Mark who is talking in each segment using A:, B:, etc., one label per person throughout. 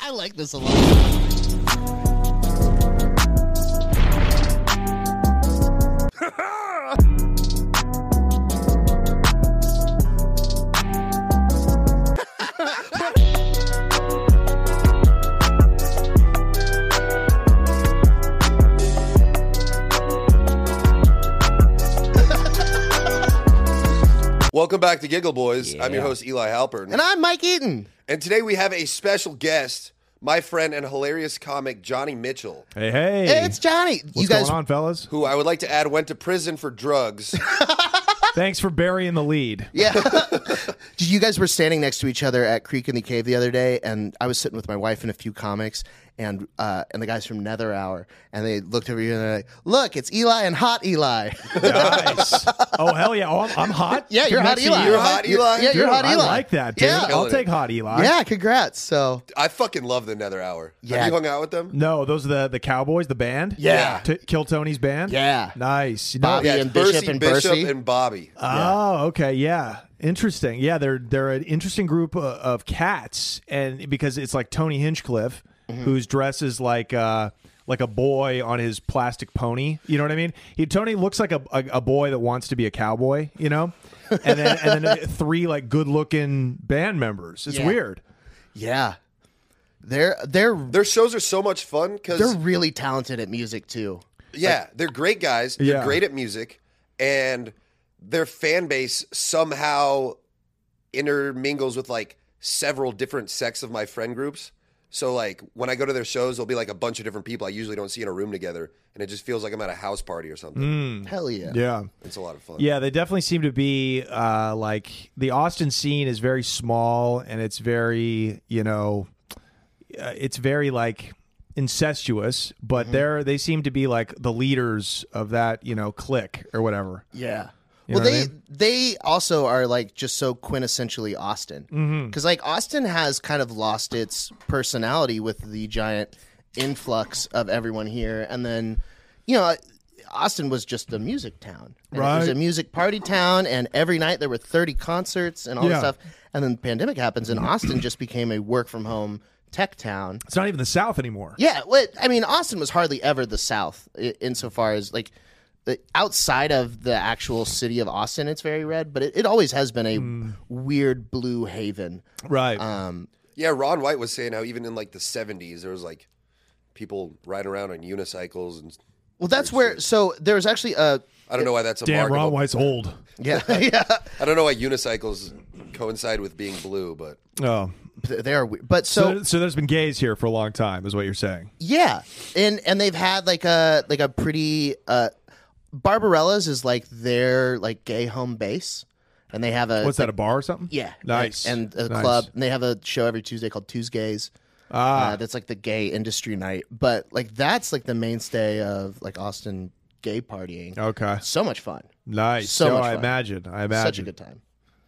A: I like this a lot.
B: Welcome back to Giggle Boys. I'm your
C: Yeah.
B: host, Eli Halpern.
A: And I'm Mike Eaton.
B: And today we have a special guest, my friend and hilarious comic Johnny Mitchell,
C: Hey, hey.
A: Hey, it's Johnny.
C: What's
A: you guys,
C: going on, fellas?
B: who I would like to add went to prison for drugs.
C: Thanks for burying the lead.
A: yeah. you guys were standing next to each other at Creek in the Cave the other day, and I was sitting with my wife and a few comics, and uh, and the guys from Nether Hour, and they looked over you and they're like, "Look, it's Eli and Hot Eli."
C: Nice. oh, hell yeah. Oh, I'm, I'm hot.
A: yeah, you're Hot
C: Next to
A: Eli.
C: you.
B: You're Hot Eli?
A: Yeah, you're
C: Dude,
A: Hot
C: I
A: Eli.
C: like that, dude.
A: Yeah.
C: I'll take hot Eli.
A: Yeah, congrats. So
B: I fucking love the Nether Hour.
A: Yeah.
B: Have you hung out with them?
C: No, those are the, the Cowboys, the band?
A: Yeah.
C: T- Kill Tony's band?
A: Yeah.
C: Nice. No,
A: Bobby
B: it's
A: and Bishop
B: Bercy,
A: and
B: Bishop
A: Bercy.
B: and Bobby.
C: Oh, okay, yeah, interesting. Yeah, they're they're an interesting group of, of cats, and because it's like Tony Hinchcliffe, who's dresses like uh, like a boy on his plastic pony. You know what I mean? He Tony looks like a, a, a boy that wants to be a cowboy. You know, and then and then uh, three like good looking band members. It's
A: Yeah.
C: weird.
A: yeah, they're they're
B: Their shows are so much fun because
A: they're really talented at music too.
B: Yeah, they're great guys. They're
C: Yeah.
B: great at music, and their fan base somehow intermingles with like several different sects of my friend groups. So like when I go to their shows, there'll be like a bunch of different people I usually don't see in a room together, and it just feels like I'm at a house party or something.
A: Hell yeah.
C: Yeah.
B: It's a lot of fun.
C: Mm. Yeah, they definitely seem to be uh, like the Austin scene is very small and it's very, you know, uh, it's very like incestuous, but
A: Mm-hmm.
C: they're they seem to be like the leaders of that, you know, clique or whatever.
A: Yeah.
C: You
A: well,
C: know what I
A: they they also are like just so quintessentially Austin because
C: Mm-hmm.
A: like Austin has kind of lost its personality with the giant influx of everyone here, and then you know Austin was just a music town, and It was
C: Right.
A: a music party town, and every night there were thirty concerts and all
C: Yeah.
A: this stuff. And then the pandemic happens, and Austin just became a work from home tech town.
C: It's not even the South anymore.
A: Yeah, well, I mean, Austin was hardly ever the South i- insofar as like the- outside of the actual city of Austin, it's very red, but it, it always has been a weird blue haven.
C: Right.
A: Uh,
B: yeah. Ron White was saying how even in like the '70s, there was like people riding around on unicycles, and
A: Well, that's where. So there was actually a
B: I don't know why that's a mark.
C: Damn,
B: of
C: Ron
B: a-
C: White's old.
A: yeah yeah
B: I don't know why unicycles coincide with being blue, but
C: Oh.
A: they are weird. but
C: So,
A: so
C: so, there's been gays here for a long time, is what you're saying.
A: Yeah, and and they've had like a like a pretty uh, Barbarella's is like their like gay home base, and they have a
C: What's that, a bar or something?
A: yeah
C: Nice.
A: and a
C: Nice.
A: club, and they have a show every Tuesday called Tuesdays. Ah, that's like the gay industry night, but like that's like the mainstay of like Austin gay partying.
C: Okay.
A: So much fun,
C: Nice.
A: So much
C: I
A: fun.
C: imagine. I imagine.
A: such a good time.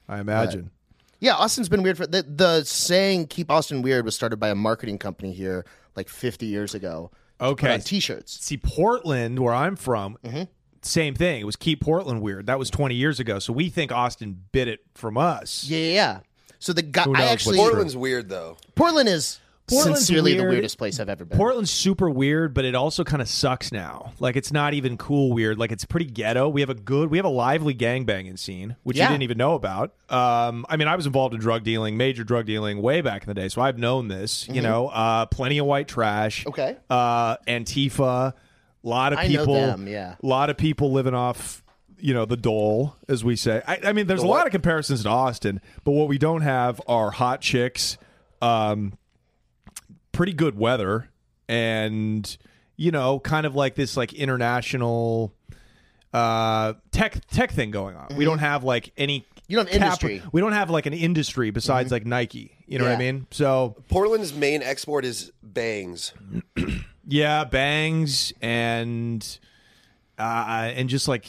C: I imagine.
A: Yeah, Austin's been weird for the, the saying "Keep Austin Weird" was started by a marketing company here like 50 years ago. to put
C: Okay.
A: on t-shirts.
C: see Portland, where I'm from, same thing. It was keep Portland weird. That was 20 years ago. So we think Austin bit it from us.
A: Yeah, yeah, yeah. So the guy,
C: Who knows
A: I
C: what's
A: actually
C: true.
A: Portland,
B: Portland's weird though.
A: is
C: Portland's
A: sincerely the
C: weird.
A: weirdest place I've ever been.
C: Portland's super weird, but it also kind of sucks now. Like it's not even cool weird. Like it's pretty ghetto. We have a good, we have a lively gangbanging scene, which
A: Yeah.
C: you didn't even know about. Um, I mean, I was involved in drug dealing, major drug dealing, way back in the day, so I've known this. You know, uh, plenty of white trash.
A: Mm-hmm. Okay.
C: Uh, Antifa. A lot of
A: I know
C: people.
A: them, yeah.
C: A lot of people living off. You know the dole, as we say. I, I mean, there's a
B: what?
C: lot of comparisons to Austin, but what we don't have are hot chicks, um, pretty good weather and you know kind of like this like international uh tech tech thing going on we don't have like any
A: Mm-hmm. You don't have industry. Mm-hmm.
C: we don't have like an industry besides like nike you know what i
A: Yeah.
C: mean so
B: Portland's main export is bangs.
C: yeah bangs and uh and just like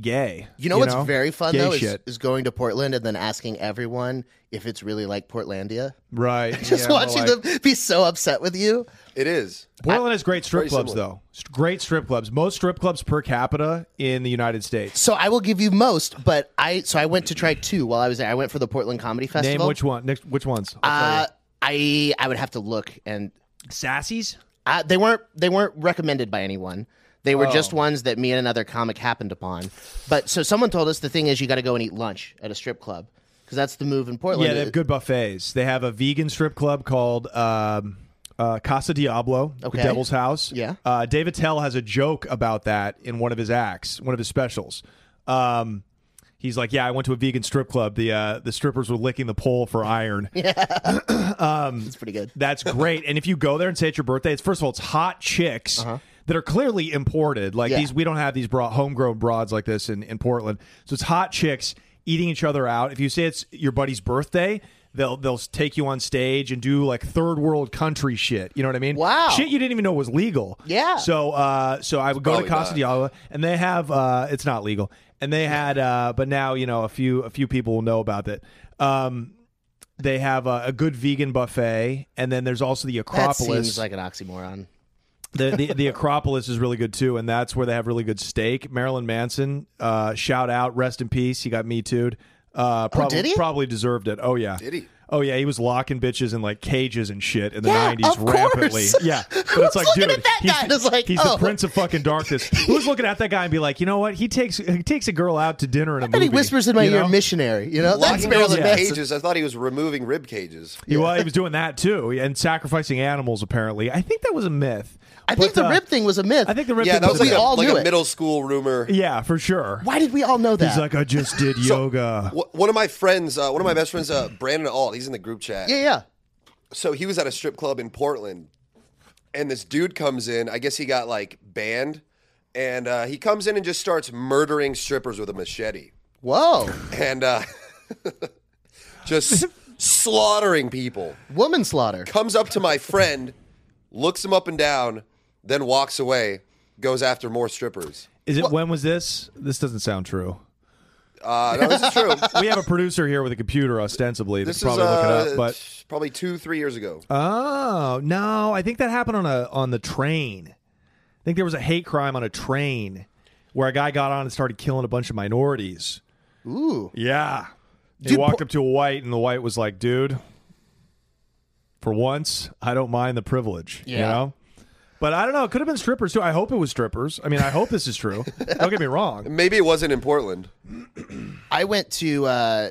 C: gay
A: you know what's very fun
C: Gay
A: though is,
C: shit.
A: is going to Portland and then asking everyone if it's really like Portlandia.
C: right
A: Just
C: Yeah, well,
A: watching
C: like-
A: them be so upset with you.
B: It is.
C: portland has great strip
B: Very
C: clubs
B: similar.
C: though S- great strip clubs most strip clubs per capita in the united states
A: So I will give you most, but I so I went to try two while I was there. I went for the Portland Comedy Festival.
C: name which one next which ones I'll tell you.
A: Uh, I I would have to look and
C: Sassies?
A: uh, they weren't they weren't recommended by anyone. They were just
C: Oh.
A: ones that me and another comic happened upon. But so someone told us the thing is you got to go and eat lunch at a strip club because that's Oh, the move in Portland.
C: Yeah, they have good buffets. They have a vegan strip club called um, uh, Casa Diablo,
A: Okay.
C: the Devil's House.
A: Yeah.
C: Uh, David Tell has a joke about that in one of his acts, one of his specials. Um, he's like, "Yeah, I went to a vegan strip club. The uh, the strippers were licking the pole for iron."
A: It's pretty good.
C: That's great. and if you go there and say it's your birthday, it's first of all, it's hot chicks that are clearly imported. Like
A: Uh-huh. Yeah.
C: these, we don't have these broad, homegrown broads like this in, in Portland. So it's hot chicks eating each other out. If you say it's your buddy's birthday, they'll they'll take you on stage and do like third world country shit. You know what I mean?
A: Wow.
C: shit you didn't even know was legal.
A: Yeah.
C: So uh, so I would go to
B: probably
C: Casa
B: not.
C: Diablo, and they have uh, it's not legal, and they had uh, but now you know a few a few people will know about it. Um, they have a, a good vegan buffet, and then there's also the
A: That
C: Acropolis.
A: seems like an oxymoron.
C: the, the the Acropolis is really good too, and that's where they have really good steak. Marilyn Manson, uh, shout out, rest in peace. He got me too'd. Uh, probably,
A: Oh, did he?
C: probably deserved it. Oh yeah,
B: Did he?
C: Oh yeah, he was locking bitches in like cages and shit in the
A: Yeah,
C: nineties
A: of course.
C: rampantly. Yeah, but
A: Who's
C: it's like,
A: looking
C: dude,
A: at that
C: he's,
A: guy and is like,
C: he's
A: oh.
C: the prince of fucking darkness. Who's looking at that guy and be like, you know what? He takes he takes a girl out to dinner in a
A: Then he
C: movie.
A: whispers in my
C: you
A: ear,
C: know?
A: missionary. You know, that's
B: Locking girls
A: Marilyn
B: in
A: Manson.
B: cages. I thought he was removing rib cages.
C: He, well, he was doing that too, and sacrificing animals. Apparently, I think that was a myth.
A: I think
C: But,
A: the
C: uh,
A: rib thing was a myth.
C: I think the rib.
B: Yeah,
C: thing
B: that was
C: a
B: like
A: We
B: a,
C: myth.
A: all
B: like
A: knew
B: a
A: it.
B: middle school rumor.
C: Yeah, for sure.
A: Why did we all know that?
C: He's like, I just did yoga.
B: Wh- One of my friends, uh, one of my best friends, uh, Brandon Alt, he's in the group chat.
A: yeah, yeah.
B: so he was at a strip club in Portland, and this dude comes in. I guess he got like banned, and uh, he comes in and just starts murdering strippers with a machete,
A: Whoa,
B: and uh, just slaughtering people.
A: woman slaughter.
B: Comes up to my friend, looks him up and down, then walks away. Goes after more strippers.
C: Is it when was this? This doesn't sound true.
B: Uh, no, this is true.
C: We
A: uh,
C: have a producer here with a computer, ostensibly.
B: This
C: That's
B: is
C: probably
B: uh,
C: looking up, but
B: probably two, three years ago.
C: oh no, I think that happened on a on the train. I think there was a hate crime on a train where a guy got on and started killing a bunch of minorities.
A: Ooh,
C: Yeah, he
A: Dude,
C: walked
A: Por-
C: up to a white, and the white was like, "Dude, for once, I don't mind the privilege." You
A: Yeah.
C: know. But I don't know. It could have been strippers too. I hope it was strippers. I mean, I hope this is true. Don't get me wrong.
B: Maybe it wasn't in Portland.
A: I went to. Uh,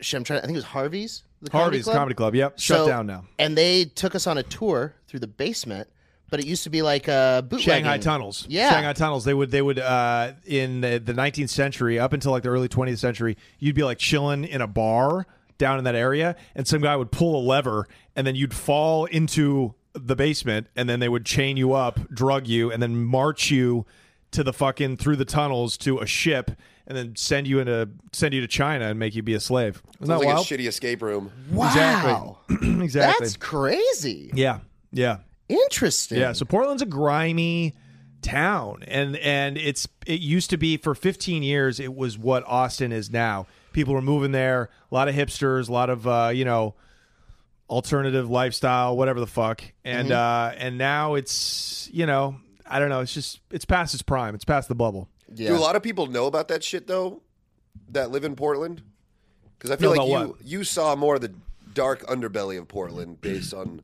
A: shit, I'm trying. I think it was Harvey's. The comedy
C: Harvey's
A: club.
C: Comedy Club. Yep, shut
A: So-
C: down now.
A: And they took us on a tour through the basement, but it used to be like uh, bootlegging.
C: Shanghai tunnels.
A: Yeah.
C: Shanghai tunnels. They would they would uh, in the, the 19th century up until like the early 20th century, you'd be like chilling in a bar down in that area, and some guy would pull a lever, and then you'd fall into the basement, and then they would chain you up, drug you, and then march you to the fucking through the tunnels to a ship, and then send you into send you to China and make you be a slave. Isn't that
B: It was like
C: wild?
B: a shitty escape room.
A: Wow.
C: Exactly. exactly.
A: That's crazy.
C: yeah. Yeah.
A: Interesting.
C: Yeah, so Portland's a grimy town and and it's it used to be for 15 years it was what Austin is now. People were moving there, a lot of hipsters, a lot of uh, you know, alternative lifestyle, whatever the fuck. And uh and now it's, you know, I don't know, it's just it's past its prime. It's past the bubble.
A: Yeah.
B: Do a lot of people know about that shit though? That live in Portland? Because I
C: Know
B: feel like
C: about
B: you you saw more of the dark underbelly of Portland based on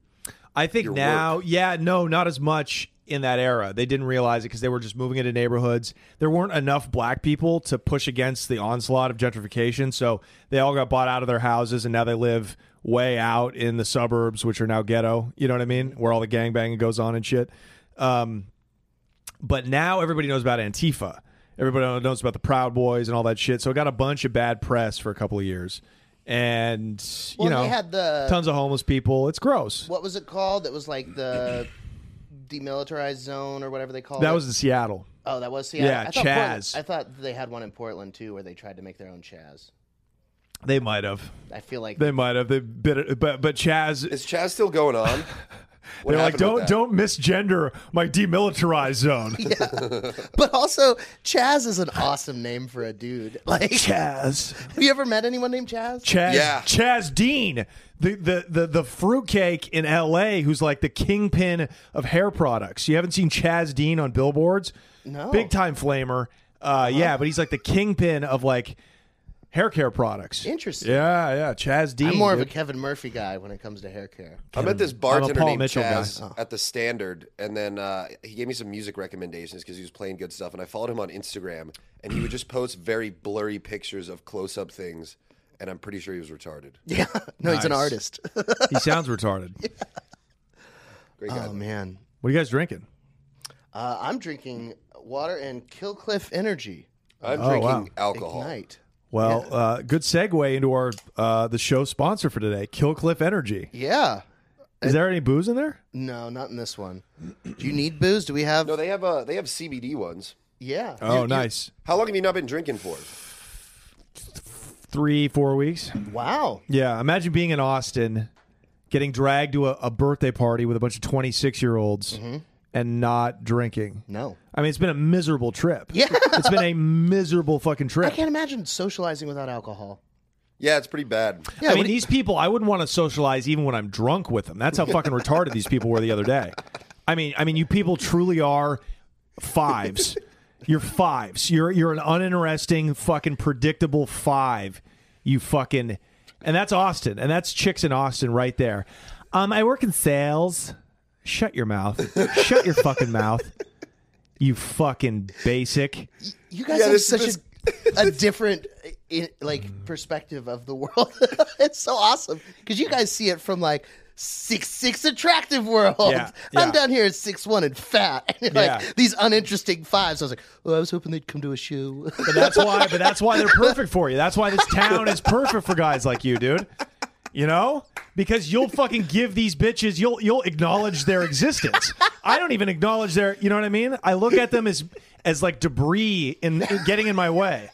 C: I think
B: your
C: now, yeah, no, not as much in that era. They didn't realize it because they were just moving into neighborhoods. There weren't enough black people to push against the onslaught of gentrification, so they all got bought out of their houses, and now they live way out in the suburbs, which are now ghetto. You know what I mean? Where all the gangbanging goes on and shit. Um, but now everybody knows about Antifa. Everybody knows about the Proud Boys and all that shit. So it got a bunch of bad press for a couple of years, and
A: Well,
C: you know,
A: they had the
C: tons of homeless people. It's gross.
A: what was it called? It was like the demilitarized zone or whatever they called
C: That
A: it.
C: was in Seattle.
A: oh, that was Seattle.
C: Yeah,
A: I thought Portland-
C: Chaz.
A: I thought they had one in Portland too, where they tried to make their own Chaz.
C: They might have.
A: I feel like
C: They might have. They bit it, but but Chaz.
B: is Chaz still going on? What
C: They're like,
B: happened
C: don't
B: with that?
C: don't misgender my demilitarized zone.
A: but also Chaz is an awesome name for a dude. Like,
C: Chaz,
A: have you ever met anyone named Chaz?
C: Chaz,
B: Yeah.
C: Chaz Dean, the the the the fruitcake in L.A. who's like the kingpin of hair products. You haven't seen Chaz Dean on billboards?
A: No. Uh-huh.
C: big time flamer. Uh, Yeah, but he's like the kingpin of like hair care products.
A: Interesting.
C: Yeah, yeah. Chaz D.
A: I'm more of a Kevin Murphy guy when it comes to hair care.
B: I met this
C: a
B: bartender
C: Paul
B: named
C: Mitchell guy.
B: Chaz at the Standard, and then uh, he gave me some music recommendations because he was playing good stuff. And I followed him on Instagram, and he would just post very blurry pictures of close-up things. And I'm pretty sure he was retarded.
A: Yeah. No, he's an
C: Nice. Oh,
A: artist.
C: he sounds retarded.
B: Great guy.
A: oh man.
C: What are you guys drinking?
A: Uh, I'm drinking water and Killcliff Energy
B: I'm
C: Oh,
B: drinking
C: wow.
B: alcohol.
A: Ignite.
C: Well, uh, good segue into our uh, the show sponsor for today, Killcliff Energy.
A: Yeah.
C: Is there any booze in there?
A: No, not in this one. Do you need booze? Do we have?
B: No, they have uh, they have CBD ones.
A: yeah.
C: Oh, nice.
B: How long have you not been drinking for?
C: Three, four weeks.
A: Wow.
C: Yeah, imagine being in Austin, getting dragged to a, a birthday party with a bunch of 26 year olds and not drinking.
A: Mm-hmm. No.
C: I mean, it's been a miserable trip.
A: Yeah.
C: it's been a miserable fucking trip.
A: I can't imagine socializing without alcohol.
B: Yeah, it's pretty bad.
A: Yeah.
C: I
A: what
C: mean,
A: do you-
C: these people, I wouldn't want to socialize even when I'm drunk with them. That's how fucking retarded these people were the other day. I mean, I mean, you people truly are fives. You're fives. You're you're an uninteresting, fucking predictable five. You fucking, and that's Austin, and that's chicks in Austin right there. Um, I work in sales. Shut your mouth. Shut your fucking mouth. You fucking basic.
A: you guys
B: Yeah,
A: have
B: this-
A: such
B: this-
A: a, a different i like perspective of the world. it's so awesome because you guys see it from like six six attractive world.
C: Yeah, yeah.
A: I'm down here at six one and fat, and you're
C: Yeah.
A: like these uninteresting fives. I was like, oh, I was hoping they'd come to a show.
C: But that's why. But that's why they're perfect for you. That's why this town is perfect for guys like you, dude. You know, because you'll fucking give these bitches. You'll you'll acknowledge their existence. I don't even acknowledge their. You know what I mean? I look at them as as like debris in, in getting in my way.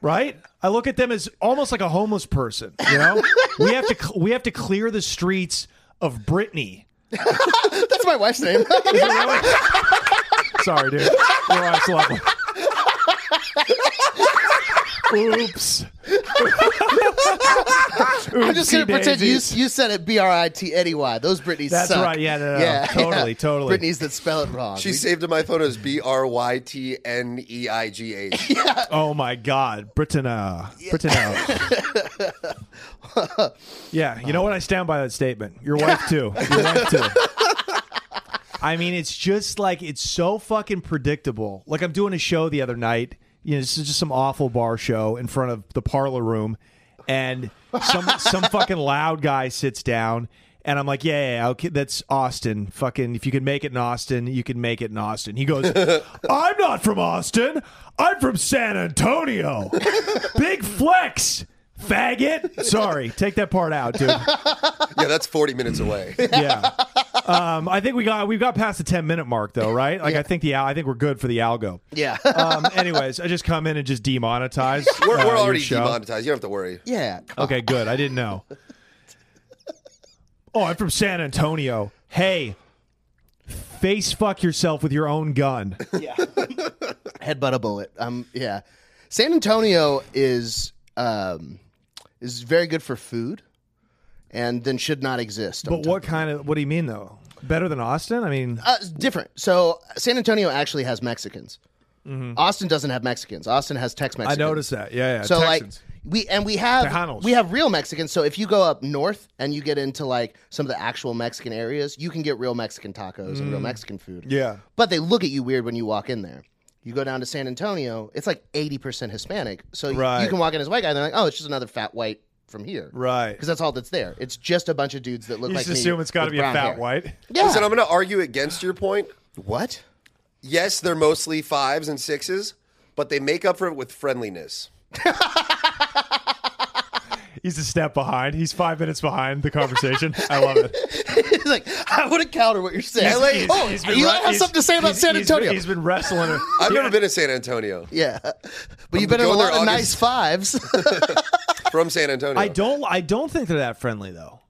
C: Right? I look at them as almost like a homeless person. You know, we have to cl- we have to clear the streets of Britney.
A: That's my wife's name.
C: Sorry, dude. Your wife's lovely. Oops.
A: I'm just gonna
C: Oopsie
A: pretend you
C: daisies.
A: you said it B R I T N E Y. Those Britneys.
C: That's
A: suck.
C: right. Yeah, no, no, no. Totally, totally.
A: Britneys that spell it wrong.
B: She saved in my phone as B R Y T N E I G H.
C: Oh my God, uh, Britannia, Britannia. yeah, you know what? I stand by that statement. Your wife too. Your wife too. I mean, it's just like it's so fucking predictable. Like I'm doing a show the other night. You know, this is just some awful bar show in front of the parlor room, and some some fucking loud guy sits down, and I'm like, yeah, yeah, yeah, okay, that's Austin. Fucking, if you can make it in Austin, you can make it in Austin. He goes, I'm not from Austin. I'm from San Antonio. Big flex, faggot. Sorry, take that part out, dude
B: Yeah, that's 40 minutes away.
C: yeah. Um, I think we got we've got past the ten minute mark though, right? Like I think the al- I think we're good for the algo.
A: yeah.
C: Um, anyways, I just come in and just demonetize.
B: We're,
C: uh,
B: we're
C: your
B: already
C: show.
B: demonetized. You don't have to worry.
A: yeah. come on.
C: Okay, good. I didn't know. Oh, I'm from San Antonio. Hey, face fuck yourself with your own gun.
A: Headbutt a bullet. Um. Yeah. San Antonio is um is very good for food, and then should not exist.
C: But what kind of? What do you mean though? Better than Austin? I mean,
A: Uh, it's different. So San Antonio actually has Mexicans. Austin doesn't have Mexicans. Austin has Tex
C: Mm-hmm. I
A: Mexicans.
C: noticed that. Yeah, yeah.
A: So
C: Uh, Texans.
A: like we and we have
C: Tejanos.
A: we have real Mexicans. So if you go up north and you get into like some of the actual Mexican areas, you can get real Mexican tacos and real Mexican food.
C: Mm. Yeah.
A: But they look at you weird when you walk in there. You go down to San Antonio, it's like 80% Hispanic. So y-
C: Right.
A: you can walk in as a white guy and they're like, "Oh, it's just another fat white from here."
C: right.
A: Because that's all that's there. It's just a bunch of dudes that look
C: You
A: like
C: just
A: me
C: assume it's got to
A: with
C: be a
A: brown
C: fat
A: hair.
C: white.
A: Yeah.
B: Listen, I'm going to argue against your point.
A: what?
B: Yes, they're mostly fives and sixes, but they make up for it with friendliness.
C: He's a step behind. He's five minutes behind the conversation. I love it.
A: He's like, I want to counter what you're saying.
B: He's- he's-
A: oh,
C: He's been
A: you
C: re-
A: have
C: he's-
A: something to say about
C: he's-
A: San
C: he's been-
A: Antonio?
C: He's been, wrestling.
B: I've never been to San Antonio.
A: yeah, but you've been in a
B: going
A: lot
B: there
A: of
B: August.
A: nice fives.
B: From San Antonio.
C: I don't. I don't think they're that friendly though.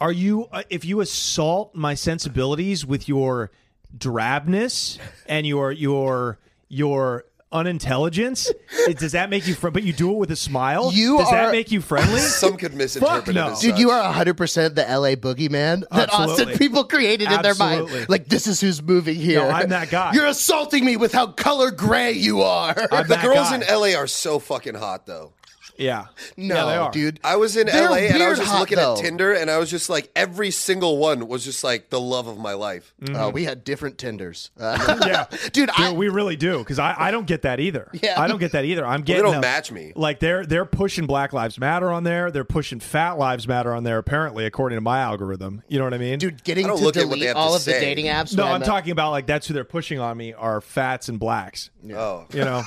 C: Are you? Uh, if you assault my sensibilities with your drabness and your your your unintelligence? It- Does that make you friendly? But you do it with a smile.
A: You
C: Does
A: are-
C: that make you friendly?
B: Some could misinterpret
C: Fuck no.
B: it as
A: Dude,
B: such.
A: you are 100% the LA boogeyman that Austin
C: Absolutely.
A: people created in their
C: Absolutely.
A: mind. Like, this is who's moving here.
C: I'm that guy.
A: You're assaulting me with how color gray you are.
C: I'm
B: the
C: that
B: girls
C: guy.
B: in LA are so fucking hot though.
C: yeah.
A: no,
C: Yeah, they are.
A: dude.
B: I was in
A: They're
B: LA and I
A: weird
B: was just
A: hot,
B: looking
A: though.
B: at Tinder and I was just like every single one was just like the love of my life.
A: Oh, we had different tenders. Uh,
C: Mm-hmm. Yeah.
A: dude,
C: Dude,
A: I,
C: we really do because I, I don't get that either.
A: Yeah.
C: I don't get that either. I'm
B: They
C: getting
B: don't
C: a-
B: match me.
C: like they're they're pushing Black Lives Matter on there. They're pushing Fat Lives Matter on there. Apparently, according to my algorithm, you know what I mean?
A: dude, getting
B: I
A: to
B: don't look at what they
A: delete
B: have to
A: all of the
B: say.
A: dating apps.
C: no,
A: when I
C: I'm
A: met-
C: talking about like that's who they're pushing on me are fats and blacks.
B: Oh.
C: You know,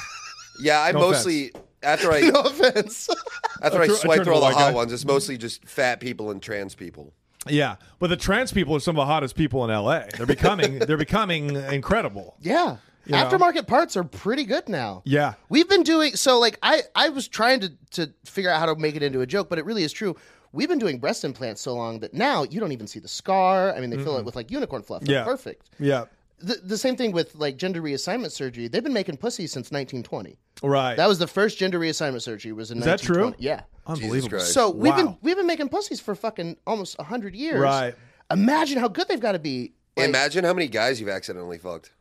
B: Yeah, I
C: No
B: mostly after I
A: No offense.
B: after
C: I
B: I
C: tur- I
B: swipe
C: turned
B: through all the
C: white guy.
B: hot ones, it's mostly just fat people and trans people.
C: yeah. But the trans people are some of the hottest people in L.A. They're becoming they're becoming incredible.
A: Yeah.
C: You know?
A: Aftermarket parts are pretty good now.
C: Yeah.
A: We've been doing so like I I was trying to to figure out how to make it into a joke, but it really is true. We've been doing breast implants so long that now you don't even see the scar. I mean, they fill it with like unicorn fluff. They're
C: Mm-hmm. Yeah.
A: Perfect.
C: Yeah.
A: The, the same thing with like gender reassignment surgery. They've been making pussy since 1920.
C: Right.
A: That was the first gender reassignment surgery was in
C: Eh. that true?
A: 1920. Yeah.
B: Jesus
C: Unbelievable.
B: Christ.
A: So we've been
C: Wow.
A: we've been making pussies for fucking almost 100 years.
C: Right.
A: Imagine how good they've got to be. Like,
B: Imagine how many guys you've accidentally fucked.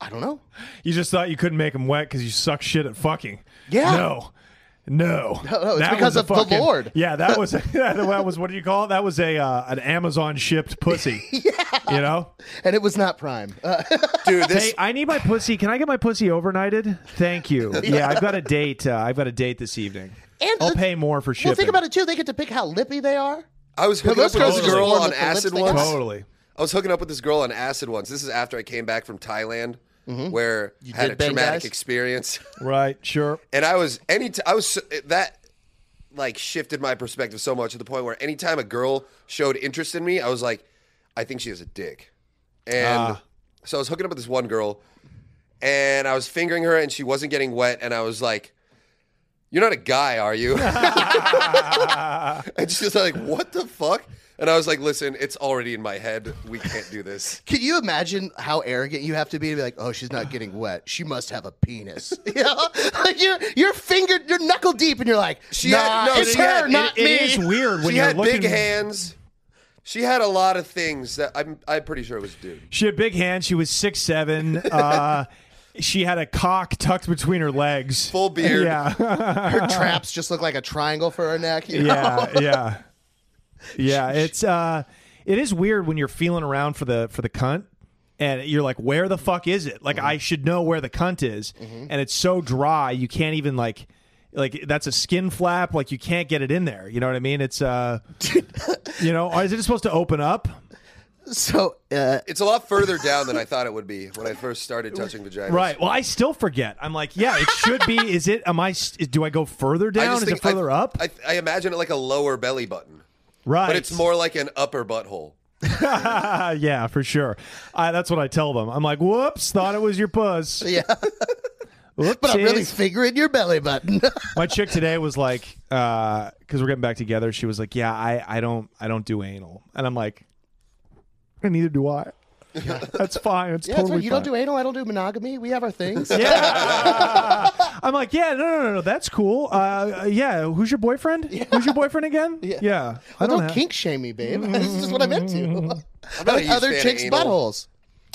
A: I don't know.
C: You just thought you couldn't make them wet because you suck shit at fucking.
A: Yeah.
C: No. No.
A: no, it's because
C: was a
A: of the Lord.
C: Yeah, that was that was what do you call it? That was a uh, an Amazon shipped pussy. yeah. You know?
A: And it was not prime. Uh,
B: Dude, this
C: Hey, I need my pussy. Can I get my pussy overnighted? Thank you. Yeah, I've got a date. Uh, I've got a date this evening.
A: and
C: I'll
A: the-
C: pay more for shipping.
A: Well, think about it too. They get to pick how lippy they are.
B: I was hooking up
A: those
B: with
A: girls
B: this
A: just
B: girl
A: warm
B: on
A: with the lips
B: acid
A: they
B: once.
A: got.
C: Totally.
B: I was hooking up with this girl on acid once. This is after I came back from Thailand, where I had
A: did
B: a
A: bang
B: traumatic
A: guys?
B: experience,
C: Right. Sure.
B: and I was any t- I was so- that like shifted my perspective so much to the point where anytime a girl showed interest in me, I was like, I think she has a dick, and
C: Ah.
B: so I was hooking up with this one girl, and I was fingering her, and she wasn't getting wet, and I was like. You're not a guy, are you? and she was like, "What the fuck?" And I was like, "Listen, it's already in my head. We can't do this."
A: Can you imagine how arrogant you have to be to be like, oh, she's not getting wet. She must have a penis. you know? Like you're you're fingered, you're knuckle deep, and you're like,
B: She
A: nah,
B: had- no,
A: it's
B: she
A: her,
B: had- it-
A: not
C: It
A: me.
C: is weird when
B: she
C: you're
B: had
C: looking.
B: big hands. She had a lot of things that I'm. I'm pretty sure it was dude.
C: She had big hands. She was six seven. Uh, she had a cock tucked between her legs.
B: Full beard.
C: Yeah.
A: Her traps just look like a triangle for her neck. you know?
C: yeah. Yeah. Yeah. It's uh, it is weird when you're feeling around for the for the cunt. And you're like, where the fuck is it?
B: Mm-hmm.
C: Like, I should know where the cunt is, and it's so dry you can't even like, like that's a skin flap. Like you can't get it in there. You know what I mean? It's uh, you know, or is it supposed to open up?
A: So uh,
B: It's a lot further down than I thought it would be when I first started touching vaginas.
C: Right. Well, I still forget. I'm like, yeah, it should be. Is it? Am I? s- Do I go further
B: I
C: down?
B: just
C: Is
B: think
C: it further
B: I,
C: up?
B: I, I imagine it like a lower belly button,
C: right.
B: but it's more like an upper butthole.
C: Uh, yeah, for sure. I, that's what I tell them. I'm like, whoops, thought it was your puss.
A: yeah,
C: Whoopsies.
A: but I'm really fingering your belly button.
C: My chick today was like, because we're getting back together. She was like, yeah, I, I don't, I don't do anal, and I'm like, and neither do I. That's fine. It's
A: yeah, that's
C: totally
A: right. You don't
C: fine.
A: do anal. I don't do monogamy. We have our things.
C: Yeah. I'm like, yeah, no, no, no, no, that's cool. Uh, yeah, who's your boyfriend? Who's your boyfriend again? Yeah, I
A: Well,
C: don't,
A: don't
C: have-
A: kink shame me, babe. this is what I'm into.
B: not a
A: Like
B: huge
A: other
B: fan of
A: chicks'
B: anal.
A: buttholes.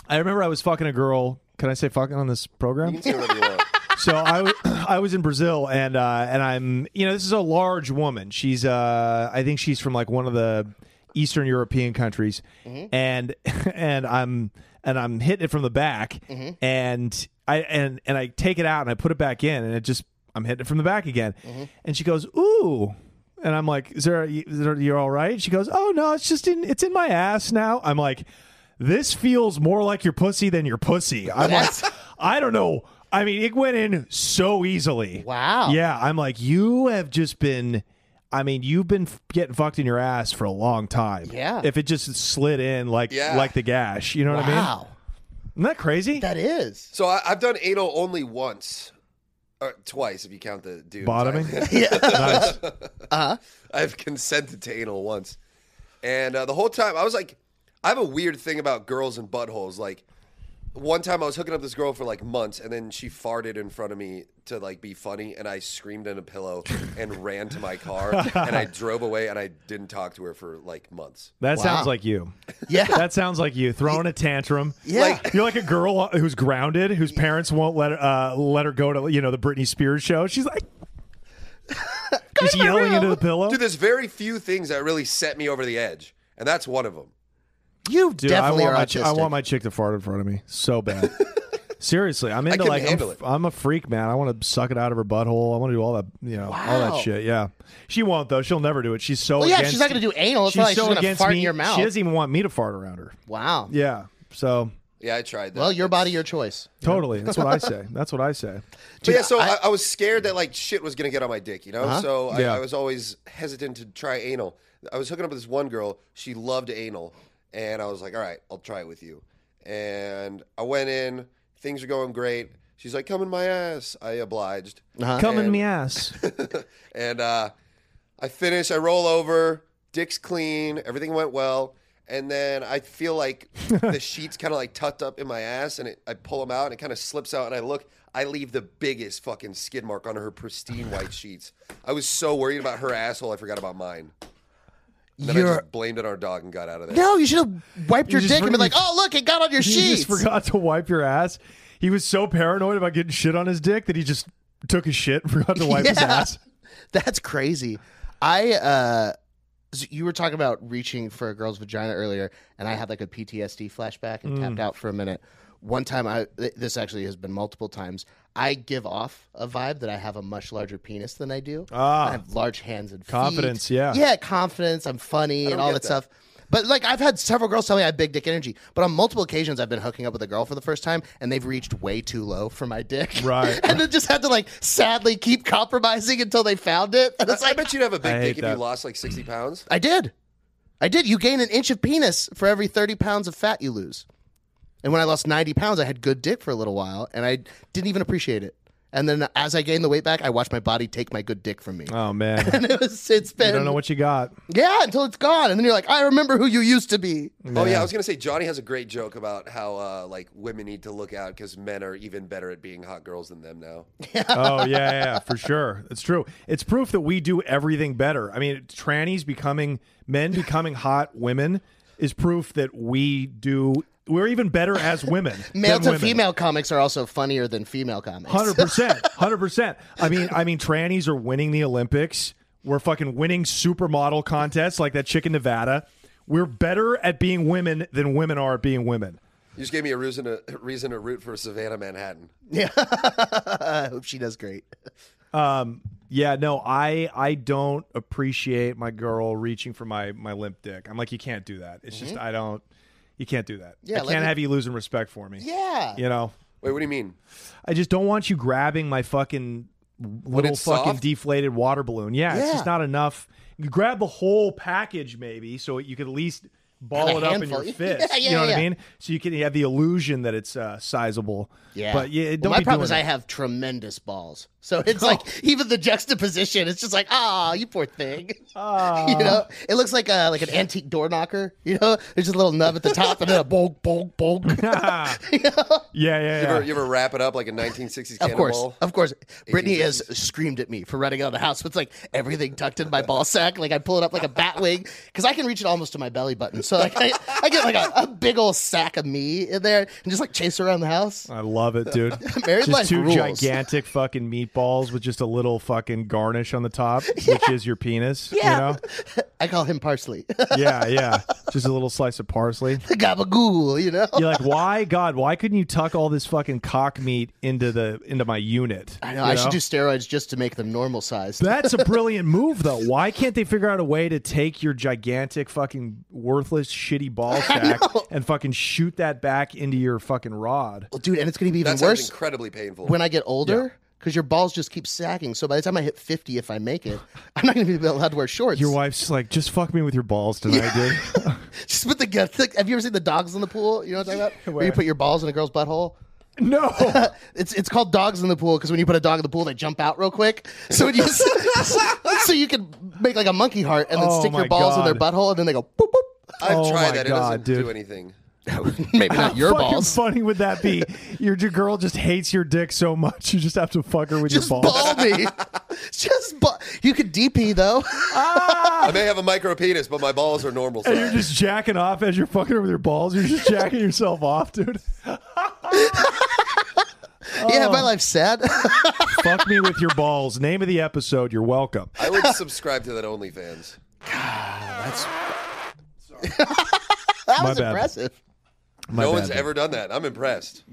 C: I remember I was fucking a girl. Can I say fucking on this program?
B: You can say whatever you want.
C: so I, w- I was in Brazil and uh, and I'm you know this is a large woman. She's uh I think she's from like one of the Eastern European countries, and and I'm and I'm hitting it from the back, and I and and I take it out and I put it back in, and it just I'm hitting it from the back again, and she goes ooh. And I'm like, is there, is there- you're all right? She goes, oh no, it's just in, it's in my ass now. I'm like, this feels more like your pussy than your pussy. I'm like, I don't know. I mean, it went in so easily.
A: Wow.
C: Yeah, I'm like, you have just been. I mean, you've been f- getting fucked in your ass for a long time.
A: Yeah.
C: If it just slid in like
B: Yeah.
C: like the gash, you know what I mean?
A: Wow,
C: Isn't that crazy?
A: that is.
B: So I, I've done anal only once, or twice if you count the dude.
C: Bottoming.
A: Yeah.
C: Nice.
B: I've consented to anal once, and uh, the whole time I was like, I have a weird thing about girls and buttholes. Like, one time I was hooking up this girl for like months, and then she farted in front of me to like be funny, and I screamed in a pillow and ran to my car, and I drove away, and I didn't talk to her for like months.
C: That sounds
A: Wow.
C: like you.
A: Yeah.
C: That sounds like you throwing a tantrum.
A: Yeah.
B: Like-
C: You're like a girl who's grounded, whose parents won't let her, uh, let her go to you know the Britney Spears show. She's like just yelling into the pillow.
B: Dude, there's very few things that really set me over the edge, and that's one of them.
A: you
C: Dude,
A: definitely
C: I
A: are
C: want, my
A: autistic.
C: chi- I want my chick to fart in front of me so bad. Seriously, I'm into
B: couldn't
C: like I'm,
B: handle
C: f-
B: it.
C: I'm a freak, man. I want to suck it out of her butthole. I want to do all that, you know, all
A: Wow.
C: that shit. Yeah, she won't though. She'll never do it. She's so
A: well, yeah,
C: against-
A: she's not going to do anal. It's
C: she's
A: not like
C: so
A: she's going to
C: against
A: fart
C: me.
A: in your mouth.
C: She doesn't even want me to fart around her.
A: wow.
C: Yeah, so
B: Yeah, I tried that.
A: Well, your body, your choice.
C: totally. That's what I say. That's what I say.
B: But yeah, so I, I was scared that like shit was gonna get on my dick, you know. So I,
C: Yeah.
B: I was always hesitant to try anal. I was hooking up with this one girl. She loved anal, and I was like, "All right, I'll try it with you." And I went in. Things are going great. She's like, "Come in my ass." I obliged,
A: Uh,
C: Come in
B: And-
C: me ass.
B: and uh, I finish. I roll over. Dick's clean. Everything went well. And then I feel like the sheets kind of like tucked up in my ass, and it, I pull them out, and it kind of slips out. And I look, I leave the biggest fucking skid mark on her pristine white sheets. I was so worried about her asshole, I forgot about mine. And then I
A: You're
B: just blamed it on our dog and got out of there.
A: no, you should have wiped your
C: just
A: dick and been
C: forgot-
A: like, "Oh, look, it got on your
C: He
A: sheets."
C: just forgot to wipe your ass. He was so paranoid about getting shit on his dick that he just took his shit and forgot to wipe his
A: Yeah.
C: ass.
A: That's crazy. I uh s- you were talking about reaching for a girl's vagina earlier and I had like a PTSD flashback and
C: Mm.
A: tapped out for a minute. One time I th- this actually has been multiple times. I give off a vibe that I have a much larger penis than I do.
C: Ah.
A: I have large hands and feet.
C: Confidence, yeah.
A: Yeah, confidence, I'm funny and all
B: get
A: that stuff. But like I've had several girls tell me I have big dick energy, but on multiple occasions I've been hooking up with a girl for the first time and they've reached way too low for my dick.
C: Right.
A: and then just had to like sadly keep compromising until they found it. And it's
B: I
A: like
B: bet you'd have a
C: I
B: big
C: hate
B: dick if
C: that.
B: you lost like sixty pounds.
A: I did. I did. You gain an inch of penis for every 30 pounds of fat you lose. And when I lost 90 pounds, I had good dick for a little while and I didn't even appreciate it. And then as I gained the weight back, I watched my body take my good dick from me.
C: Oh man.
A: and it was, it's been,
C: I don't know what you got.
A: yeah, until it's gone. And then you're like, I remember who you used to be.
B: Oh yeah, I was gonna say Johnny has a great joke about how uh, like women need to look out because men are even better at being hot girls than them now.
C: oh yeah, yeah, yeah, for sure. It's true. It's proof that we do everything better. I mean, trannies becoming men becoming hot women is proof that we do. We're even better as women.
A: Male
C: than
A: to
C: women.
A: female comics are also funnier than female comics.
C: Hundred percent. Hundred percent. I mean, I mean, trannies are winning the Olympics. We're fucking winning supermodel contests like that chick in Nevada. We're better at being women than women are at being women.
B: You just gave me a reason to reason to root for Savannah Manhattan.
A: I hope she does great.
C: Yeah, no, I I don't appreciate my girl reaching for my my limp dick. I'm like, you can't do that. It's just I don't. You can't do that.
A: Mm-hmm. Yeah,
C: I
A: like-
C: can't have you losing respect for me.
A: Yeah.
C: You know,
B: Wait, what do you mean?
C: I just don't want you grabbing my fucking little fucking
B: it's soft?
C: deflated water balloon. Yeah, it's
A: Yeah.
C: just not enough. You grab the whole package maybe, so you could at least ball
A: Have
C: it
A: a
C: up
A: handful.
C: in your fist.
A: Yeah, yeah,
C: you know what I
A: yeah.
C: mean? So you can have the illusion that it's uh, sizable.
A: Yeah,
C: but yeah,
A: Well,
C: don't
A: my
C: be
A: problem
C: doing
A: is
C: it. Oh.
A: I have tremendous balls, so it's like even the juxtaposition. It's just like ah, you poor thing.
C: Ah.
A: you know, it looks like a like an antique door knocker. You know, there's just a little nub at the top and then a bonk bonk bonk.
C: yeah, yeah,
B: You
C: yeah.
B: ever, you ever wrap it up like a 1960s
A: Of course,
B: cannonball?
A: of course. Brittany has screamed at me for running out of the house with like everything tucked in my ball sack. Like I pull it up like a bat wing because I can reach it almost to my belly button. So like I, I get like a, a big old sack of me in there and just like chase around the house.
C: I love it, dude.
A: Married
C: just
A: life
C: two
A: rules.
C: gigantic fucking meatballs with just a little fucking garnish on the top, which is your penis.
A: Yeah.
C: You
A: I call him parsley,
C: know? Yeah, yeah. Just a little slice of parsley.
A: gabagool. You know.
C: You're like, why, God, why couldn't you tuck all this fucking cock meat into the into my unit?
A: I know.
C: You
A: I should do steroids just to make them normal sized.
C: That's a brilliant move, though. Why can't they figure out a way to take your gigantic, fucking worthless, shitty ball sack and fucking shoot that back into your fucking rod?
A: Well, dude, and it's going to be even
B: That sounds
A: worse
B: incredibly painful.
A: when I get older because your balls just keep sagging. So by the time I hit 50, if I make it, I'm not going to be allowed to wear shorts.
C: Your wife's like, just fuck me with your balls tonight, dude.
A: just put the like, Have you ever seen the dogs in the pool? You know what I'm talking about? Where you put your balls in a girl's butthole.
C: no.
A: It's it's called dogs in the pool because when you put a dog in the pool, they jump out real quick. So when you so you can make like a monkey heart and then
C: Oh
A: stick
C: my
A: your balls in their
C: God.
A: butthole and then they go boop boop.
B: I've
C: Oh my
B: tried that. it
C: God,
B: doesn't
C: dude.
B: do anything.
D: Maybe not your
C: How fucking
D: balls.
C: funny would that be? Your, your girl just hates your dick so much, you just have to fuck her with
A: Just
C: your
A: ball,
C: balls.
A: me. Just ball. You could DP though.
B: I may have a micro penis, but my balls are normal.
C: And you're
B: size.
C: just jacking off as you're fucking her with your balls. You're just jacking yourself off, dude.
A: Yeah,
C: Oh.
A: my life's sad.
C: Fuck me with your balls. Name of the episode. You're welcome.
B: I would subscribe to that OnlyFans.
A: that
C: My
A: was
C: bad.
A: impressive.
C: My
B: no
C: bad,
B: one's
C: dude.
B: ever done that. I'm impressed.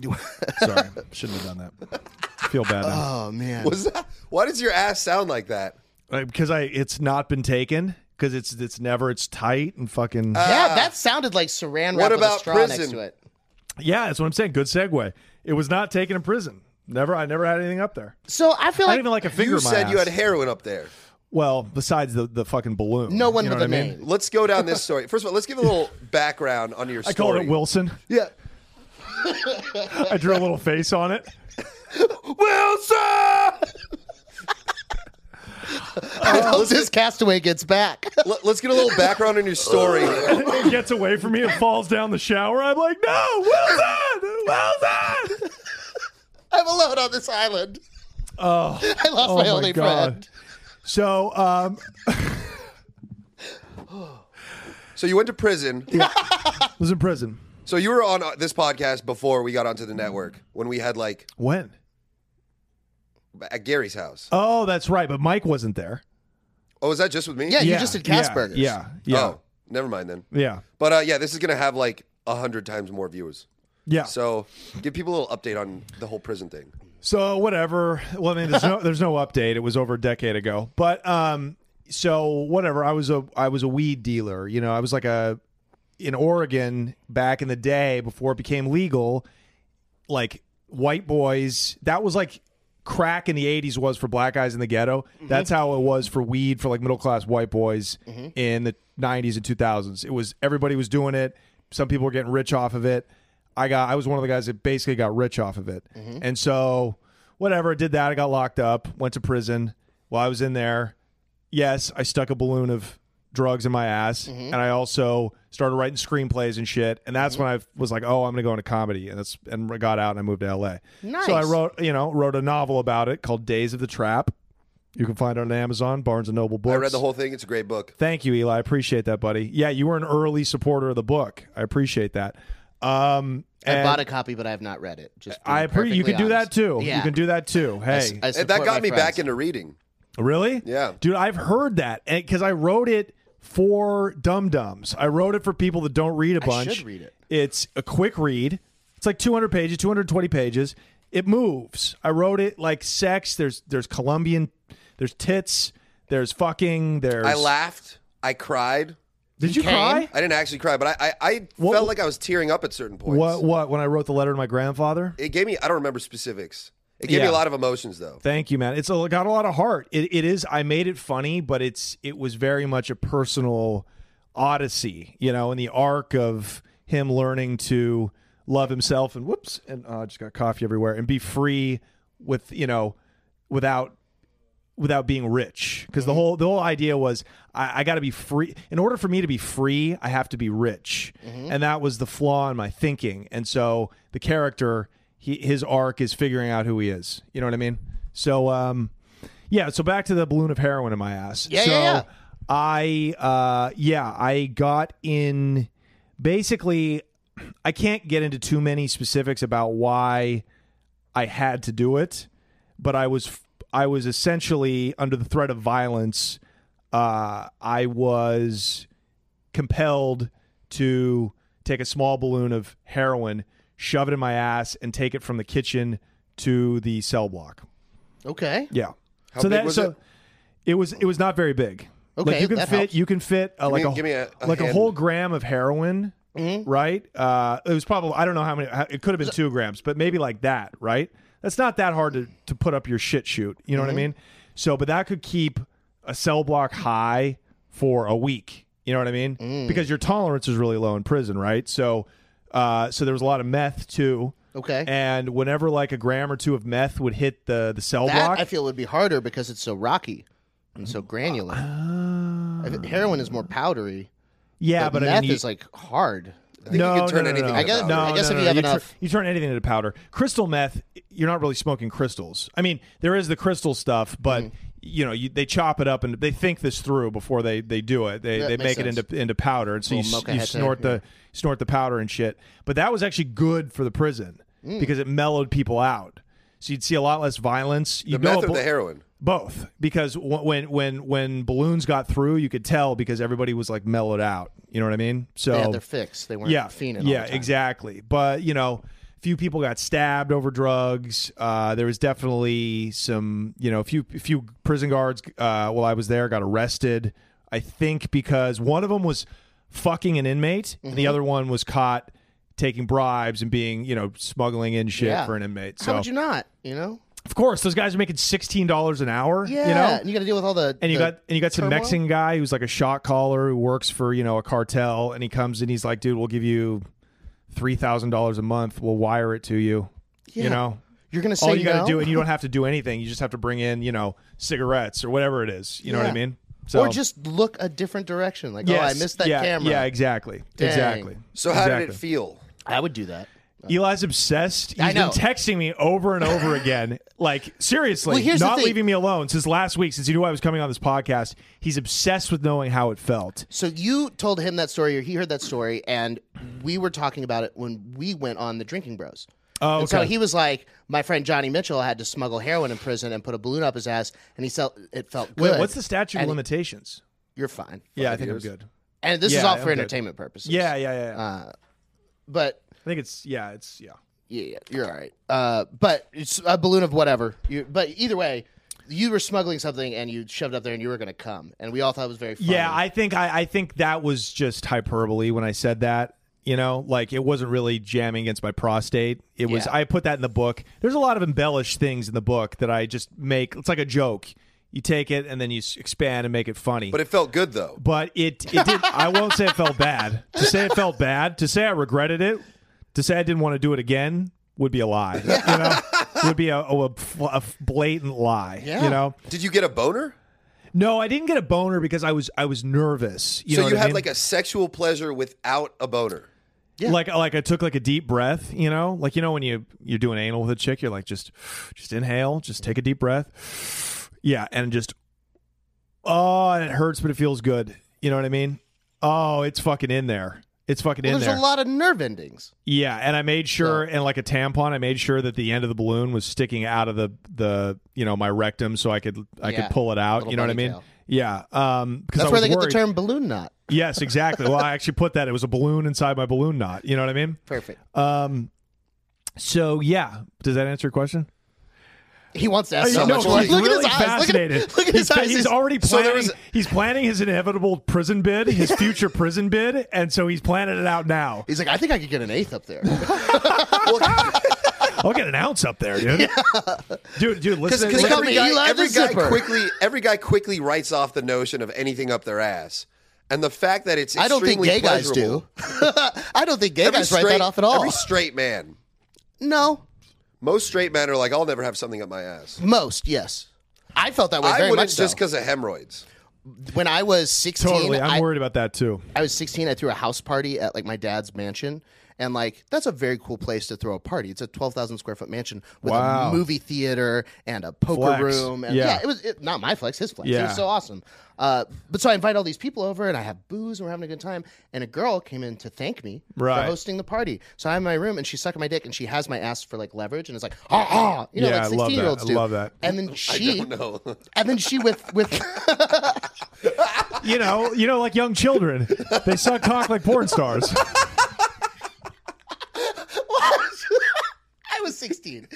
C: Sorry, shouldn't have done that. Feel bad now.
A: Oh man.
B: Was that? Why does your ass sound like that?
C: Uh, because I it's not been taken because it's it's never it's tight and fucking
A: yeah, that sounded like saran wrap
B: what
A: with a
B: about
A: straw next
B: prison?
A: to it.
C: yeah. That's what I'm saying. Good segue. It was not taken in prison. Never. I never had anything up there.
A: So I feel
C: I
A: like
C: don't even like a finger.
B: You
C: in my
B: said you
C: ass.
B: had heroin up there.
C: Well, besides the the fucking balloon.
A: no one
C: You know
A: with
C: what
A: a
C: I mean?
A: name.
B: Let's go down this story. First of all, let's give a little background on your story.
C: I called it Wilson.
A: Yeah.
C: I drew a little face on it.
B: Wilson.
A: I hope this castaway gets back.
B: Let- Let's get a little background on your story.
C: It gets away from me and falls down the shower. I'm like, no, Wilson, Wilson.
A: I'm alone on this island. Oh, I lost my, only friend.
C: So, um,
B: So you went to prison.
C: I was in prison.
B: So you were on uh, this podcast before we got onto the network when we had like
C: When?
B: at Gary's house.
C: Oh, that's right. But Mike wasn't there.
B: Oh, was that just with me?
A: Yeah, you just did Casperger's.
C: Yeah, yeah, yeah.
B: Oh, never mind then.
C: yeah.
B: But uh, yeah, this is gonna have like a hundred times more views.
C: Yeah. So,
B: So give people a little update on the whole prison thing.
C: whatever. Well, I mean, there's no there's no update. It was over a decade ago. But um, so whatever. I was a I was a weed dealer. You know, I was like a in Oregon back in the day before it became legal. Like white boys, that was like crack in the 80s was for black guys in the ghetto. That's how it was for weed for like middle class white boys in the 90s and 2000s. It was everybody was doing it. Some people were getting rich off of it. I got I was one of the guys that basically got rich off of it. And so whatever, did that, I got locked up, went to prison. While I was in there, yes, I stuck a balloon of drugs in my ass,
A: Mm-hmm.
C: and I also started writing screenplays and shit. And that's when I was like, oh, I'm gonna go into comedy, and that's and I got out and I moved to L.A.
A: Nice.
C: So I wrote, you know, wrote a novel about it called Days of the Trap. You can find it on Amazon, Barnes and Noble Books.
B: I read the whole thing. It's a great book.
C: Thank you, Eli. I appreciate that, buddy. Yeah, you were an early supporter of the book. I appreciate that. Um,
A: I
C: and
A: bought a copy, but I have not read it. Just being
C: I appreciate you
A: perfectly
C: can do that
A: honest.
C: too.
A: Yeah.
C: You can do that too.
A: I
C: Hey,
A: s- I
B: And
A: support
B: that got
A: my
B: me
A: friends.
B: back into reading.
C: Really?
B: Yeah.
C: Dude, I've heard that because I wrote it for dum dums. I wrote it for people that don't read a bunch.
A: should read it.
C: It's a quick read. It's like 200 pages, 220 pages. It moves. I wrote it like sex. There's there's Colombian. There's tits. There's fucking. There's.
B: I laughed. I cried.
C: Did you
A: came?
C: cry?
B: I didn't actually cry, but I I, I
C: What-
B: felt like I was tearing up at certain points.
C: What what? When I wrote the letter to my grandfather.
B: It gave me. I don't remember specifics. It gave
C: Yeah.
B: me a lot of emotions though.
C: Thank you, man. It's a, got a lot of heart. It, it is. I made it funny, but it's it was very much a personal odyssey, you know, in the arc of him learning to love himself and whoops, and uh, I just got coffee everywhere, and be free with you know, without without being rich because
A: Mm-hmm.
C: the whole the whole idea was I, I got to be free in order for me to be free I have to be rich
A: Mm-hmm.
C: and that was the flaw in my thinking and so the character he, his arc is figuring out who he is you know what I mean so um yeah so back to the balloon of heroin in my ass
A: Yeah,
C: so
A: yeah, yeah.
C: I uh yeah I got in basically I can't get into too many specifics about why I had to do it, but I was I was essentially under the threat of violence. Uh, I was compelled to take a small balloon of heroin, shove it in my ass, and take it from the kitchen to the cell block.
A: Okay.
C: Yeah.
B: How big was it?
C: it was it was not very big.
A: Okay,
C: like you can
A: that
C: fit
A: helps.
C: you can fit uh, like
B: me-
C: a,
B: give me a- a
C: like a
B: hand. Mm-hmm.
C: whole gram of heroin, right? Uh, it was probably I don't know how many. how- It could have been two grams, but maybe like that, right? That's not that hard to to put up your shit shoot.
B: Mm-hmm.
C: You know what I mean? So, but that could keep a cell block high for a week. You know what I mean?
B: Mm.
C: Because your tolerance is really low in prison, right? So, uh, so there was a lot of meth too.
A: Okay.
C: And whenever like a gram or two of meth would hit the the cell
A: that
C: block,
A: I feel would be harder because it's so rocky and
C: Uh,
A: so granular. I think heroin is more powdery.
C: Yeah,
A: but
C: but,
A: meth
C: I mean, you-
A: is like hard.
B: I think you can turn anything.
A: I
B: into
A: guess-
B: powder.
A: I guess if you have
C: turn-
A: enough-
C: you turn anything into powder. Crystal meth, you're not really smoking crystals. I mean, there is the crystal stuff, but
A: Mm-hmm.
C: you know, you, they chop it up and they think this through before they, they do it. They
A: That
C: they
A: makes
C: make it
A: sense.
C: into into powder, and so you,
A: Little
C: s-
A: mocha
C: you
A: head
C: snort
A: thing,
C: the snort the powder and shit. But that was actually good for the prison
A: Mm.
C: because it mellowed people out. So you'd see a lot less violence.
B: the
C: You
B: meth
C: know,
B: or the heroin.
C: both, because wh- when when when balloons got through, you could tell because everybody was like mellowed out. You know what I mean? So
A: They had their fix. They weren't
C: yeah,
A: fiending. all
C: Yeah,
A: the time.
C: exactly. But you know, few people got stabbed over drugs. Uh, there was definitely some, you know, a few a few prison guards uh, while I was there got arrested. I think because one of them was fucking an inmate, and
A: Mm-hmm.
C: the other one was caught taking bribes and being, you know, smuggling in shit
A: Yeah.
C: for an inmate.
A: How
C: So
A: would you not? You know.
C: of course, those guys are making sixteen dollars an hour.
A: Yeah.
C: you know,
A: and you got to deal with all the.
C: and you
A: the
C: got and you got some
A: turmoil?
C: Mexican guy who's like a shot caller who works for you know a cartel, and he comes and he's like, "Dude, we'll give you three thousand dollars a month. We'll wire it to you.
A: Yeah.
C: You know,
A: You're gonna say
C: all you
A: no?
C: got to do, and you don't have to do anything. You just have to bring in you know cigarettes or whatever it is. You know what I
A: Yeah.
C: mean? So
A: or just look a different direction. Like, oh, I
C: Yes.
A: missed that
C: yeah,
A: camera.
C: Yeah, exactly,
A: Dang.
C: exactly.
B: So how
C: exactly.
B: did it feel?
A: I would do that.
C: Eli's obsessed. He's
A: I know.
C: been texting me over and over again. Like seriously,
A: Well, here's the
C: not
A: thing.
C: leaving me alone since last week. Since he knew I was coming on this podcast, he's obsessed with knowing how it felt.
A: So you told him that story, or he heard that story, and we were talking about it when we went on the Drinking Bros.
C: Oh,
A: And so
C: okay.
A: he was like, "My friend Johnny Mitchell had to smuggle heroin in prison and put a balloon up his ass, and he felt it felt good."
C: Wait, what's the statute of
A: And-
C: limitations?
A: You're fine.
C: Yeah, I think
B: years.
C: I'm good.
A: And this is
C: Yeah,
A: all for
C: I'm good.
A: entertainment purposes.
C: Yeah, yeah, yeah.
A: uh,
C: yeah.
A: But
C: I think it's yeah, it's yeah.
A: yeah, yeah, you're all right. Uh, but it's a balloon of whatever. You, but either way, you were smuggling something and you shoved up there, and you were going to come, and we all thought it was very funny.
C: Yeah, I think I, I think that was just hyperbole when I said that. You know, like it wasn't really jamming against my prostate. It was
A: Yeah.
C: I put that in the book. There's a lot of embellished things in the book that I just make. It's like a joke. You take it and then you s- expand and make it funny.
B: But it felt good though.
C: but it it did I won't say it felt bad. To say it felt bad, to say I regretted it, to say I didn't want to do it again would be a lie. You know, would be a, a, a blatant lie.
A: Yeah.
C: You know,
B: Did you get a boner?
C: no, I didn't get a boner because I was I was nervous. You
B: so
C: know
B: you
C: what I
B: had
C: mean?
B: like a sexual pleasure without a boner.
A: Yeah.
C: like like I took like a deep breath, you know, like you know when you you're doing anal with a chick, you're like just just inhale, just take a deep breath, yeah, and just oh, and it hurts, but it feels good. You know what I mean? Oh, it's fucking in there. It's fucking
A: Well,
C: in
A: there's
C: there.
A: a lot of nerve endings.
C: yeah, and I made sure, and like a tampon, I made sure that the end of the balloon was sticking out of the the you know my rectum, so I could I
A: Yeah.
C: could pull it out.
A: Little
C: You know what I mean?
A: bunny tail.
C: Yeah, um,
A: That's
C: because I
A: where
C: was
A: they get
C: worried.
A: the term balloon knot.
C: Yes, exactly. well, I actually put that. It was a balloon inside my balloon knot. You know what I mean? Um,
A: Perfect.
C: So yeah, does that answer your question?
A: He wants to ask
B: you
A: so
B: know,
A: much
B: he's
A: more. Look
C: really
A: at his eyes. Look at,
C: fascinated.
A: look at his
C: he's,
A: eyes.
C: he's already
B: So there
C: planning.
B: was-
C: he's planning his inevitable prison bid, his future prison bid, and so he's planning it out now.
A: He's like, I think I could get an eighth up there.
C: I'll get an ounce up there, dude. Dude, dude, listen.
A: Because they
B: Because
C: listen-
A: call
B: every
A: me
B: guy,
A: Eli the
B: every guy
A: Zipper.
B: quickly, every guy quickly writes off the notion of anything up their ass, and the fact that it's
A: I don't think
B: extremely
A: gay guys
B: pleasurable-
A: do. I don't think gay
B: Every
A: guys write that off at all.
B: Every straight man,
A: no,
B: most straight men are like, "I'll never have something up my ass."
A: most yes. I felt that way
B: I
A: very
B: wouldn't
A: much. so.
B: just because of hemorrhoids.
A: when I was sixteen,
C: totally. I'm
A: I,
C: worried about that too.
A: I was sixteen. I threw a house party at like my dad's mansion, and like that's a very cool place to throw a party. It's a twelve thousand square foot mansion with
C: Wow.
A: a movie theater and a poker
C: Flex.
A: room. And,
C: Yeah.
A: it was it, not my flex, his flex. It
C: Yeah.
A: was so awesome. Uh, but so I invite all these people over, and I have booze, and we're having a good time. And a girl came in to thank me for
C: Right.
A: hosting the party. So I'm in my room, and she's sucking my dick, and she has my ass for like leverage, and it's like ah ah, you know,
C: Yeah,
A: like
C: I love that.
A: sixteen year olds
C: I
A: do.
C: love that.
A: And then she,
B: I don't know.
A: and then she with with.
C: You know, you know, like young children, they suck cock like porn stars.
A: I was 16.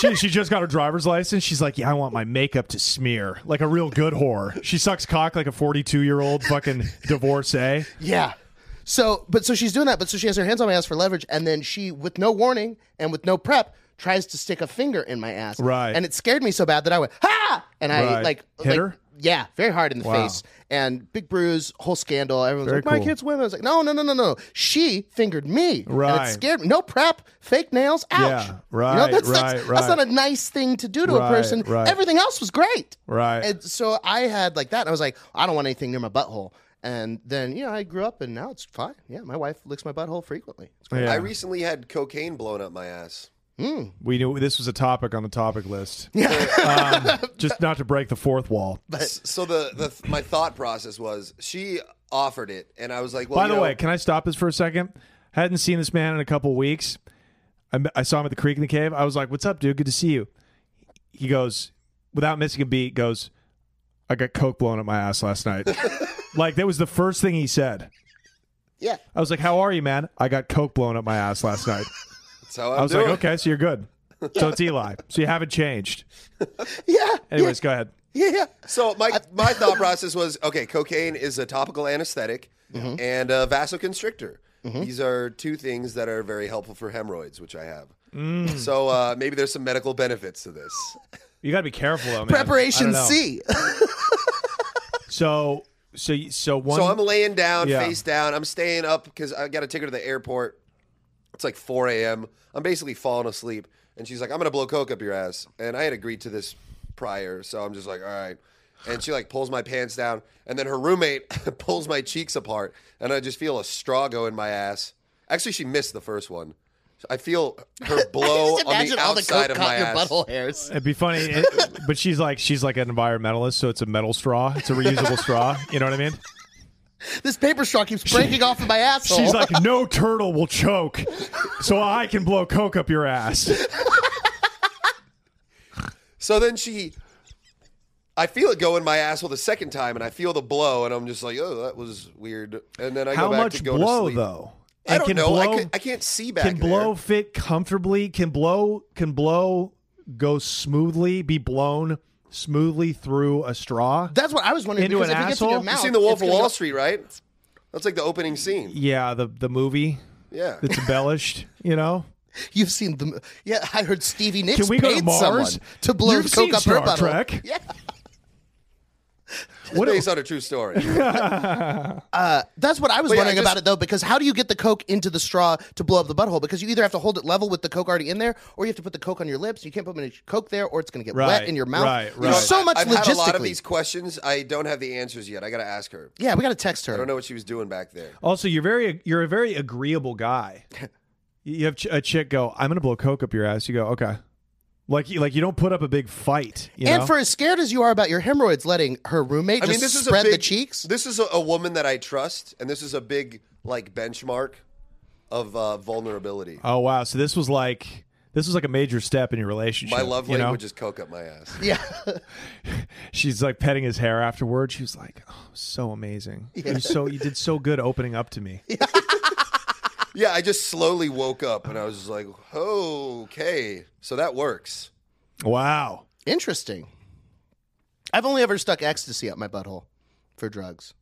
C: She, she just got her driver's license. She's like, yeah, I want my makeup to smear like a real good whore. She sucks cock like a 42 year old fucking divorcee.
A: yeah. So, but so she's doing that, but so she has her hands on my ass for leverage, and then she, with no warning and with no prep, tries to stick a finger in my ass.
C: Right.
A: And it scared me so bad that I went, ha! And I
C: Right.
A: like
C: Hit
A: like,
C: her?
A: Yeah, very hard in the
C: Wow.
A: face. And big bruise, whole scandal. Everyone's
C: Very
A: like, my
C: cool.
A: kid's women. I was like, no, no, no, no, no. She fingered me. And
C: Right.
A: it scared me. No prep, fake nails, ouch.
C: Yeah,
A: You know,
C: right,
A: that's, that's,
C: right,
A: that's
C: right.
A: not a nice thing to do to a
C: Right,
A: person.
C: right.
A: Everything else was great.
C: Right.
A: And so I had like that, and I was like, I don't want anything near my butthole. And then, you know, I grew up and now it's fine. Yeah, my wife licks my butthole frequently. It's great.
C: Yeah.
B: I recently had cocaine blown up my ass.
C: we knew this was a topic on the topic list. um, just not to break the fourth wall.
B: S- So the, the my thought process was she offered it, and I was like, well,
C: By
B: you
C: the
B: know-
C: way, can I stop this for a second? Hadn't seen this man in a couple weeks. I, met- I saw him at the creek in the cave. I was like, "What's up, dude? Good to see you." He goes, without missing a beat, goes, "I got coke blown up my ass last night." like that was the first thing he said.
A: Yeah.
C: I was like, "How are you, man? I got coke blown up my ass last night."
B: that's how I'm
C: I was
B: doing.
C: like, "Okay, so you're good." So it's Eli. So you haven't changed.
A: Yeah.
C: Anyways, go ahead.
A: Yeah. yeah.
B: So my my thought process was okay. Cocaine is a topical anesthetic and a vasoconstrictor. These are two things that are very helpful for hemorrhoids, which I have. So uh, maybe there's some medical benefits to this.
C: You got to be careful though, man. I
A: Preparation
C: don't know.
A: C.
C: So so you- so one.
B: So I'm laying down,
C: Yeah.
B: face down. I'm staying up because I got to take her to the airport. It's like 4 a.m. I'm basically falling asleep, and she's like, "I'm gonna blow coke up your ass," and I had agreed to this prior, so I'm just like, "All right." And she like pulls my pants down, and then her roommate pulls my cheeks apart, and I just feel a straw go in my ass. Actually, she missed the first one. I feel her blow
A: Just
B: on the
A: imagine all the
B: outside
A: coke
B: of my
A: caught in your
B: ass.
A: butthole hairs.
C: It'd be funny, it- but she's like she's like an environmentalist, so it's a metal straw. It's a reusable straw. You know what I mean?
A: This paper straw keeps breaking off of my asshole.
C: She's like, no turtle will choke, so I can blow coke up your ass.
B: So then she, I feel it go in my asshole the second time, and I feel the blow, and I'm just like, oh, that was weird. And then I
C: How
B: go back
C: much
B: to go to
C: blow
B: sleep.
C: though?
B: I
C: And
B: don't
C: can
B: know. I,
C: blow-
B: can, I can't see back.
C: can blow fit comfortably. Can blow can blow go smoothly. Be blown smoothly through a straw.
A: That's what I was wondering.
C: Into
A: because
C: an
A: if
C: asshole?
A: it gets in your
B: You
A: mouth,
B: seen The Wolf
A: it's
B: of
A: gonna
B: Wall
A: go-
B: Street, right? That's like the opening scene.
C: Yeah, the the movie
B: Yeah.
C: that's embellished. You know.
A: You've seen the yeah. I heard Stevie Nicks
C: Can we go
A: paid
C: to Mars
A: someone to blow
C: You've
A: coke
C: seen
A: up
C: Star
A: her butthole.
C: Trek.
A: Yeah,
C: What
B: Based on a true story.
A: Uh, that's what I was
B: yeah,
A: wondering
B: I just-
A: about it though, because how do you get the coke into the straw to blow up the butthole? Because you either have to hold it level with the coke already in there, or you have to put the coke on your lips. You can't put any coke there, or it's going to get
C: Right,
A: wet in your mouth.
C: right,
A: There's
C: right.
A: so much
B: I've
A: logistically.
B: had a lot of these questions. I don't have the answers yet. I got to ask her. I
A: yeah, we got to text her.
B: don't know what she was doing back there.
C: Also, you're very you're a very agreeable guy. you have ch- a chick go, "I'm gonna blow coke up your ass." You go, "Okay." Like you like you don't put up a big fight. You
A: and
C: know?
A: for as scared as you are about your hemorrhoids, letting her roommate
B: I
A: just
B: mean, this is a
A: spread
B: big,
A: the cheeks.
B: This is a, a woman that I trust, and this is a big like benchmark of uh, vulnerability.
C: oh wow, so this was like this was like a major step in your relationship.
B: My love
C: you know?
B: language is coke up my ass.
A: Yeah,
C: She's like petting his hair afterward. She was like, "Oh, so amazing. You're so you did so good opening up to me."
B: Yeah, I just slowly woke up and I was just like, okay, so that works.
C: Wow.
A: interesting. I've only ever stuck ecstasy up my butthole for drugs.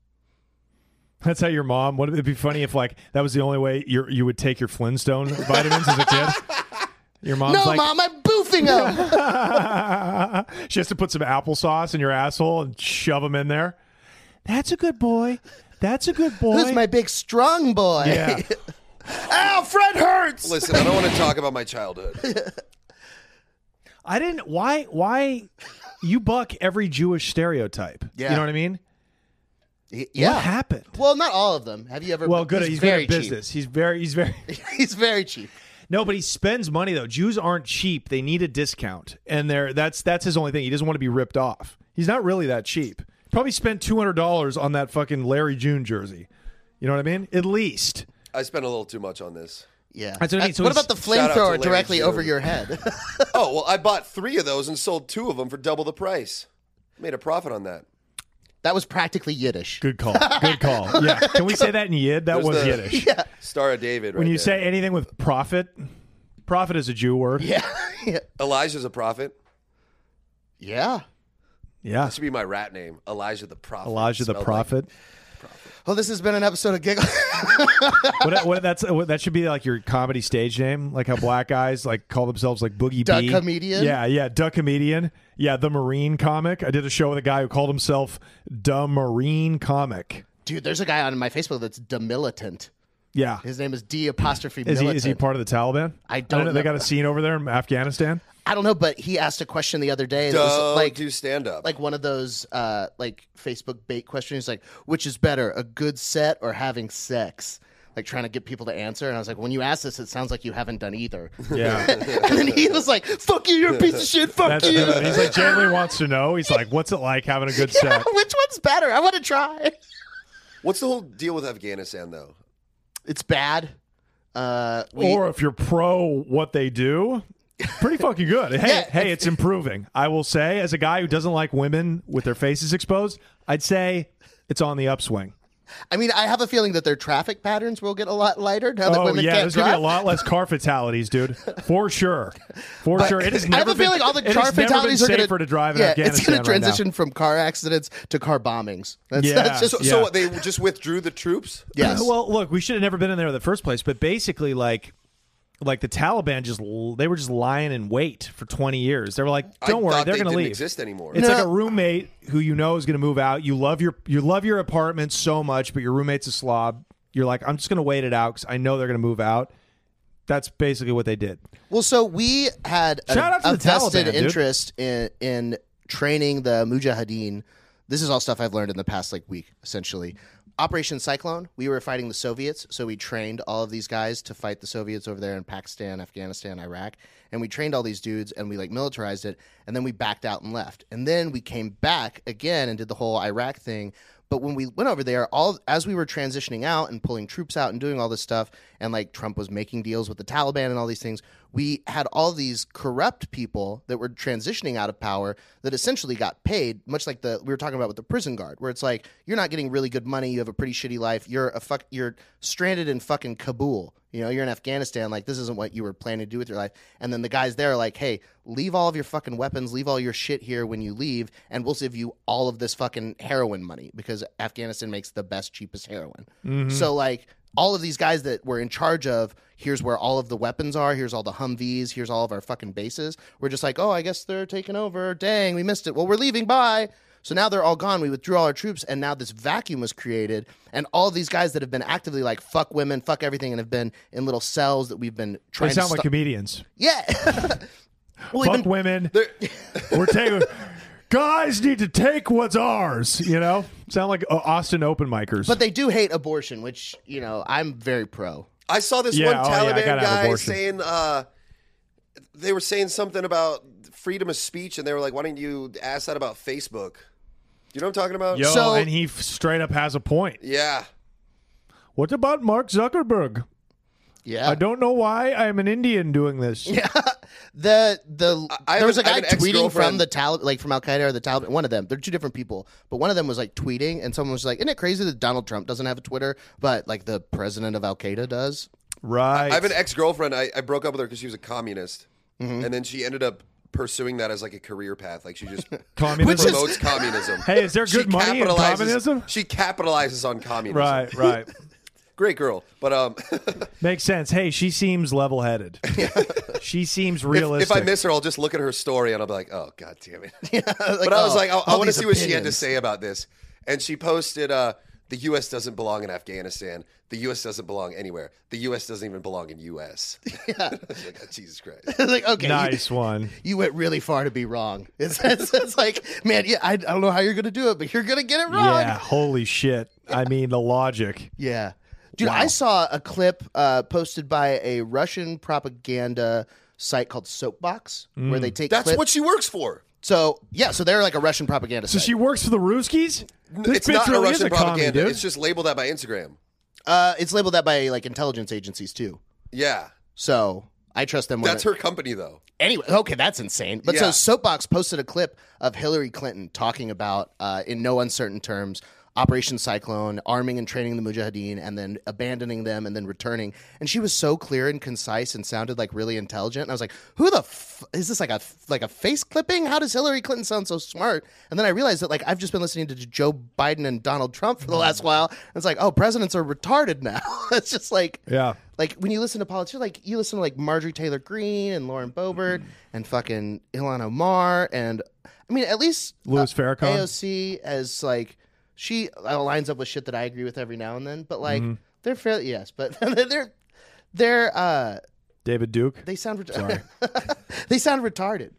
C: That's how your mom. Would it be funny if like that was the only way you you would take your Flintstone vitamins as a kid? Your mom's
A: no,
C: like,
A: mom, I'm boofing them.
C: she has to put some applesauce in your asshole and shove them in there. That's a good boy. That's a good boy.
A: Who's my big strong boy?
C: yeah.
A: Ow, Fred hurts.
B: Listen, I don't want to talk about my childhood.
C: I didn't. Why? Why? You buck every Jewish stereotype.
A: Yeah.
C: You know what I mean?
A: Yeah.
C: What happened?
A: Well, not all of them. Have you ever?
C: Well, good. He's, very
A: cheap.
C: business. He's very. He's very.
A: he's very cheap.
C: No, but he spends money though. Jews aren't cheap. They need a discount, and they're that's that's his only thing. He doesn't want to be ripped off. He's not really that cheap. Probably spent two hundred dollars on that fucking Larry June jersey. You know what I mean? At least.
B: I spent a little too much on this.
A: Yeah. Uh,
C: That's what I mean. So
A: what
C: he's-
A: about the
B: Shout out to Larry
A: flamethrower directly
B: June.
A: over your head?
B: Oh, well, I bought three of those and sold two of them for double the price. Made a profit on that.
A: that was practically Yiddish.
C: Good call. Good call. Yeah. Can we say that in Yid? That
B: There's
C: was
B: the-
C: Yiddish.
B: Star of David, right?
C: When you
B: there.
C: say anything with prophet, prophet is a Jew word. Yeah.
A: Yeah. yeah.
B: Elijah's a prophet,
A: Yeah.
C: yeah.
B: that should be my rat name. Elijah the prophet.
C: Elijah the
B: Spelled
C: prophet.
A: Well, this has been an episode of Giggle.
C: what, what, that's what, that should be like your comedy stage name, like how black guys like call themselves like Boogie
A: Duck
C: B.
A: comedian?
C: Yeah, yeah, duck comedian. Yeah, the Marine comic. I did a show with a guy who called himself the Marine comic.
A: Dude, there's a guy on my Facebook that's demilitant.
C: Yeah.
A: His name is D apostrophe
C: Is he, is he
A: Militant.
C: part of the Taliban?
A: I
C: know.
A: don't
C: They got
A: know.
C: a scene over there in Afghanistan.
A: I don't know, but he asked a question the other day that
B: Don't
A: was like
B: do stand up.
A: like one of those uh like Facebook bait questions like which is better, a good set or having sex? Like trying to get people to answer and I was like, when you ask this, it sounds like you haven't done either.
C: Yeah.
A: and then he was like, Fuck you, you're a piece of shit, fuck
C: That's,
A: you.
C: he's like, Janley wants to know. He's like, what's it like having a good
A: yeah,
C: set?
A: which one's better? I wanna try.
B: What's the whole deal with Afghanistan though?
A: It's bad. Uh we,
C: or if you're pro what they do, pretty fucking good. Hey,
A: Yeah.
C: hey, it's improving. I will say, as a guy who doesn't like women with their faces exposed, I'd say it's on the upswing.
A: I mean, I have a feeling that their traffic patterns will get a lot lighter now that
C: oh
A: women
C: yeah,
A: can't
C: there's
A: drive.
C: gonna be a lot less car fatalities, dude. For sure, for sure. It has
A: I
C: never
A: have a
C: been,
A: feeling all the
C: it has
A: car
C: never been
A: fatalities are
C: safer
A: going
C: to drive in
A: yeah,
C: Afghanistan
A: It's going
C: right
A: to transition
C: now.
A: from car accidents to car bombings. That's,
C: Yeah.
A: that's just
B: So,
C: Yeah.
B: so what, they just withdrew the troops?
A: yes.
C: Well, look, we should have never been in there in the first place. But basically, like, like the Taliban just l- they were just lying in wait for 20 years. They were like,
B: I
C: don't worry,
B: thought
C: they're
B: they
C: going to
B: didn't
C: leave.
B: exist anymore.
C: It's
A: No.
C: like a roommate who you know is going to move out. You love your you love your apartment so much, but your roommate's a slob. You're like, I'm just going to wait it out because I know they're going to move out. That's basically what they did.
A: well, so we had a,
C: Shout out to
A: a
C: the
A: vested
C: Taliban, dude.
A: interest in in training the mujahideen. This is all stuff I've learned in the past like week, essentially. Operation Cyclone. We were fighting the Soviets, so we trained all of these guys to fight the Soviets over there in Pakistan, Afghanistan, Iraq, and we trained all these dudes and we like militarized it, and then we backed out and left, and then we came back again and did the whole Iraq thing. But when we went over there, all as we were transitioning out and pulling troops out and doing all this stuff, and like Trump was making deals with the Taliban and all these things, we had all these corrupt people that were transitioning out of power that essentially got paid, much like the we were talking about with the prison guard, where it's like you're not getting really good money, you have a pretty shitty life, you're a fuck, you're stranded in fucking Kabul, you know, you're in Afghanistan, like this isn't what you were planning to do with your life. And then the guys there are like, hey, leave all of your fucking weapons, leave all your shit here when you leave, and we'll give you all of this fucking heroin money because Afghanistan makes the best, cheapest heroin.
C: Mm-hmm.
A: So like all of these guys that were in charge of here's where all of the weapons are, here's all the Humvees, here's all of our fucking bases. We're just like, oh, I guess they're taking over. Dang, we missed it. Well, we're leaving. Bye. So now they're all gone. We withdrew all our troops, and now this vacuum was created. And all these guys that have been actively like fuck women, fuck everything, and have been in little cells that we've been
C: They
A: trying
C: sound
A: to
C: like
A: stop.
C: comedians.
A: yeah. well, we've
C: Fuck
A: been
C: women. We're taking. Guys need to take what's ours. You know, sound like uh, Austin open micers.
A: But they do hate abortion, which you know I'm very pro.
B: I saw this
C: Yeah,
B: one
C: oh, yeah, I
B: Taliban
C: gotta have
B: guy
C: abortion.
B: saying uh, they were saying something about freedom of speech, and they were like, "Why don't you ask that about Facebook?" You know what I'm talking about?
C: Yo,
A: so-
C: and he f- straight up has a point.
B: Yeah.
C: What about Mark Zuckerberg?
A: Yeah,
C: I don't know why I'm an Indian doing this.
A: the the
B: I
A: there was a
B: have an- I
A: guy
B: have an
A: tweeting from
B: ex-girlfriend.
A: the Talib, like from Al Qaeda or the Taliban. One of them, they're two different people, but one of them was like tweeting, and someone was like, "Isn't it crazy that Donald Trump doesn't have a Twitter, but like the president of Al Qaeda does?"
C: Right. Mm-hmm.
B: I have an ex girlfriend. I, I broke up with her because she was a communist, and then she ended up pursuing that as like a career path. Like she just
C: Communism?
B: promotes communism.
C: Hey, is there good money in
B: capitalizes-
C: communism?
B: She capitalizes on communism.
C: right. Right.
B: Great girl. But um,
C: Makes sense. Hey, she seems level headed. she seems
B: if
C: realistic.
B: I miss her, I'll just look at her story and I'll be like, oh, god damn it.
A: but
B: but I
C: oh,
B: was like, I, want to see what she had to say about this. And she posted, uh, the U.S. doesn't belong in Afghanistan. The U.S. doesn't belong anywhere. The U.S. doesn't even belong in U.S. I was like, "Oh, Jesus Christ.
A: like, okay, you-
C: nice one.
A: You, went really far to be wrong. It's, it's, it's like, man, yeah, I, I don't know how you're gonna do it, but you're gonna get it wrong.
C: Yeah. Holy shit. I mean, the logic.
A: Yeah. Dude, I saw a clip uh, posted by a Russian propaganda site called Soapbox, where they take
B: Mm. That's
A: clips.
B: what she works for.
A: so yeah, so they're like a Russian propaganda
C: So
A: site.
C: she works for the Ruskies? This
B: it's
C: bitch
B: not a
C: really is
B: Russian
C: a commie,
B: propaganda.
C: dude.
B: it's just labeled that by Instagram.
A: uh, it's labeled that by like intelligence agencies too.
B: Yeah,
A: So I trust them. when
B: that's
A: it-
B: her company though.
A: Anyway, okay, that's insane. But so
B: Yeah.
A: Soapbox posted a clip of Hillary Clinton talking about, uh, in no uncertain terms, Operation Cyclone, arming and training the Mujahideen, and then abandoning them and then returning. And she was so clear and concise and sounded like really intelligent. And I was like, who the f- is this like a like a face clipping? How does Hillary Clinton sound so smart? And then I realized that like I've just been listening to Joe Biden and Donald Trump for the last while. And it's like, oh, presidents are retarded now. it's just like
C: Yeah.
A: like when you listen to politicians, like you listen to like Marjorie Taylor Greene and Lauren Boebert and fucking Ilhan Omar and I mean at least
C: Louis Farrakhan.
A: AOC as like she uh, lines up with shit that I agree with every now and then, but like They're fairly yes, but they're they're uh
C: David Duke.
A: they sound retarded. they sound retarded.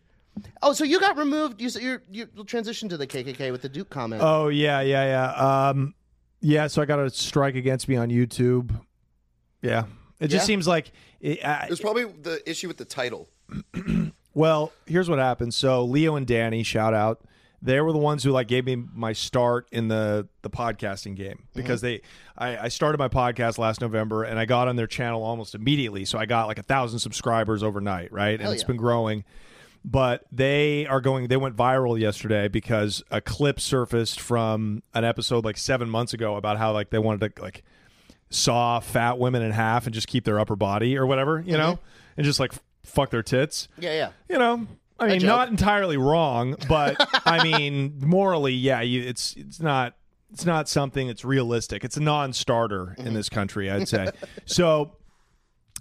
A: Oh, so you got removed. You s- you're, you you'll transition to the KKK with the Duke comment.
C: Oh yeah, yeah, yeah. Um, yeah. So I got a strike against me on YouTube. Yeah, it just
A: Yeah?
C: seems like. It, I,
B: There's probably the issue with the title.
C: well, here's what happened. So Leo and Danny, shout out. They were the ones who like gave me my start in the the podcasting game because they I, I started my podcast last November and I got on their channel almost immediately. So I got like a thousand subscribers overnight, right? and it's
A: yeah.
C: been growing. But they are going. They went viral yesterday because a clip surfaced from an episode like seven months ago about how like they wanted to like saw fat women in half and just keep their upper body or whatever, you know, and just like f- fuck their tits
A: Yeah, yeah.
C: you know, I mean,
A: joke.
C: not entirely wrong, but I mean, morally, yeah, you, it's it's not it's not something that's realistic. It's a non-starter in this country, I'd say. so,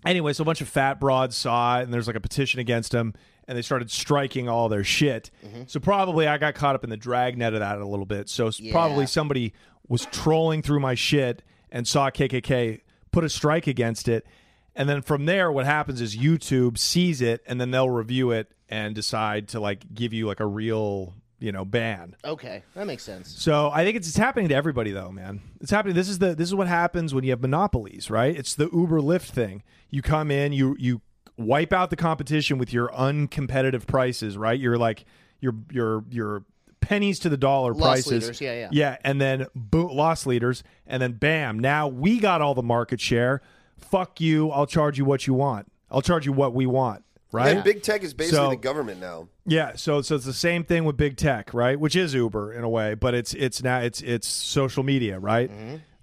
C: anyway, so a bunch of fat broads saw it, and there's like a petition against them, and they started striking all their shit. So probably I got caught up in the dragnet of that a little bit. So s- probably somebody was trolling through my shit and saw KKK put a strike against it. And then from there, what happens is YouTube sees it and then they'll review it and decide to like give you like a real, you know, ban.
A: Okay, that makes sense.
C: So I think it's, it's happening to everybody though, man. It's happening. This is the this is what happens when you have monopolies, right? It's the Uber Lyft thing. You come in, you you wipe out the competition with your uncompetitive prices, right? You're like your your your pennies to the dollar
A: Loss
C: prices.
A: leaders, yeah, yeah.
C: Yeah, and then boot loss leaders, and then bam, now we got all the market share. Fuck you, I'll charge you what you want. I'll charge you what we want, right?
B: And big tech is basically
C: So-
B: the government now.
C: Yeah, so so it's the same thing with big tech, right? Which is Uber in a way, but it's it's now it's it's social media, right?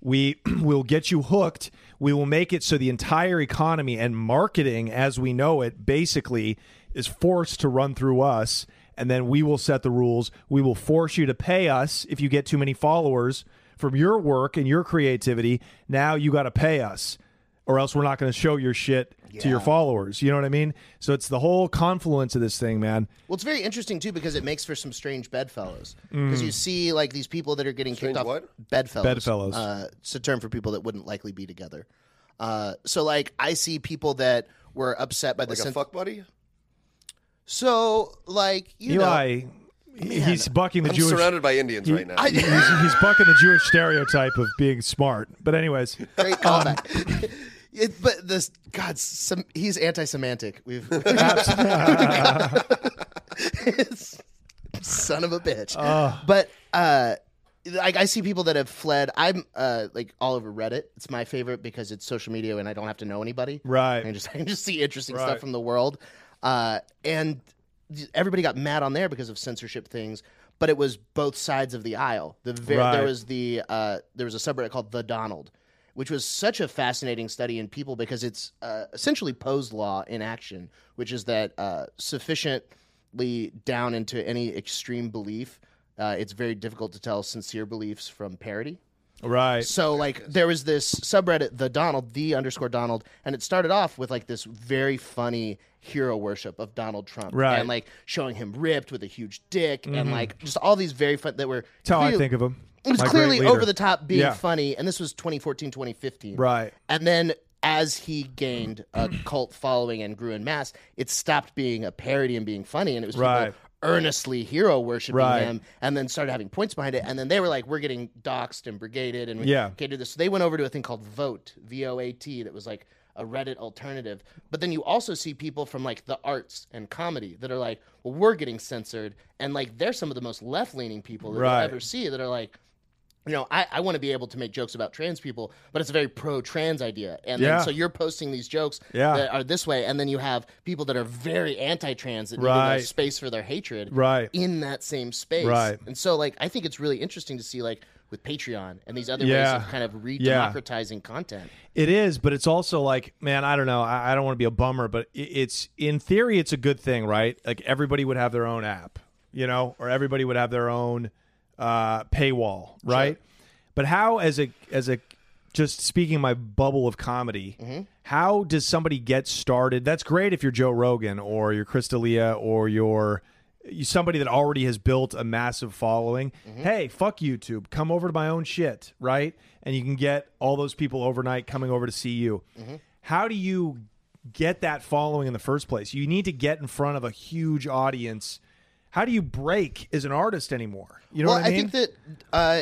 C: We will get you hooked. We will make it so the entire economy and marketing as we know it basically is forced to run through us and then we will set the rules. We will force you to pay us if you get too many followers from your work and your creativity. Now you got to pay us or else we're not going to show your shit to your followers. You know what I mean? So it's the whole confluence of this thing, man.
A: Well, it's very interesting too because it makes for some strange bedfellows. Because you see, like these people that are getting
B: Mm. Strange
A: kicked off
B: what?
A: bedfellows.
C: Bedfellows.
A: Uh, it's a term for people that wouldn't likely be together. Uh, so, like, I see people that were upset by the
B: Like a
A: sen-
B: fuck buddy?
A: So, like, you know,
C: Eli, he- he's bucking the
B: I'm
C: Jewish.
B: surrounded by Indians right now.
A: I,
C: he's, he's bucking the Jewish stereotype of being smart. But anyways,
A: Great callback. It, but this God, some, he's anti-Semitic. We've It's- son of a bitch. But uh, like I see people that have fled. I'm uh, like all over Reddit. It's my favorite because it's social media and I don't have to know anybody.
C: Right.
A: I just I can just see interesting
C: Right.
A: stuff from the world. Uh, and everybody got mad on there because of censorship things. But it was both sides of the aisle. The ver-
C: Right.
A: there was the uh, there was a subreddit called the Donald, which was such a fascinating study in people because it's uh, essentially Poe's law in action, which is that uh, sufficiently down into any extreme belief, uh, it's very difficult to tell sincere beliefs from parody.
C: right.
A: So like there was this subreddit, the Donald, the underscore Donald, and it started off with like this very funny hero worship of Donald Trump,
C: Right. Mm-hmm.
A: And like showing him ripped with a huge dick, and like just all these very fun that were.
C: That's how I
A: clearly-
C: think of him.
A: It was
C: My great
A: clearly
C: leader.
A: over the top being
C: Yeah.
A: funny, and this was 2014, 2015,
C: Right.
A: And then as he gained a cult following and grew in mass, it stopped being a parody and being funny, and it was people
C: Right.
A: earnestly hero worshiping
C: Right.
A: him and then started having points behind it. And then they were like, we're getting doxxed and brigaded and we
C: Yeah.
A: can't do this. So they went over to a thing called Vote, V O A T, that was like a Reddit alternative. But then you also see people from like the arts and comedy that are like, well, we're getting censored. And like, they're some of the most left leaning people that
C: Right.
A: you'll ever see that are like, you know, I, I want to be able to make jokes about trans people, but it's a very pro trans idea. And
C: Yeah.
A: then, so you're posting these jokes
C: Yeah.
A: that are this way, and then you have people that are very anti trans that need to
C: Right.
A: make space for their hatred
C: Right.
A: in that same space.
C: Right.
A: And so like I think it's really interesting to see like with Patreon and these other
C: Yeah.
A: ways of kind of
C: Yeah.
A: re-democratizing content.
C: It is, but it's also like, man, I don't know. I, I don't want to be a bummer, but i- it's in theory, it's a good thing, right? Like everybody would have their own app, you know, or everybody would have their own uh, paywall, right? But how, as a as a just speaking my bubble of comedy,
A: Mm-hmm.
C: how does somebody get started? That's great if you're Joe Rogan or you're Chris D'Elia or you're somebody that already has built a massive following.
A: Mm-hmm.
C: Hey, fuck YouTube. Come over to my own shit, right? And you can get all those people overnight coming over to see you.
A: Mm-hmm.
C: How do you get that following in the first place? You need to get in front of a huge audience. How do you break as an artist anymore? You know
A: well,
C: what I mean?
A: think that uh,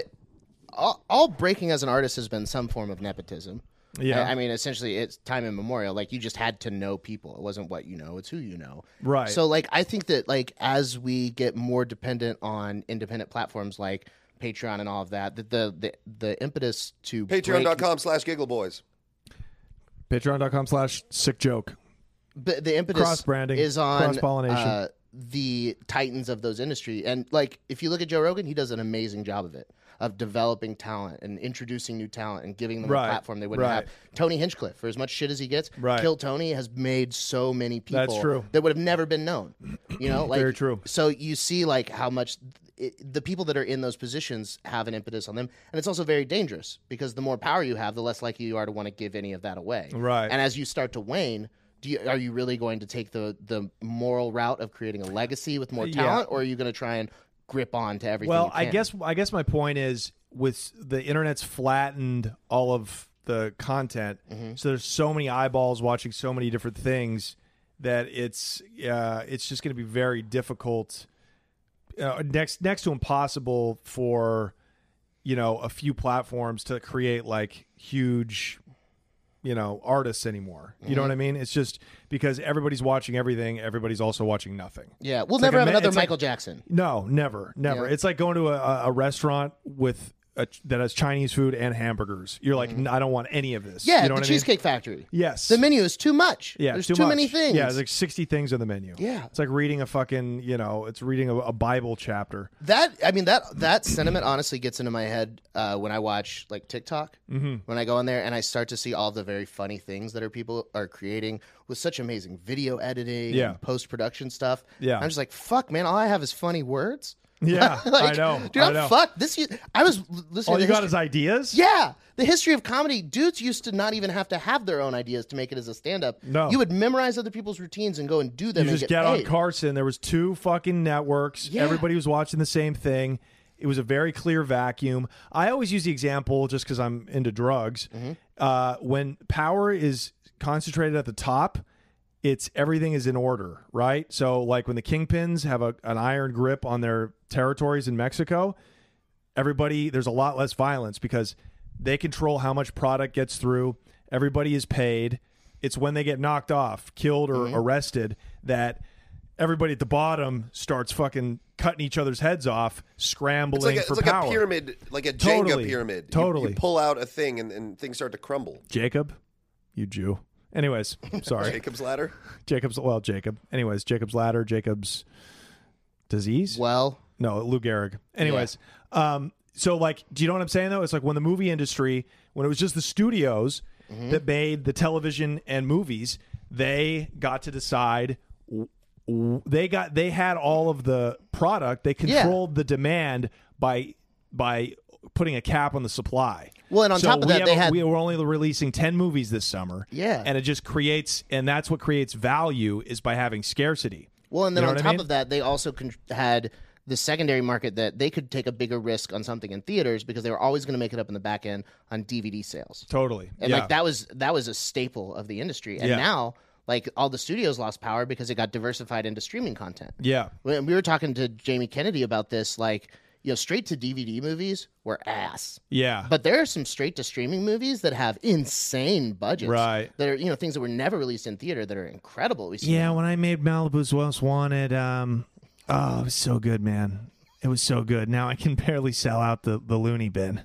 A: all, all breaking as an artist has been some form of nepotism.
C: Yeah.
A: I, I mean, essentially, it's time immemorial. Like, you just had to know people. It wasn't what you know; it's who you know.
C: Right.
A: So, like, I think that like as we get more dependent on independent platforms like Patreon and all of that, that the the, the impetus to break-
B: Patreon.com slash Giggle Boys.
C: Patreon.com slash sick joke.
A: but the impetus
C: Cross-branding,
A: is on
C: cross-pollination.
A: uh, the titans of those industry and like if you look at joe rogan he does an amazing job of it of developing talent and introducing new talent and giving them
C: Right,
A: a platform they wouldn't
C: right.
A: have tony hinchcliffe for as much shit as he gets
C: Right.
A: kill tony has made so many people
C: That's true.
A: that would have never been known you know like
C: Very true.
A: so you see like how much it, the people that are in those positions have an impetus on them and it's also very dangerous because the more power you have the less likely you are to want to give any of that away
C: Right.
A: and as you start to wane, do you, are you really going to take the the moral route of creating a legacy with more
C: Yeah.
A: talent, or are you going to try and grip on to everything?
C: Well,
A: you
C: I
A: can?
C: guess I guess my point is with the internet's flattened all of the content,
A: Mm-hmm.
C: so there's so many eyeballs watching so many different things that it's uh, it's just going to be very difficult, uh, next next to impossible for you know a few platforms to create like huge you know artists anymore. You
A: Mm-hmm.
C: know what I mean? It's just because everybody's watching everything, everybody's also watching nothing.
A: yeah, we'll
C: like
A: never
C: a
A: have
C: ma-
A: another
C: it's like-
A: Michael Jackson.
C: No, never, never.
A: Yeah.
C: It's like going to a, a restaurant with a, that has Chinese food and hamburgers. You're like, "N- I don't want any of this.
A: Mm-hmm. Yeah,
C: you know
A: the
C: what
A: Cheesecake Factory.
C: I mean? Yes.
A: The menu is too much.
C: yeah,
A: there's
C: too,
A: too, many
C: much.
A: things.
C: Yeah, there's like 60 things on the menu.
A: Yeah.
C: It's like reading a fucking, you know, it's reading a, a Bible chapter.
A: that I mean that that sentiment honestly gets into my head uh, when I watch like TikTok. Mm-hmm. When I go on there and I start to see all the very funny things that are people are creating with such amazing video editing,
C: Yeah.
A: post production stuff.
C: Yeah.
A: I'm just like, fuck, man. All I have is funny words.
C: Yeah,
A: Like,
C: I know.
A: dude.
C: I
A: I'm
C: know.
A: fucked. This u- I was listening.
C: All
A: to
C: you
A: the
C: got
A: history-
C: is ideas?
A: yeah, the history of comedy. Dudes used to not even have to have their own ideas to make it as a stand up.
C: No.
A: you would memorize other people's routines and go and do them.
C: You
A: and
C: just
A: get
C: get on
A: paid.
C: Carson. There was two fucking networks.
A: Yeah.
C: Everybody was watching the same thing. It was a very clear vacuum. I always use the example just because I'm into drugs.
A: Mm-hmm.
C: Uh, when power is concentrated at the top, it's everything is in order, right? So like when the kingpins have a, an iron grip on their territories in Mexico, everybody there's a lot less violence because they control how much product gets through everybody is paid it's when they get knocked off killed
B: Mm-hmm.
C: or arrested that everybody at the bottom starts fucking cutting each other's heads off scrambling
B: It's like, a,
C: for
B: it's like
C: power
B: a pyramid, like a Jenga
C: Totally.
B: pyramid. You- You,
C: Totally.
B: pull out a thing and, and things start to crumble.
C: jacob you jew anyways sorry
B: Jacob's ladder.
C: jacob's well jacob anyways jacob's ladder jacob's disease
A: Well,
C: No, Lou Gehrig. Anyways, um, so like, do you know what I'm saying though? It's like when the movie industry, when it was just the studios
A: Mm-hmm.
C: that made the television and movies, they got to decide. w- w- They got they had all of the product. They controlled the demand by by putting a cap on the supply.
A: Well, and on
C: So
A: top of
C: we
A: that,
C: have
A: they
C: a-
A: had-
C: we were only releasing ten movies this summer.
A: Yeah.
C: and it just creates, and that's what creates value is by having scarcity.
A: Well, and then
C: You know
A: on
C: what I
A: top
C: mean?
A: of that, they also con- had the secondary market that they could take a bigger risk on something in theaters because they were always going to make it up in the back end on DVD sales.
C: Totally,
A: And
C: yeah.
A: like that was that was a staple of the industry. And
C: Yeah.
A: now like all the studios lost power because it got diversified into streaming content.
C: yeah,
A: When we were talking to Jamie Kennedy about this like you know straight to DVD movies were ass.
C: yeah.
A: But there are some straight to streaming movies that have insane budgets.
C: Right.
A: That are, you know, things that were never released in theater that are incredible. We see
C: Yeah, when I made Malibu's Most Wanted, um, oh, it was so good, man. It was so good. Now I can barely sell out the, the loony bin.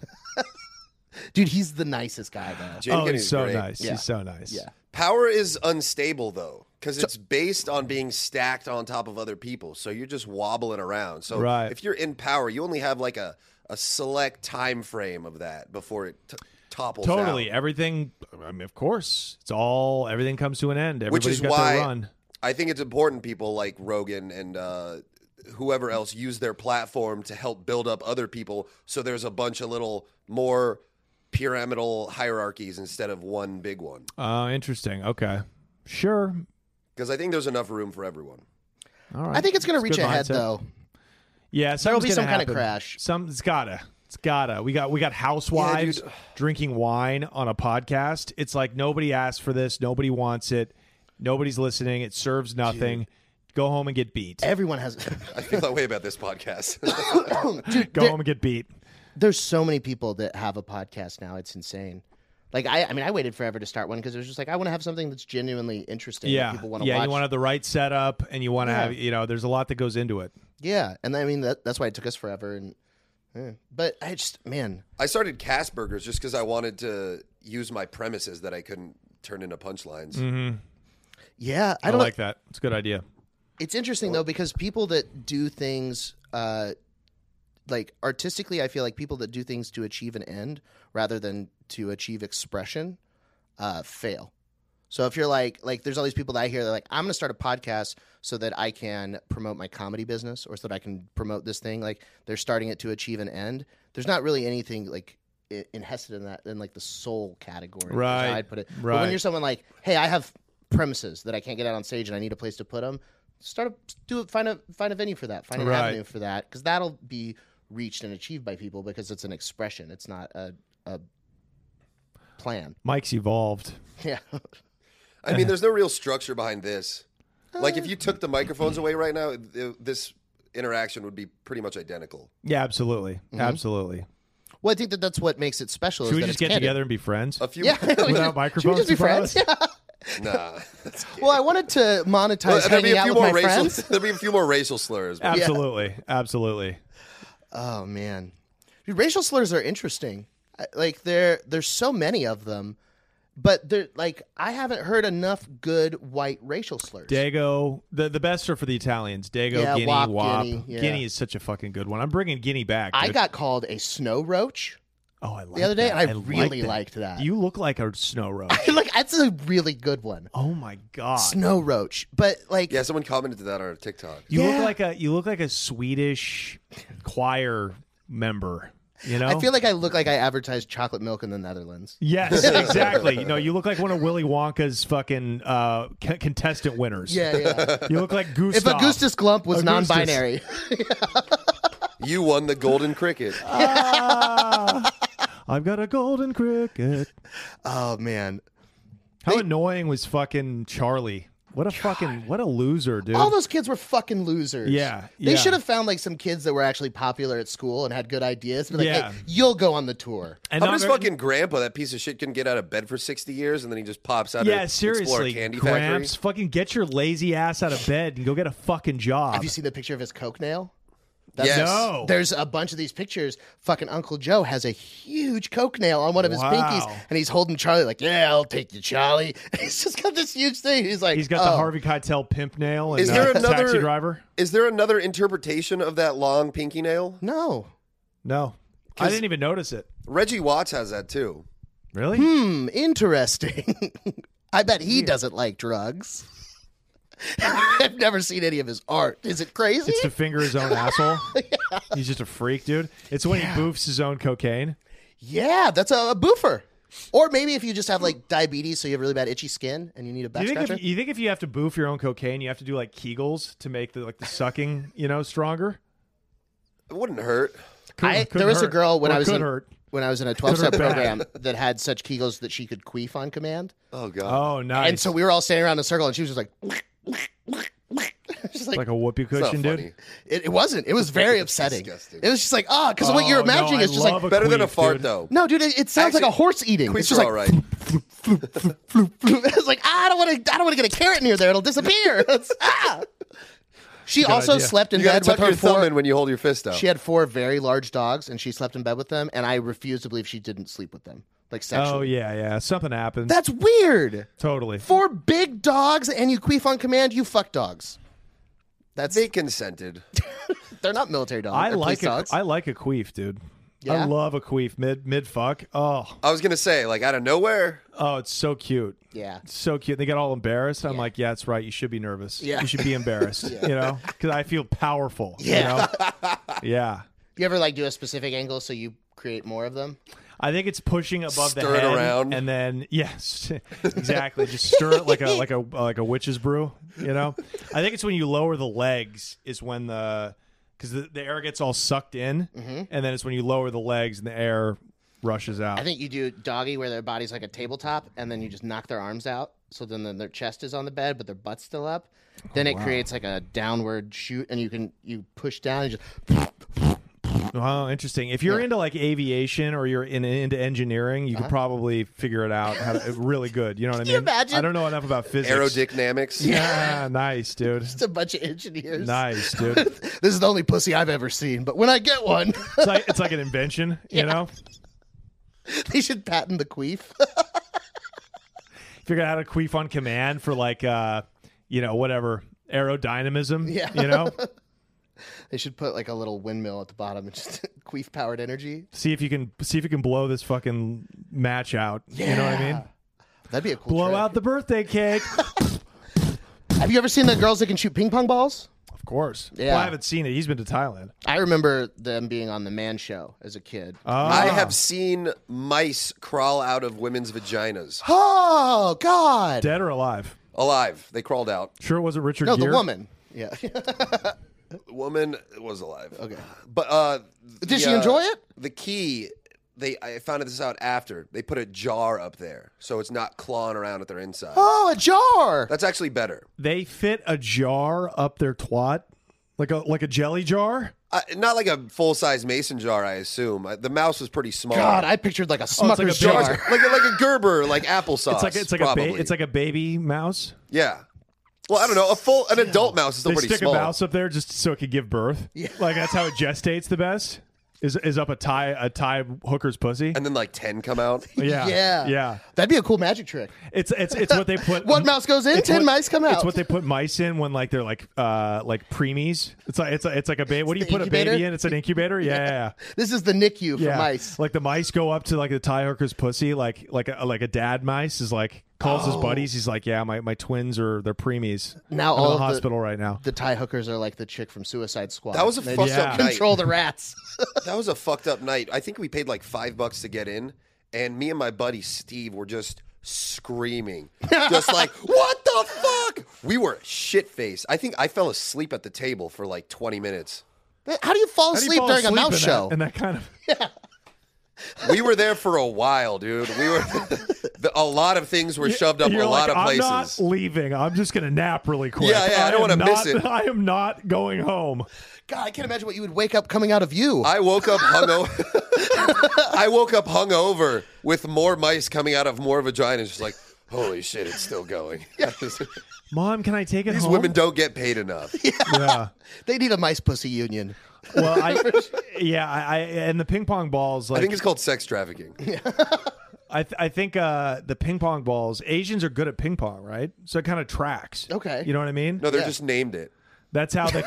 A: Dude, he's the nicest guy though.
B: Jane
C: oh,
B: Kennedy's
C: he's so
B: great.
C: nice.
A: Yeah.
C: He's so nice.
A: Yeah.
B: Power is unstable though, because it's based on being stacked on top of other people. So you're just wobbling around. So
C: Right.
B: if you're in power, you only have like a, a select time frame of that before it t- topples.
C: Totally.
B: out.
C: Everything, I mean, of course, it's all, everything comes to an end.
B: Which
C: Everybody's
B: is
C: got
B: why
C: their run.
B: I think it's important people like Rogan and uh, whoever else use their platform to help build up other people. So there's a bunch of little more pyramidal hierarchies instead of one big one.
C: Oh, interesting. Okay. Sure.
B: Because I think there's enough room for everyone.
C: All right.
A: I think it's going to
C: That's
A: reach
C: good
A: ahead
C: mindset.
A: though.
C: Yeah,
A: There'll be
C: something's
A: some
C: gonna
A: kind of
C: happen.
A: crash.
C: Some it's gotta. It's gotta. We got we got housewives drinking wine on a podcast. It's like nobody asked for this, nobody wants it, nobody's listening, it serves nothing. Go home and get beat.
A: Everyone has.
B: I feel that way about this podcast.
C: Go home and get beat.
A: There's so many people that have a podcast now. It's insane. Like I, I mean, I waited forever to start one because it was just like I want to have something that's genuinely interesting. that
C: Yeah.
A: people want to
C: yeah,
A: watch.
C: you want to have the right setup and you want to have, you know, there's a lot that goes into it.
A: Yeah, and I mean that, that's why it took us forever. And yeah. but I just man,
B: I started Cast Burgers just because I wanted to use my premises that I couldn't turn into punchlines.
A: yeah, I
C: I,
A: don't
C: like that. It's a good idea.
A: It's interesting though because people that do things uh, like artistically, I feel like people that do things to achieve an end rather than to achieve expression uh, fail. So if you're like like there's all these people that I hear they're like I'm going to start a podcast so that I can promote my comedy business or so that I can promote this thing like they're starting it to achieve an end. There's not really anything like i- invested in that in like the soul category is how
C: Right.
A: I'd put it. But
C: Right.
A: when you're someone like hey I have premises that I can't get out on stage and I need a place to put them start a do it find a find a venue for that find an
C: Right.
A: avenue for that because that'll be reached and achieved by people because it's an expression it's not a a plan
C: Mike's evolved.
A: yeah
B: I mean, there's no real structure behind this. Like, if you took the microphones away right now, th- this interaction would be pretty much identical.
C: Yeah, absolutely. Absolutely.
A: well I think that that's what makes it special Mm-hmm. is
C: Should we
A: that
C: just
A: it's
C: get
A: candid.
C: together and be friends?
B: A few,
A: yeah we
C: Without
A: should-
C: microphones
A: should we just be
C: in front of
A: friends yeah
B: nah. that's-
A: well I wanted to monetize
B: there'd
A: hanging
B: be a
A: out
B: few
A: with my
B: more racial.
A: friends
B: There'd be a few more racial slurs. but-
C: Absolutely. Absolutely.
A: oh man Dude, racial slurs are interesting I- like there there's so many of them but they're like I haven't heard enough good white racial slurs
C: Dago, the, the best are for the Italians. Dago,
A: Yeah,
C: Guinea,
A: wop,
C: Wop.
A: Guinea,
C: Guinea,
A: yeah.
C: is such a fucking good one. I'm bringing Guinea back.
A: I
C: dude.
A: got called a snow roach.
C: oh, I like
A: the other day,
C: that.
A: and I,
C: like
A: really
C: that.
A: liked that.
C: You look like a snow roach.
A: like that's a really good one.
C: oh my god,
A: Snow roach, but like
B: Yeah, someone commented to that on our TikTok.
C: you
A: Yeah.
C: look like a you look like a Swedish choir member. You know,
A: I feel like I look like I advertised chocolate milk in the Netherlands.
C: yes, exactly. no, you look like one of Willy Wonka's fucking uh, c- contestant winners.
A: Yeah, yeah.
C: you look like
A: if
C: Gustav.
A: Augustus Glump was
C: Augustus.
A: non-binary,
B: You won the golden cricket.
C: Uh, Ah, I've got a golden cricket.
A: oh man,
C: How annoying was fucking Charlie? What a fucking what a loser, dude.
A: all those kids were fucking losers.
C: Yeah,
A: they
C: yeah.
A: should have found like some kids that were actually popular at school and had good ideas. But like,
C: Yeah.
A: hey, you'll go on the tour.
C: and
B: How
C: not
B: about his
C: very-
B: fucking grandpa? That piece of shit couldn't get out of bed for sixty years, and then he just pops out.
C: yeah,
B: to explore a
C: seriously,
B: candy
C: Gramps,
B: factory.
C: fucking get your lazy ass out of bed and go get a fucking job.
A: Have you seen the picture of his coke nail?
B: Yes.
C: No.
A: There's a bunch of these pictures. Fucking Uncle Joe has a huge coke nail on one of his
C: Wow.
A: pinkies, and he's holding Charlie like, "Yeah, I'll take you, Charlie." he's just got this huge thing. He's like,
C: He's got
A: "Oh."
C: the Harvey Keitel pimp nail and
B: Is there
C: uh,
B: another-
C: taxi driver.
B: Is there another interpretation of that long pinky nail?
A: No,
C: No, I didn't even notice it.
B: Reggie Watts has that too.
C: Really?
A: hmm, interesting. I bet he doesn't like drugs. I've never seen any of his art. Is it crazy?
C: It's to finger his own asshole. He's just a freak, dude. It's when he boofs his own cocaine.
A: yeah, that's a, a boofer. Or maybe if you just have like diabetes, so you have really bad itchy skin and you need a
C: Do
A: back
C: you think
A: scratcher.
C: if you, you think if you have to boof your own cocaine, you have to do like Kegels to make the like the sucking, you know, stronger?
B: It wouldn't hurt.
C: Could-
A: I-
C: couldn't
A: there was a
C: hurt.
A: girl when
C: Or
A: I was
C: could
A: in-
C: hurt.
A: when I was in a 12 step program that had such Kegels that she could queef on command.
B: Oh god.
C: Oh, nice.
A: And so we were all standing around in a circle, and she was just like, She's like,
C: like a whoopee
B: It's not
C: cushion,
B: funny.
C: dude.
A: it, it wasn't. It was very upsetting.
B: Disgusting.
A: It was just like, ah, because what
C: Oh,
A: you're
C: no,
A: imagining
C: I
A: is just like,
C: love a
B: Better than a
C: queef,
B: fart
C: dude.
B: though.
A: no, dude, it, it sounds like
B: Actually,
A: a horse eating. It's
B: Queefs
A: just
B: are
A: like,
B: all right.
A: it's like, ah, I don't want to, I don't want to get a carrot near there. It'll disappear. It's- ah. She also
C: idea.
A: slept in
B: You
A: bed
B: gotta
A: with
B: tuck
A: her
B: your thumb
A: four.
B: in when you hold your fist out.
A: She had four very large dogs, and she slept in bed with them. And I refuse to believe she didn't sleep with them, like sexually.
C: Oh yeah, yeah. Something happens.
A: That's weird.
C: totally.
A: Four big dogs and you queef on command, you fuck dogs. That's
B: They consented.
A: they're not military dogs.
C: I
A: they're police
C: like a,
A: dogs.
C: I like a queef, dude.
A: Yeah?
C: I love a queef mid mid fuck. Oh,
B: I was gonna say, like out of nowhere.
C: oh, it's so cute.
A: yeah.
C: It's so cute. They get all embarrassed. I'm like, yeah, that's right. You should be nervous.
A: Yeah.
C: You should be embarrassed. You know, because I feel powerful.
A: Yeah.
C: You know? yeah.
A: You ever like do a specific angle so you create more of them?
C: I think it's pushing above
B: Stir
C: the
B: it
C: head
B: around.
C: and then yes, exactly. Just stir it like a like a like a witch's brew. You know, I think it's when you lower the legs is when the because the, the air gets all sucked in, and then it's when you lower the legs and the air rushes out.
A: Mm-hmm. I think you do doggy where their body's like a tabletop, and then you just knock their arms out. So then, then their chest is on the bed, but their butt's still up.
C: Oh,
A: Then it creates like a downward shoot, and you can you push down and just
C: Wow, Oh, interesting. If you're into like aviation or you're in, into engineering, you could probably figure it out how to, really good. You know what I mean?
A: Uh-huh. you imagine?
C: I don't know enough about physics.
B: Aerodynamics.
C: Yeah, nice, dude.
A: it's a bunch of engineers.
C: Nice, dude. It's
A: This is the only pussy I've ever seen, but when I get one,
C: like it's like an invention, you know.
A: they should patent the queef.
C: Figure out how to queef on command for like, uh, you know, whatever aerodynamism.
A: Yeah.
C: You know,
A: they should put like a little windmill at the bottom and just queef powered energy.
C: see if you can see if you can blow this fucking match out. You know what I mean?
A: That'd be a cool.
C: Blow
A: trick.
C: out the birthday cake.
A: Have you ever seen the girls that can shoot ping pong balls?
C: of course.
A: Yeah.
C: Well, I haven't seen it. He's been to Thailand.
A: I remember them being on the Man Show as a kid.
B: I
C: Ah.
B: have seen mice crawl out of women's vaginas
A: oh God!
C: dead or alive.
B: alive. They crawled out.
C: Sure, it wasn't Richard.
A: no, the
C: Gere?
A: woman. Yeah.
B: The woman was alive.
A: Okay.
B: But uh the,
A: she
B: uh,
A: enjoy it?
B: The key they I found this out after. They put a jar up there so it's not clawing around at their inside.
A: oh, a jar.
B: That's actually better.
C: they fit a jar up their twat like a like a jelly jar
B: Uh, not like a full-size mason jar, I assume. I, the mouse was pretty small.
A: God, I pictured like a
C: Oh, like
A: Smucker's
C: a jar.
A: jar.
B: like a, like a Gerber, like applesauce.
C: it's like it's like a ba-
B: probably.
C: it's like a baby mouse
B: yeah. Well, I don't know. A full an adult mouse is still
C: they
B: pretty
C: stick
B: small.
C: a mouse up there just so it could give birth like that's how it gestates the best is is up a tie a tie hooker's pussy
B: And then like ten come out.
C: yeah
A: Yeah.
C: yeah
A: That'd be a cool magic trick.
C: it's it's it's what they put
A: One mouse goes in,
C: it's
A: ten
C: what-
A: mice come out.
C: It's what they put mice in when like they're like uh like preemies. It's like it's like, it's like a baby. What do you
A: It's
C: put
A: the
C: a baby
A: incubator?
C: in? It's an incubator. Yeah, yeah, yeah.
A: this is the NICU for
C: yeah.
A: mice.
C: Like the mice go up to like the tie hooker's pussy, like like a, like a dad mice is like calls his buddies. He's like, yeah, my, my twins are they're preemies.
A: Oh. Now
C: I'm
A: all
C: in the
A: of the-
C: hospital right now.
A: The tie hookers are like the chick from Suicide Squad.
B: That was a
A: They
B: fucked
A: just
C: up
B: night.
A: Control the rats.
B: That was a fucked up night. I think we paid like five bucks to get in, and me and my buddy Steve were just screaming, just like "What the fuck!" We were shit faced. I think I fell asleep at the table for like twenty minutes.
A: How do you fall
C: How do you
A: asleep
C: fall
A: during a
C: asleep
A: mouse
C: in
A: show?
C: that, and that kind of
B: We were there for a while, dude. We were the, a lot of things were shoved up a
C: You're
B: lot
C: like,
B: of
C: I'm
B: places.
C: not leaving. I'm just gonna nap really quick.
B: Yeah, yeah, I don't
C: am
B: wanna miss
C: not-
B: it.
C: I am not going home.
A: God, I can't imagine what you would wake up coming out of you.
B: I woke up hungover. I woke up hungover with more mice coming out of more vaginas. Just like, holy shit, it's still going.
C: Mom, can I take it
B: These
C: home?
B: women don't get paid enough.
C: yeah.
A: they need a mice pussy union.
C: Well, I yeah, I, I and the ping pong balls. Like
B: I think it's called sex trafficking.
C: I, th- I think uh, the ping pong balls. Asians are good at ping pong, right? So it kind of tracks.
A: Okay.
C: you know what I mean.
B: No, they're
A: Yeah.
B: just named it.
C: That's how they.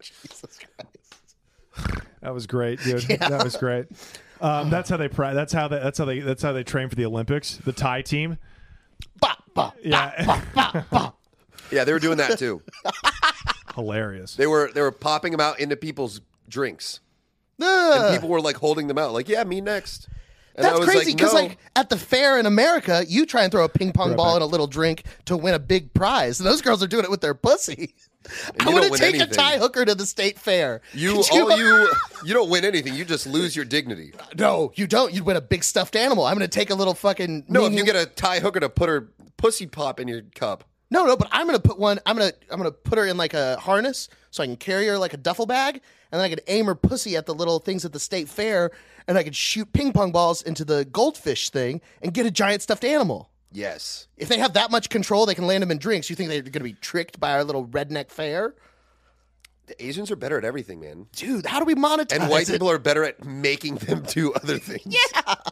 A: Jesus Christ.
C: That was great, dude. That was great. Um, that's how they pra- That's how they. That's how they. That's how they train for the Olympics. The Thai team.
A: Bop, bop.
C: Yeah,
B: Yeah, they were doing that too.
C: hilarious.
B: They were they were popping them out into people's drinks.
A: Ugh.
B: People were like holding them out, like, yeah, me next. And
A: That's
B: I was
A: crazy because,
B: no.
A: like, at the fair in America, you try and throw a ping pong ball
C: back.
A: in a little drink to win a big prize, and those girls are doing it with their pussy. I
B: you
A: wouldn't
B: don't win
A: take a
B: anything.
A: tie hooker to the state fair.
B: you,
A: Could
B: all you, you don't win anything. You just lose your dignity.
A: no, you don't. You'd win a big stuffed animal. I'm going to take a little fucking
B: No, if
A: mean-
B: you get a tie hooker to put her pussy pop in your cup.
A: no, no. But I'm going to put one. I'm going to I'm going to put her in like a harness so I can carry her like a duffel bag, and then I can aim her pussy at the little things at the state fair, and I could shoot ping pong balls into the goldfish thing and get a giant stuffed animal.
B: Yes.
A: If they have that much control, they can land them in drinks. You think they're going to be tricked by our little redneck fair?
B: The Asians are better at everything, man.
A: Dude, how do we monetize
C: Uh,
B: And white
A: it?
B: people are better at making them do other things. Yeah.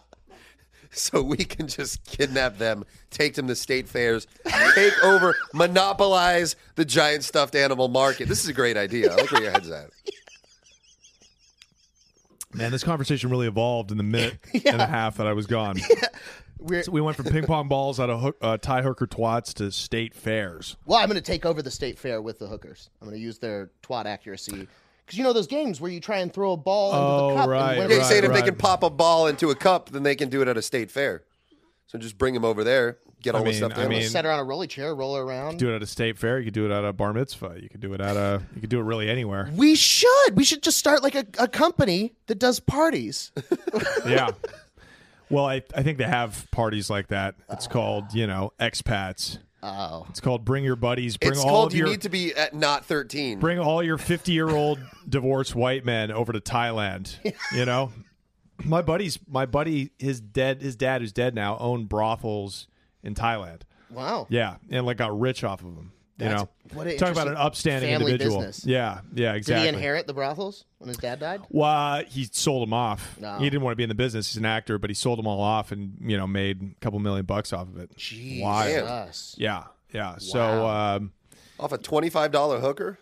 B: So we can just kidnap them, take them to state fairs, take over, monopolize the giant stuffed animal market. This is a great idea. I like where your head's at.
C: Man, this conversation really evolved in the minute and a half that I was gone.
A: We're-
C: So we went from ping pong balls out of hook, uh, Thai hooker twats to state fairs.
A: well, I'm going to take over the state fair with the hookers. I'm going to use their twat accuracy because you know those games where you try and throw a ball into
C: Oh,
A: the cup.
C: right,
A: and
B: They
A: win-
B: say that if
C: right.
B: they can pop a ball into a cup, then they can do it at a state fair. So just bring them over there, get all
C: I
B: the
C: mean-
B: stuff.
C: I
B: There.
A: Or
C: mean-
A: set her on a rolly chair, roll her around.
C: Do it at a state fair. You could do it at a bar mitzvah. You could do it at a. You could do it really anywhere.
A: We should. We should just start like a, a company that does parties.
C: Yeah. Well, I, I think they have parties like that. It's called you know expats.
A: Oh,
C: It's called bring your buddies. Bring
B: it's
C: all
B: called
C: of
B: you
C: your
B: need to be at not thirteen.
C: bring all your fifty year old divorced white men over to Thailand. You know, my buddy's my buddy his dead his dad who's dead now owned brothels in Thailand.
A: wow.
C: Yeah, and like got rich off of them. You
A: That's-
C: know,
A: what an
C: talk about
A: interesting
C: an upstanding
A: family
C: individual.
A: business.
C: Yeah, yeah,
A: Did
C: exactly.
A: he inherit the brothels when his dad
B: Oh,
A: died?
C: Well, he sold them off.
A: No.
C: He didn't want to be in the business. He's an actor, but he sold them all off and you know made a couple million bucks off of it.
A: Jesus.
C: Wild.
A: us.
C: Yeah, yeah. So um,
B: off a twenty-five dollar hooker.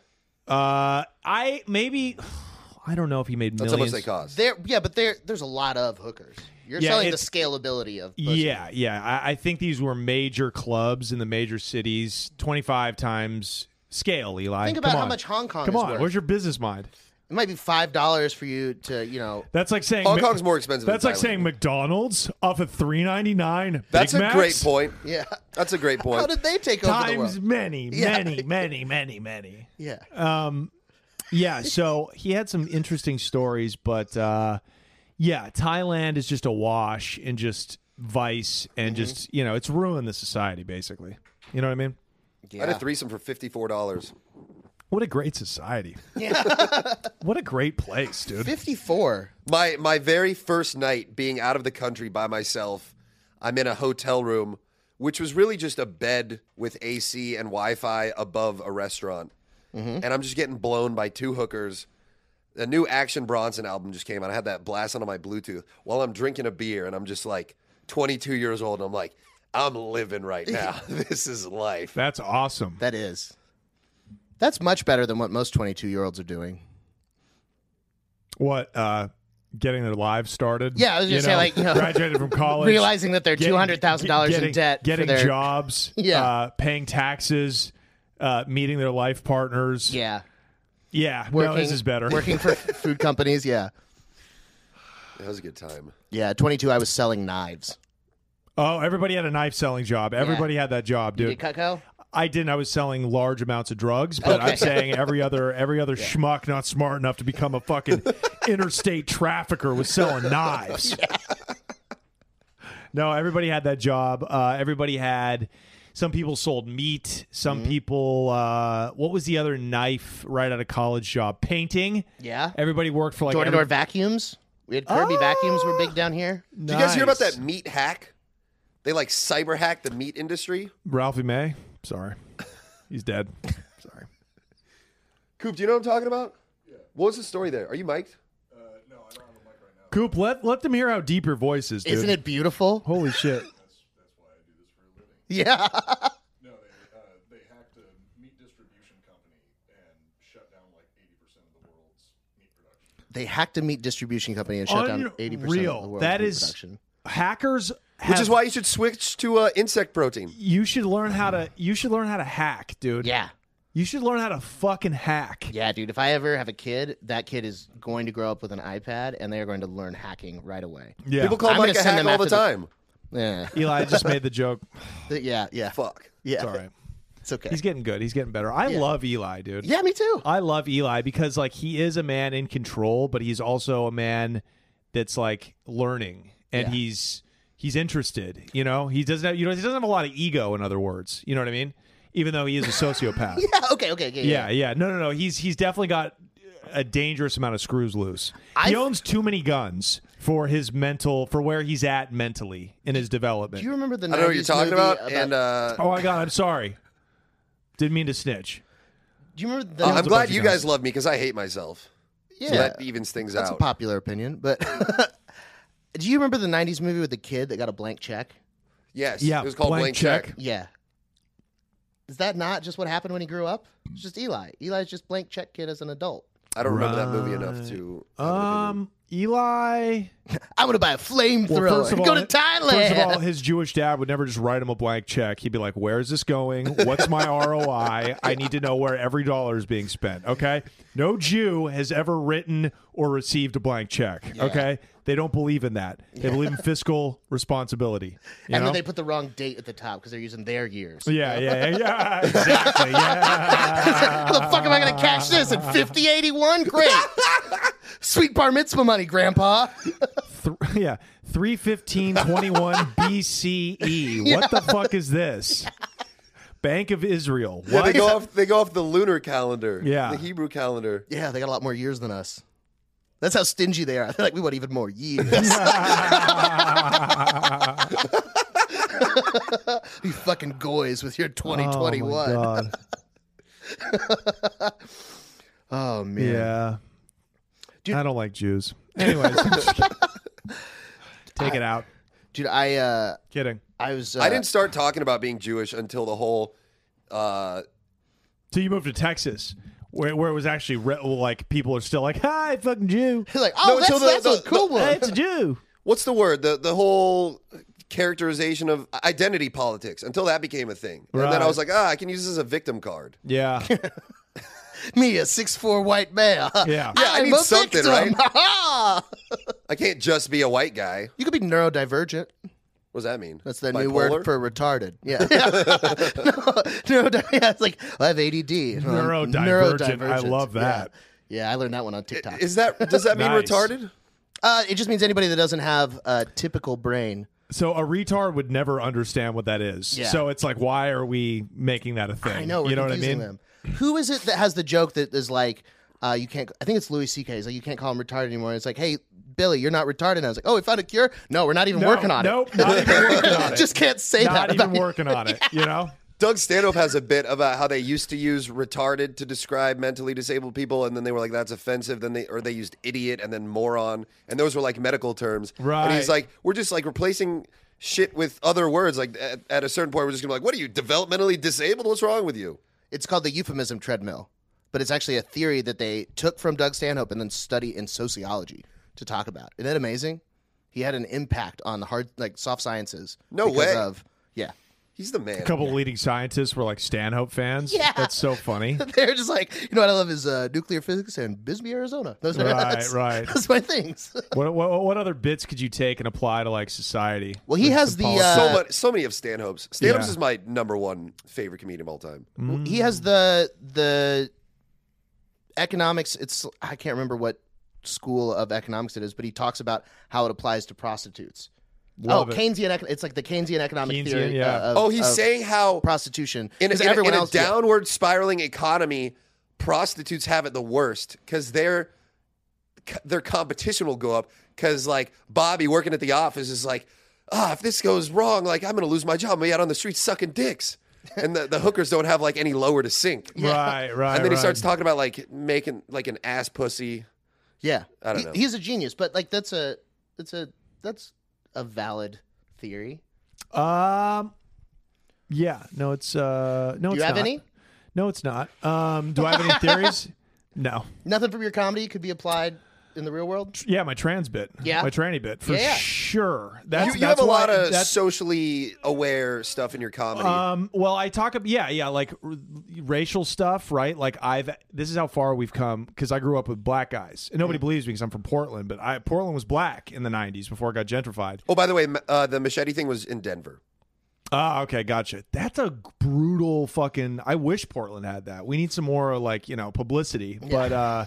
C: uh, I maybe I don't know if he made
B: That's
C: millions.
B: how much they cost.
A: There, yeah, but there, there's a lot of hookers. You're
C: Yeah,
A: selling the
C: it's-
A: scalability of pussy.
C: Yeah, yeah. I, I think these were major clubs in the major cities. Twenty five times scale, Eli.
A: Think
C: Come
A: about how
C: on.
A: much Hong Kong
C: Come
A: is
C: on,
A: worth.
C: where's your business mind?
A: It might be five dollars for you to, you know,
C: That's like saying
B: Hong
C: Ma-
B: Kong's more expensive.
C: That's
B: than
C: like
B: Thailand.
C: saying McDonald's off of three ninety nine.
B: That's a great point.
A: yeah.
B: That's a great
A: How
B: point.
A: did they take over the
C: Times
A: world?
C: many,
A: Yeah.
C: many, many, many, many.
A: Yeah,
C: Uh, Yeah, so he had some interesting stories, but uh, yeah, Thailand is just a wash in just vice
B: Mm-hmm.
C: and just you know it's ruined the society basically. You know what I mean?
B: I had a threesome for fifty-four dollars.
C: What a great society! what a great place, dude.
A: fifty-four.
B: My my very first night being out of the country by myself, I'm in a hotel room, which was really just a bed with AC and Wi-Fi above a restaurant, and I'm just getting blown by two hookers. The new Action Bronson album just came out. I had that blast on my Bluetooth while I'm drinking a beer, and I'm just like 22 years old, and I'm like, I'm living right now. this is life.
C: That's awesome.
A: That is. That's much better than what most twenty-two-year-olds are doing.
C: What uh, getting their lives started?
A: Yeah, I was gonna
C: you
A: say, like, you know,
C: graduated from college,
A: Realizing that they're
C: Oh, get-
A: two hundred thousand dollars in
C: getting-
A: debt, for
C: getting
A: their-
C: jobs,
A: Yeah.
C: uh, paying taxes, uh, meeting their life partners.
A: yeah,
C: yeah. no, this is better.
A: Working for food companies, yeah,
B: That was a good time.
A: yeah. at Twenty-two, I was selling knives.
C: Oh, everybody had a knife selling job. Everybody had that job,
A: Did
C: dude.
A: Cutco?
C: I didn't. I was selling large amounts of drugs, but
A: Okay.
C: I'm saying every other every other schmuck not smart enough to become a fucking interstate trafficker was selling knives. No, everybody had that job. Uh, everybody had. Some people sold meat. Some
B: Mm-hmm.
C: people. Uh, what was the other knife right out of college job? Painting.
A: Yeah.
C: Everybody worked for like
A: Door to door
C: every-
A: vacuums. We had Kirby vacuums were big down here.
B: Did you guys hear about
C: Nice.
B: that meat hack? They like cyber hack the meat industry.
C: Ralphie May. Sorry, he's dead. Sorry.
B: Coop, do you know what I'm talking about? What was the story there? Are you mic'd?
C: Coop, let let them hear how deep your voice is, dude.
A: Isn't it beautiful?
C: Holy shit!
A: Yeah.
D: No, they uh, they hacked a meat distribution company and shut down like eighty percent of the world's meat production.
A: They hacked a meat distribution company and shut down eighty percent of the
C: Unreal.
A: world's
C: That
A: meat
C: is
A: production.
C: hackers. Have,
B: Which is why you should switch to uh, insect protein.
C: you should learn how to. You should learn how to hack, dude.
A: Yeah.
C: You should learn how to fucking hack.
A: Yeah, dude. If I ever have a kid, that kid is going to grow up with an iPad and they are going to learn hacking right away.
C: Yeah.
B: People call
A: I'm
B: Mike
A: gonna
B: a
A: send
B: hack
A: them
B: all the
A: after the-
B: time.
A: Yeah.
C: Eli I just made the joke.
A: Yeah. Yeah.
B: Fuck.
A: Yeah.
C: It's all right.
A: It's okay.
C: He's getting good. He's getting better. I love Eli, dude.
A: yeah, me too.
C: I love Eli because like he is a man in control, but he's also a man that's like learning and
A: Yeah.
C: he's he's interested. You know, he doesn't have you know he doesn't have a lot of ego. In other words, you know what I mean. Even though he is a sociopath.
A: Yeah. Okay. Okay. Okay.
C: Yeah, yeah. No, no, no. He's he's definitely got a dangerous amount of screws loose.
A: I've-
C: he owns too many guns for his mental for where he's at mentally in his development.
A: Do you remember the?
B: I don't know what you're
A: 90s
B: talking
A: movie
B: about. And uh,
C: oh my god, I'm sorry. Didn't mean to snitch.
A: do you remember
D: Oh,
A: the?
B: I'm
C: a bunch
B: glad
C: of
B: you
C: guys.
B: guys love me because I hate myself.
A: yeah,
B: So that evens things
A: that's a
B: out.
A: popular opinion, but do you remember the '90s movie with the kid that got a blank check?
B: Yes.
C: Yeah,
B: It was called
C: blank
B: blank, check.
C: check.
A: Yeah. Is that not just what happened when he grew up? It's just Eli. Eli's just blank check kid as an adult.
B: I don't remember that movie enough to. uh, have an opinion.
C: Um Eli.
A: I'm gonna buy a
C: Well,
A: flamethrower.
C: first of all,
A: Go to
C: First of all,
A: Thailand.
C: his Jewish dad would never just write him a blank check. He'd be like, "Where is this going? What's my ROI? I need to know where every dollar is being spent." Okay, no Jew has ever written or received a blank check. Okay, they don't believe in that. They believe in fiscal responsibility. you
A: and
C: know?
A: then they put the wrong date at the top because they're using their years.
C: yeah, yeah, yeah, yeah, exactly. Yeah,
A: How the fuck am I gonna cash this at 5081? Great. Sweet bar mitzvah money, grandpa.
C: Th- yeah, three fifteen twenty one BCE. E. What the fuck is this? Bank of Israel.
B: Yeah,
C: What?
B: they go off. They go off the lunar calendar.
C: Yeah.
B: the Hebrew calendar.
A: Yeah, they got a lot more years than us. That's how stingy they are. They're like, we want even more years. you fucking goys with your
C: Oh
A: 2021.
C: my
A: Oh,
C: God.
A: Oh, man.
C: Yeah.
A: Dude-
C: I don't like Jews. Anyways, I'm just kidding. take it out.
A: Dude, I uh
C: Kidding.
A: I was uh,
B: I didn't start talking about being Jewish until the whole. Uh,
C: So you moved to Texas, where, where it was actually re- well, like people are still like, "Hi, fucking Jew.
A: like oh
B: No,
A: that's,
B: until the-
A: that's
B: the-
A: a cool
C: Hey,
A: one.
C: it's a Jew."
B: what's the word? The the whole characterization of identity politics until that became a thing. And then
C: Right.
B: I was like, ah, I can use this as a victim card.
C: Yeah,
A: Me, a six four white male.
C: yeah.
B: Yeah, I
A: I'm
B: need
A: a
B: something,
A: victim.
B: right?
A: Ha-ha.
B: I can't just be a white guy.
A: you could be neurodivergent.
B: What does that mean?
A: That's the
B: Bipolar?
A: new word for retarded. Yeah. no, neuro, yeah, it's like I have ADD. Um,
C: Neurodivergent. I love that.
A: Yeah. Yeah, I learned that one on TikTok.
B: Is that does that mean
C: Nice.
B: retarded?
A: Uh, it just means anybody that doesn't have a typical brain.
C: So a retard would never understand what that is.
A: Yeah.
C: So it's like, why are we making that a thing?
A: I know. We're
C: You know what I mean?
A: confusing Them. Who is it that has the joke that is like, uh, you can't? I think it's Louis C.K. He's like, you can't call him retarded anymore. It's like, hey, Billy, you're not retarded. And I was like, oh, we found a cure. No, we're not even
C: No,
A: working on
C: nope,
A: it.
C: not even working on it.
A: just can't say
C: Not
A: that.
C: even
A: about-
C: working on it. You know?
B: Doug Stanhope has a bit about how they used to use retarded to describe mentally disabled people, and then they were like, "That's offensive." Then they or they used idiot and then moron, and those were like medical terms. And
C: Right.
B: he's like, "We're just like replacing shit with other words." Like at, at a certain point, we're just gonna be like, "What are you developmentally disabled? What's wrong with you?"
A: It's called the euphemism treadmill, but it's actually a theory that they took from Doug Stanhope and then study in sociology to talk about. Isn't that amazing? He had an impact on the hard, like soft sciences.
B: No
A: because
B: way.
A: Of yeah,
B: He's the man.
C: A couple of leading scientists were like Stanhope fans.
A: Yeah.
C: That's so funny.
A: They're just like, you know what I love is uh, nuclear physics and Bisbee, Arizona. Those are
C: Right,
A: that's,
C: right.
A: That's my things.
C: what, what, what other bits could you take and apply to like society?
A: Well, he
C: With
A: has
C: some
A: the,
C: policy-
A: uh,
B: so much, so many of Stanhope's. Stanhope's
C: Yeah.
B: is my number one favorite comedian of all time.
C: Mm.
A: He has the the economics. It's I can't remember what school of economics it is, but he talks about how it applies to prostitutes.
C: Love
A: oh,
C: it.
A: Keynesian. econ- It's like the Keynesian economic
C: Keynesian,
A: theory.
C: yeah.
A: uh, of-
B: Oh, he's
A: of
B: saying how
A: prostitution
B: in a,
A: because
B: in a-
A: everyone
B: in a
A: else yeah.
B: downward spiraling economy, prostitutes have it the worst because their their competition will go up. Because like Bobby working at the office is like, ah, if this goes wrong, like I'm gonna lose my job. I'm gonna be out on the street sucking dicks, and the, the hookers don't have like any lower to sink.
C: Right, right.
B: And then he
C: right.
B: starts talking about like making like an ass pussy.
A: Yeah,
B: I don't
A: He-
B: know.
A: he's a genius, but like that's a that's a that's a valid theory.
C: Um, yeah, no, it's uh, no.
A: Do you
C: it's
A: have
C: not.
A: any?
C: No, it's not. Um, do I have any theories? No.
A: Nothing from your comedy could be applied in the real world.
C: Yeah, my trans bit.
A: Yeah.
C: my tranny bit for
A: Yeah.
C: sure. That's
B: you you
C: that's
B: have a
C: why-
B: lot of
C: that's-
B: socially aware stuff in your comedy.
C: Um, well, I talk ab- yeah, yeah, like r- racial stuff, right? Like I've this is how far we've come because I grew up with black guys, and nobody believes me because I'm from Portland, but I Portland was black in the '90s before it got gentrified.
B: oh, by the way, m- uh, the machete thing was in Denver.
C: Ah, okay, gotcha. That's a brutal fucking. I wish Portland had that. We need some more like you know publicity, but uh,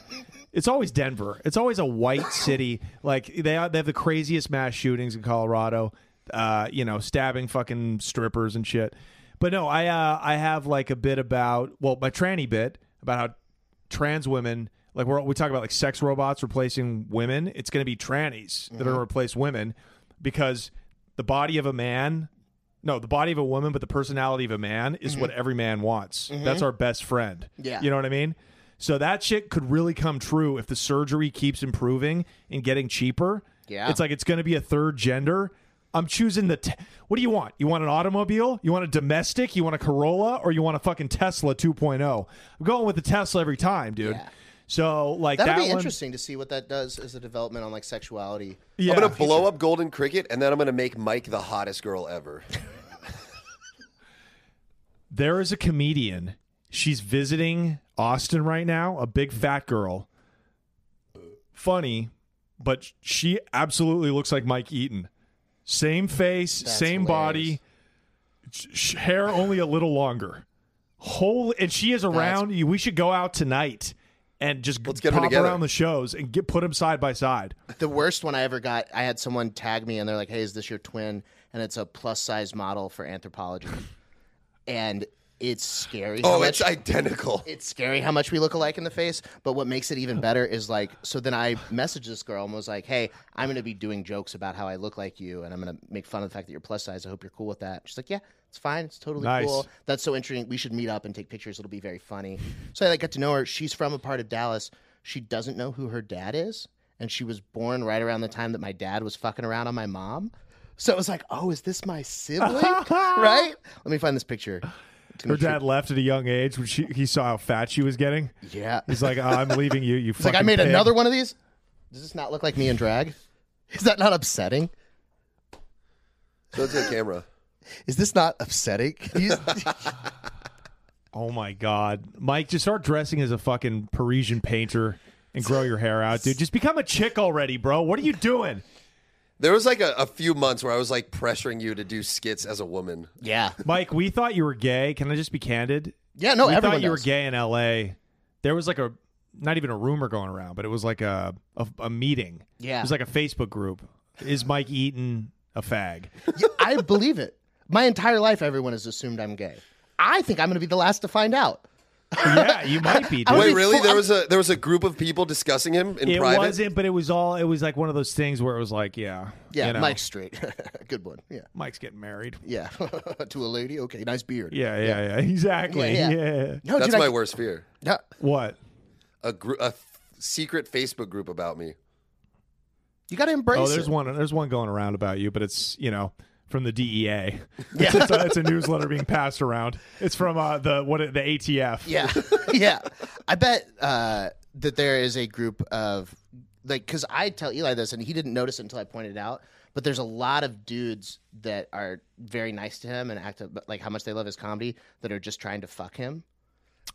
C: it's always Denver. It's always a white city. Like they are, they have the craziest mass shootings in Colorado. Uh, you know, stabbing fucking strippers and shit. But no, I uh, I have like a bit about well my tranny bit about how trans women like we're, we talk about like sex robots replacing women. It's going to be trannies
A: Mm-hmm.
C: that are going to replace women because the body of a man no, the body of a woman, but the personality of a man is what every man wants. That's our best friend.
A: Mm-hmm. Yeah.
C: You know what I mean? So that shit could really come true if the surgery keeps improving and getting cheaper.
A: Yeah.
C: It's like it's going to be a third gender. I'm choosing the. Te- what do you want? You want an automobile? You want a domestic? oh? You want a Corolla? Or you want a fucking Tesla 2.0? I'm going with the Tesla every time, dude.
A: Yeah.
C: So like
A: That'll
C: that
A: be
C: one,
A: interesting to see what that does as a development on like sexuality.
C: Yeah.
B: I'm gonna blow up Golden Cricket, and then I'm gonna make Mike the hottest girl ever.
C: there is a comedian. She's visiting Austin right now, a big fat girl. Funny, but she absolutely looks like Mike Eaton. Same face,
A: That's
C: same body, sh- sh- hair only a little longer. Whole and she is around. you We should go out tonight and just
B: Let's get 'em
C: pop
B: together.
C: around the shows and get put them side by side.
A: The worst one I ever got, I had someone tag me and they're like, "Hey, is this your twin?" And it's a plus size model for anthropology, and it's scary. how
B: Oh,
A: much-
B: it's identical.
A: it's scary how much we look alike in the face. But what makes it even better is like, so then I messaged this girl and was like, hey, I'm going to be doing jokes about how I look like you and I'm going to make fun of the fact that you're plus size. I hope you're cool with that. She's like, yeah, it's fine. It's totally
C: Nice.
A: cool. That's so interesting. We should meet up and take pictures. It'll be very funny. So I like, got to know her. She's from a part of Dallas. She doesn't know who her dad is. And she was born right around the time that my dad was fucking around on my mom. So it was like, oh, is this my sibling? right? Let me find this picture. It's gonna
C: Her
A: be true.
C: dad left at a young age when she he saw how fat she was getting.
A: Yeah.
C: He's like, oh, "I'm leaving you." You
A: It's like I made another one of these. Does this not look like me in drag? Is that not upsetting?
B: So it's a camera.
A: Is this not upsetting? Can you-
C: Oh my god, Mike, just start dressing as a fucking Parisian painter and grow your hair out, dude. Just become a chick already, bro. What are you doing?
B: There was like a, a few months where I was like pressuring you to do skits as a woman.
A: yeah.
C: Mike, we thought you were gay. Can I just be candid?
A: Yeah, no,
C: we
A: everyone
C: thought you
A: does.
C: were gay in L.A. There was like a not even a rumor going around, but it was like a a, a meeting.
A: Yeah.
C: it was like a Facebook group. Is Mike Eaton a fag?
A: Yeah, I believe it. My entire life everyone has assumed I'm gay. I think I'm going to be the last to find out.
C: yeah, you might be. Dude.
A: would
B: Wait,
A: be
B: really?
A: full-
B: There
A: I'm-
B: was a there was a group of people discussing him in
C: it
B: private.
C: wasn't, but it was all. It was like one of those things where it was like, yeah,
A: Yeah,
C: you know,
A: Mike's straight. Good one. Yeah.
C: Mike's getting married.
A: Yeah. to a lady. Okay, nice beard.
C: Yeah, yeah, yeah. Exactly.
A: Yeah,
C: Yeah.
A: yeah. No,
B: That's
A: dude,
B: my
A: I-
B: worst fear.
A: No.
C: What?
B: A group, a f- secret Facebook group about me.
A: You got to embrace
C: Oh, there's
A: it.
C: one. There's one going around about you, but it's you know from the DEA.
A: Yeah.
C: it's, it's a, it's a newsletter being passed around. It's from uh, the what the ATF.
A: Yeah, yeah. I bet uh, that there is a group of like because I tell Eli this and he didn't notice it until I pointed it out. But there's a lot of dudes that are very nice to him and act ab- like how much they love his comedy that are just trying to fuck him.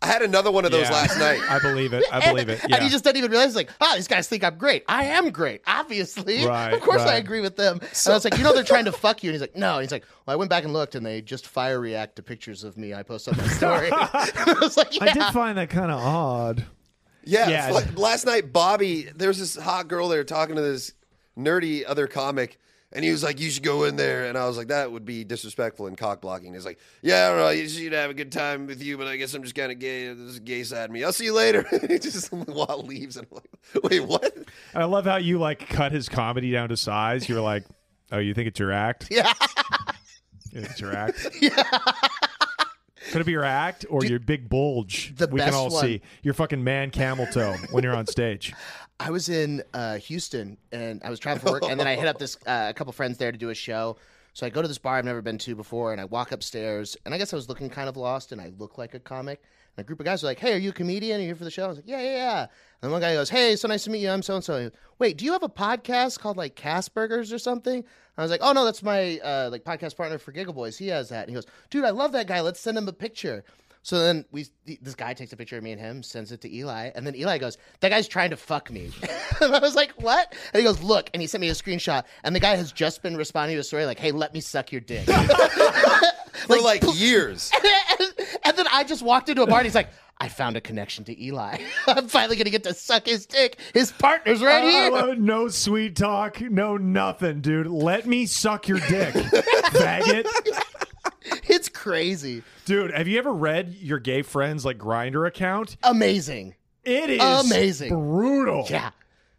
B: I had another one of those
C: Yeah.
B: last night.
C: I believe it. I believe it.
A: And-
C: Yeah.
A: And he just doesn't even realize like, ah, these guys think I'm great. I am great, obviously.
C: Right,
A: of course I
C: right.
A: agree with them. and I was like, you know, they're trying to fuck you. And he's like, no. And he's like, well, I went back and looked, and they just fire react to pictures of me I post on my story. I was like, yeah.
C: I did find that kind of odd.
B: Yeah,
C: Yeah.
B: fuck, last night Bobby, there was this hot girl there talking to this nerdy other comic, and he was like, "You should go in there," and I was like, "That would be disrespectful and cock blocking." He's like, "Yeah, I don't know, you should have a good time with you, but I guess I'm just kind of gay. There's a gay side of me. I'll see you later." he just Walt leaves, and I'm like, "Wait, what?"
C: And I love how you like cut his comedy down to size. You're like, oh, you think it's your act?
A: Yeah.
C: it's your act. Could it be your act or your big bulge?
A: the
C: we
A: best
C: can all
A: one-
C: see your fucking man camel toe when you're on stage.
A: I was in uh, Houston and I was traveling for work, and then I hit up this uh, a couple friends there to do a show. So I go to this bar I've never been to before, and I walk upstairs, and I guess I was looking kind of lost, and I look like a comic. And a group of guys are like, "Hey, are you a comedian? Are you here for the show?" I was like, "Yeah, yeah, yeah." And one guy goes, "Hey, so nice to meet you. I'm so and so." Wait, do you have a podcast called like Castburgers or something? I was like, "Oh no, that's my uh, like podcast partner for Giggle Boys. He has that." And he goes, "Dude, I love that guy. Let's send him a picture." So then we, this guy takes a picture of me and him, sends it to Eli, and then Eli goes, "That guy's trying to fuck me." and I was like, "What?" And he goes, "Look," and he sent me a screenshot, and the guy has just been responding to a story like, "Hey, let me suck your dick," and,
B: For like years.
A: and then I just walked into a bar, and he's like. I found a connection to Eli. I'm finally gonna get to suck his dick. His partner's right
C: I
A: here.
C: love it. Oh, no sweet talk, no nothing, dude. Let me suck your dick, faggot.
A: It's crazy,
C: Dude, have you ever read your gay friend's like grinder account?
A: amazing.
C: It is
A: Amazing.
C: brutal.
A: Yeah,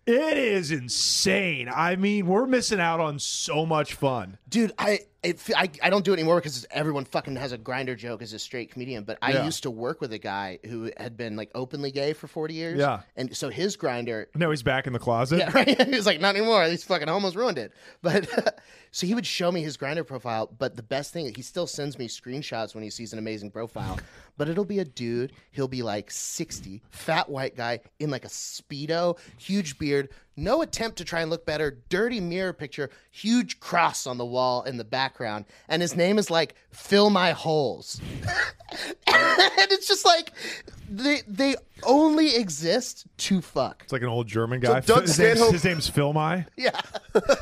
C: it is insane. I mean, we're missing out on so much fun.
A: dude. I it, fe- I, I don't do it anymore because everyone fucking has a grinder joke as a straight comedian. But I
C: Yeah.
A: used to work with a guy who had been like openly gay for 40 years.
C: Yeah.
A: And so his grinder,
C: No, he's back in the closet.
A: yeah, right? he was like, not anymore. These fucking homos ruined it. But so he would show me his grinder profile. But the best thing, he still sends me screenshots when he sees an amazing profile. But it'll be a dude. He'll be like 60, fat white guy in like a Speedo, huge beard, no attempt to try and look better, dirty mirror picture, huge cross on the wall in the background. And his name is like, Fill My Holes. and it's just like, they, they only exist to fuck.
C: It's like an old German guy.
B: Doug
C: his, name's,
B: Stanhope-
C: his name's Phil My.
A: Yeah.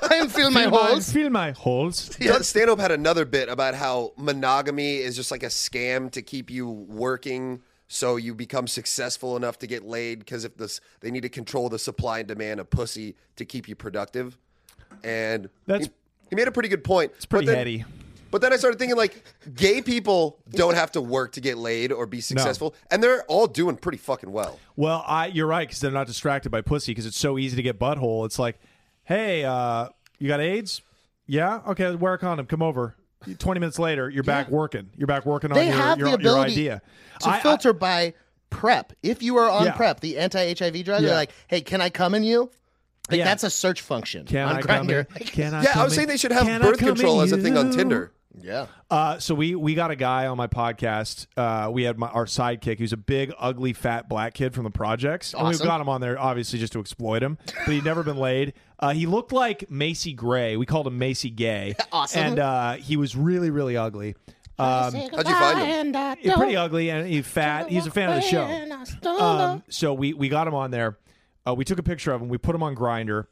A: I am filling my holes.
C: Feel my holes.
B: Doug Stanhope had another bit about how monogamy is just like a scam to keep you working so you become successful enough to get laid because if this they need to control the supply and demand of pussy to keep you productive. And
C: That's-
B: he, he made a pretty good point. It's
C: pretty
B: but then,
C: heady.
B: But then I started thinking like gay people don't have to work to get laid or be successful. And they're all doing pretty fucking well.
C: Well, I you're right because they're not distracted by pussy because it's so easy to get butthole. It's like, hey, uh, you got AIDS? Yeah. Okay, wear a condom. Come over. Twenty minutes later, you're back working. You're back working on
A: They
C: your,
A: have
C: your,
A: the
C: your
A: ability
C: idea.
A: To
C: I- I-
A: filter by PrEP. If you are on
C: Yeah.
A: PrEP, the anti HIV drug,
C: Yeah.
A: they're like, hey, can I come in you? Like,
C: Yeah.
A: that's a search function
C: can
A: on
C: I come
A: Grindr.
C: in? Can I
B: Yeah,
C: come
B: I was
C: in?
B: saying they should have
C: Can I
B: birth
C: come in
B: control as a thing on
C: you?
B: Tinder.
A: yeah.
C: Uh, so we we got a guy on my podcast. Uh, we had my, our sidekick, who's a big, ugly, fat black kid from the projects, and we've
A: Awesome.
C: got him on there obviously just to exploit him. But he'd never been laid. Uh, he looked like Macy Gray. We called him Macy Gay.
A: Awesome.
C: And uh, he was really, really ugly.
B: how'd
C: Um,
B: you find him?
C: he's pretty ugly, and he's fat. He's a fan of the show. Um, so we we got him on there. Uh, we took a picture of him. We put him on Grinder.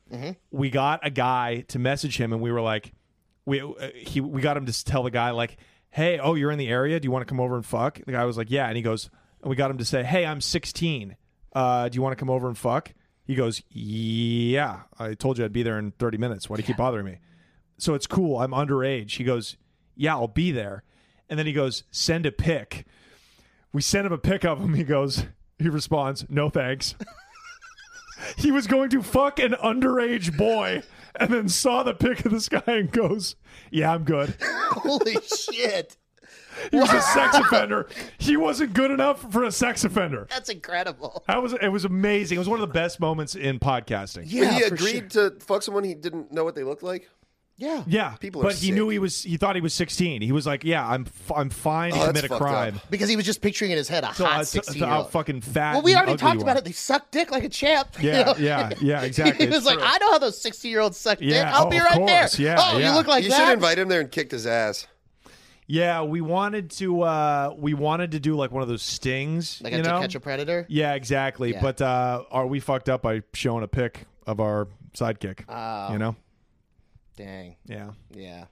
C: We got a guy to message him, and we were like, we uh, he we got him to s- tell the guy like, hey, oh, you're in the area. Do you want to come over and fuck? The guy was like, yeah, and he goes, and we got him to say, hey, I'm 16. Uh, do you want to come over and fuck? He goes, yeah. I told you I'd be there in 30 minutes. Why do you keep bothering me? so it's cool. I'm underage. He goes, yeah, I'll be there. And then he goes, send a pic. We sent him a pic of him. He goes, he responds, no thanks. he was going to fuck an underage boy and then saw the pic of this guy and goes, yeah, I'm good.
A: Holy shit.
C: He was a sex offender. He wasn't good enough for a sex offender.
A: That's incredible.
C: That was it was amazing. It was one of the best moments in podcasting.
B: But he
A: for
B: agreed to fuck someone he didn't know what they looked like.
A: Yeah.
C: Yeah,
B: People are
C: but he
B: sick.
C: knew he was. He thought he was 16. He was like, "Yeah, I'm. F- I'm
A: Oh,
C: fine to
B: that's
C: commit a
B: fucked up.
C: crime."
A: Because he was just picturing in his head a
C: So I-
A: hot
C: so-
A: 16
C: so
A: year
C: how
A: old.
C: fucking fat.
A: Well, we
C: and
A: already
C: ugly
A: talked
C: you
A: about
C: are.
A: it. They suck dick like a champ. you
C: Yeah,
A: know?
C: yeah, yeah, exactly.
A: he was
C: It's
A: like,
C: true.
A: I know how those 60 year olds suck dick.
C: Yeah,
A: I'll
C: oh,
A: be
C: of
A: right
C: course.
A: there.
C: Yeah,
A: oh,
C: yeah.
A: you look like
B: you
A: that.
B: should invite him there and kicked his ass.
C: Yeah, we wanted to. uh We wanted to do like one of those stings.
A: like
C: you
A: a to
C: know?
A: catch a predator.
C: Yeah, exactly.
A: Yeah.
C: But uh are we fucked up by showing a pic of our sidekick?
A: Oh.
C: you know.
A: Dang.
C: Yeah.
A: Yeah.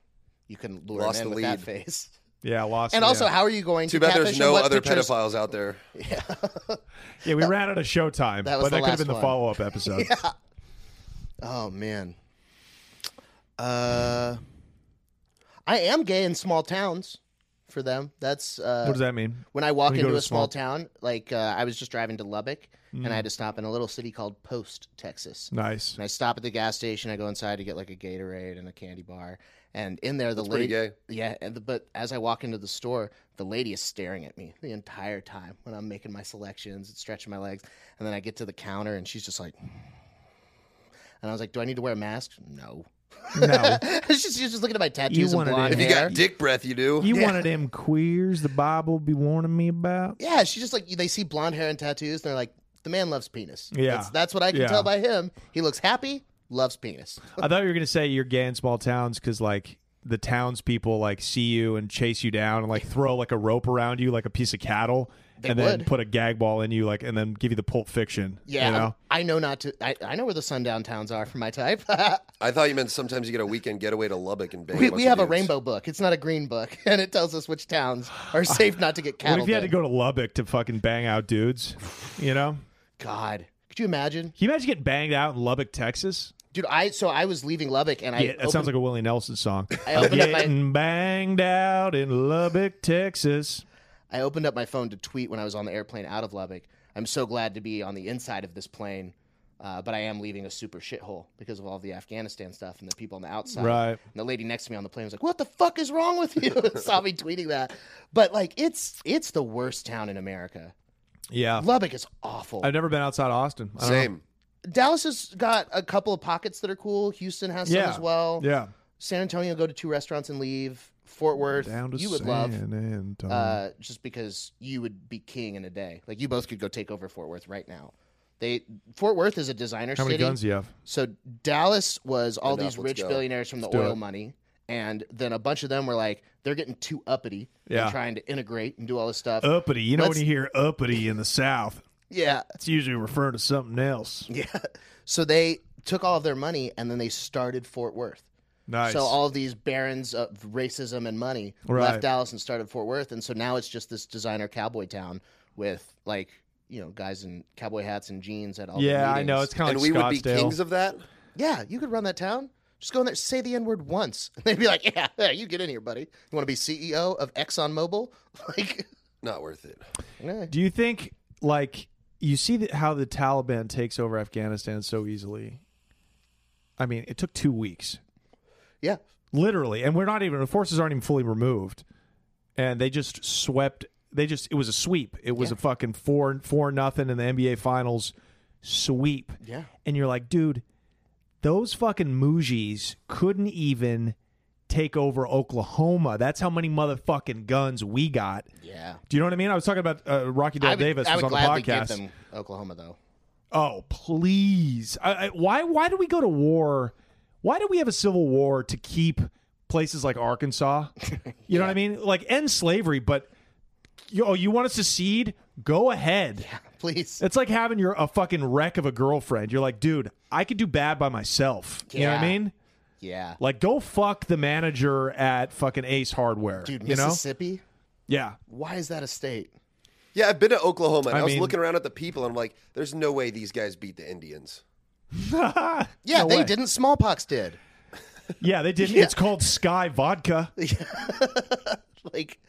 A: You can lure
B: Lost
A: him in
B: the
A: with that
B: lead.
A: face.
C: Yeah, lost.
A: And also,
C: yeah.
A: how are you going
B: Too
A: to
B: bad there's
A: catfish and
B: no
A: what
B: other
A: pictures-
B: pedophiles out there.
C: yeah, we ran out of showtime,
A: That was
C: but
A: the
C: that could have
A: last
C: been the
A: one.
C: follow-up episode.
A: Oh man. Uh, I am gay in small towns. For them, that's uh,
C: What does that mean?
A: when I walk
C: When you go
A: into
C: to
A: a
C: a
A: small,
C: small- Mm.
A: town. Like uh, I was just driving to Lubbock, and I had to stop in a little city called Post, Texas.
C: Nice.
A: And I stop at the gas station. I go inside to get like a Gatorade and a candy bar. And in there, the
B: pretty
A: lady,
B: gay.
A: yeah. And the, but as I walk into the store, the lady is staring at me the entire time when I'm making my selections and stretching my legs. And then I get to the counter, and she's just like, and I was like, "Do I need to wear a mask? No."
C: No,
A: she's, she's just looking at my tattoos and
C: wanted
A: blonde
C: it.
B: If you
A: hair.
B: got dick breath, you do.
C: you one of them queers the Bible be warning me about.
A: yeah, she's just like they see blonde hair and tattoos, and they're like, "The man loves penis."
C: Yeah.
A: that's, that's what I can
C: Yeah.
A: tell by him. He looks happy, loves penis.
C: I thought you were gonna say you're gay in small towns because like the townspeople like see you and chase you down and like throw like a rope around you like a piece of cattle and then
A: would.
C: put a gag ball in you like and then give you the Pulp Fiction.
A: Yeah,
C: you know?
A: I know not to. I, I know where the sundown towns are for my type.
B: I thought you meant sometimes you get a weekend getaway to Lubbock and bang.
A: we
B: bunch
A: we
B: of
A: have a
B: dudes.
A: rainbow book. It's not a green book, and it tells us which towns are safe not to get cattle.
C: What if you had to
A: bit.
C: go to Lubbock to fucking bang out dudes? You know,
A: God, could you imagine,
C: can you imagine getting banged out in Lubbock, Texas?
A: dude? I so I was leaving Lubbock, and I
C: Yeah, that
A: opened,
C: sounds like a Willie Nelson song.
A: I
C: I'm
A: opened up my-
C: getting banged out in Lubbock, Texas.
A: I opened up my phone to tweet when I was on the airplane out of Lubbock. I'm so glad to be on the inside of this plane. Uh, but I am leaving a super shithole because of all the Afghanistan stuff and the people on the outside.
C: Right.
A: And the lady next to me on the plane was like, "What the fuck is wrong with you?" Saw me tweeting that, but like, it's it's the worst town in America.
C: Yeah.
A: Lubbock is awful.
C: I've never been outside Austin. I don't know.
B: Same.
A: Dallas has got a couple of pockets that are cool. Houston has some
C: Yeah.
A: as well.
C: Yeah.
A: San Antonio, go to two restaurants and leave. Fort Worth,
C: Down to
A: you would
C: San
A: love,
C: Antonio.
A: uh, just because you would be king in a day. Like you both could go take over Fort Worth right now. They Fort Worth is a designer
C: How
A: city.
C: many guns do you have?
A: So Dallas was all
B: Enough,
A: these
B: let's
A: rich
B: go.
A: billionaires from the
C: do
A: oil
C: it.
A: money, and then a bunch of them were like, they're getting too uppity, and
C: Yeah. Uh.
A: trying to integrate and do all this stuff.
C: Uppity. You know
A: Let's-
C: when you hear uppity in the South,
A: yeah,
C: it's usually referring to something else.
A: yeah. So they took all of their money and then they started Fort Worth.
C: Nice.
A: So all of these barons of racism and money
C: Right.
A: left Dallas and started Fort Worth, and so now it's just this designer cowboy town with like you know guys in cowboy hats and jeans at all. the
C: yeah, I know.
A: meetings.
C: It's kind
B: And
C: of
B: we
C: like
B: would be
C: Scottsdale.
B: kings of that.
A: yeah, you could run that town. Just go in there, say the N word once, and they'd be like, "Yeah, yeah, you get in here, buddy. You want to be CEO of ExxonMobil? Like,
B: Not worth it.
A: eh.
C: Do you think like you see that how the Taliban takes over Afghanistan so easily? I mean, it took two weeks,
A: yeah,
C: literally, and we're not even the forces aren't even fully removed, and they just swept. They just it was a sweep. It was a fucking four four nothing in the NBA Finals sweep.
A: Yeah.
C: and you're like, dude, those fucking Mujies couldn't even take over Oklahoma. That's how many motherfucking guns we got.
A: yeah."
C: Do you know what I mean? I was talking about uh, Rocky Dale
A: I would,
C: Davis
A: I
C: was
A: would
C: on the
A: gladly give
C: podcast.
A: them Oklahoma though.
C: Oh please! I, I, why why do we go to war? Why do we have a civil war to keep places like Arkansas? You know what I mean? Like end slavery, but you, oh, you want to secede? Go ahead.
A: Please,
C: It's like having your a fucking wreck of a girlfriend. You're like, dude, I could do bad by myself. You know what I
A: Yeah.
C: mean?
A: yeah,
C: Like, go fuck the manager at fucking Ace Hardware.
A: dude.
C: you know?
A: Mississippi,
C: Yeah.
A: why is that a state?
B: Yeah, I've been to Oklahoma. And
C: I
B: I, was
C: mean-
B: looking around at the people. and I'm like, there's no way these guys beat the Indians.
A: Yeah,
C: No
A: they
C: way.
A: didn't. Smallpox did.
C: Yeah, they did. It's called Sky Vodka.
A: Like,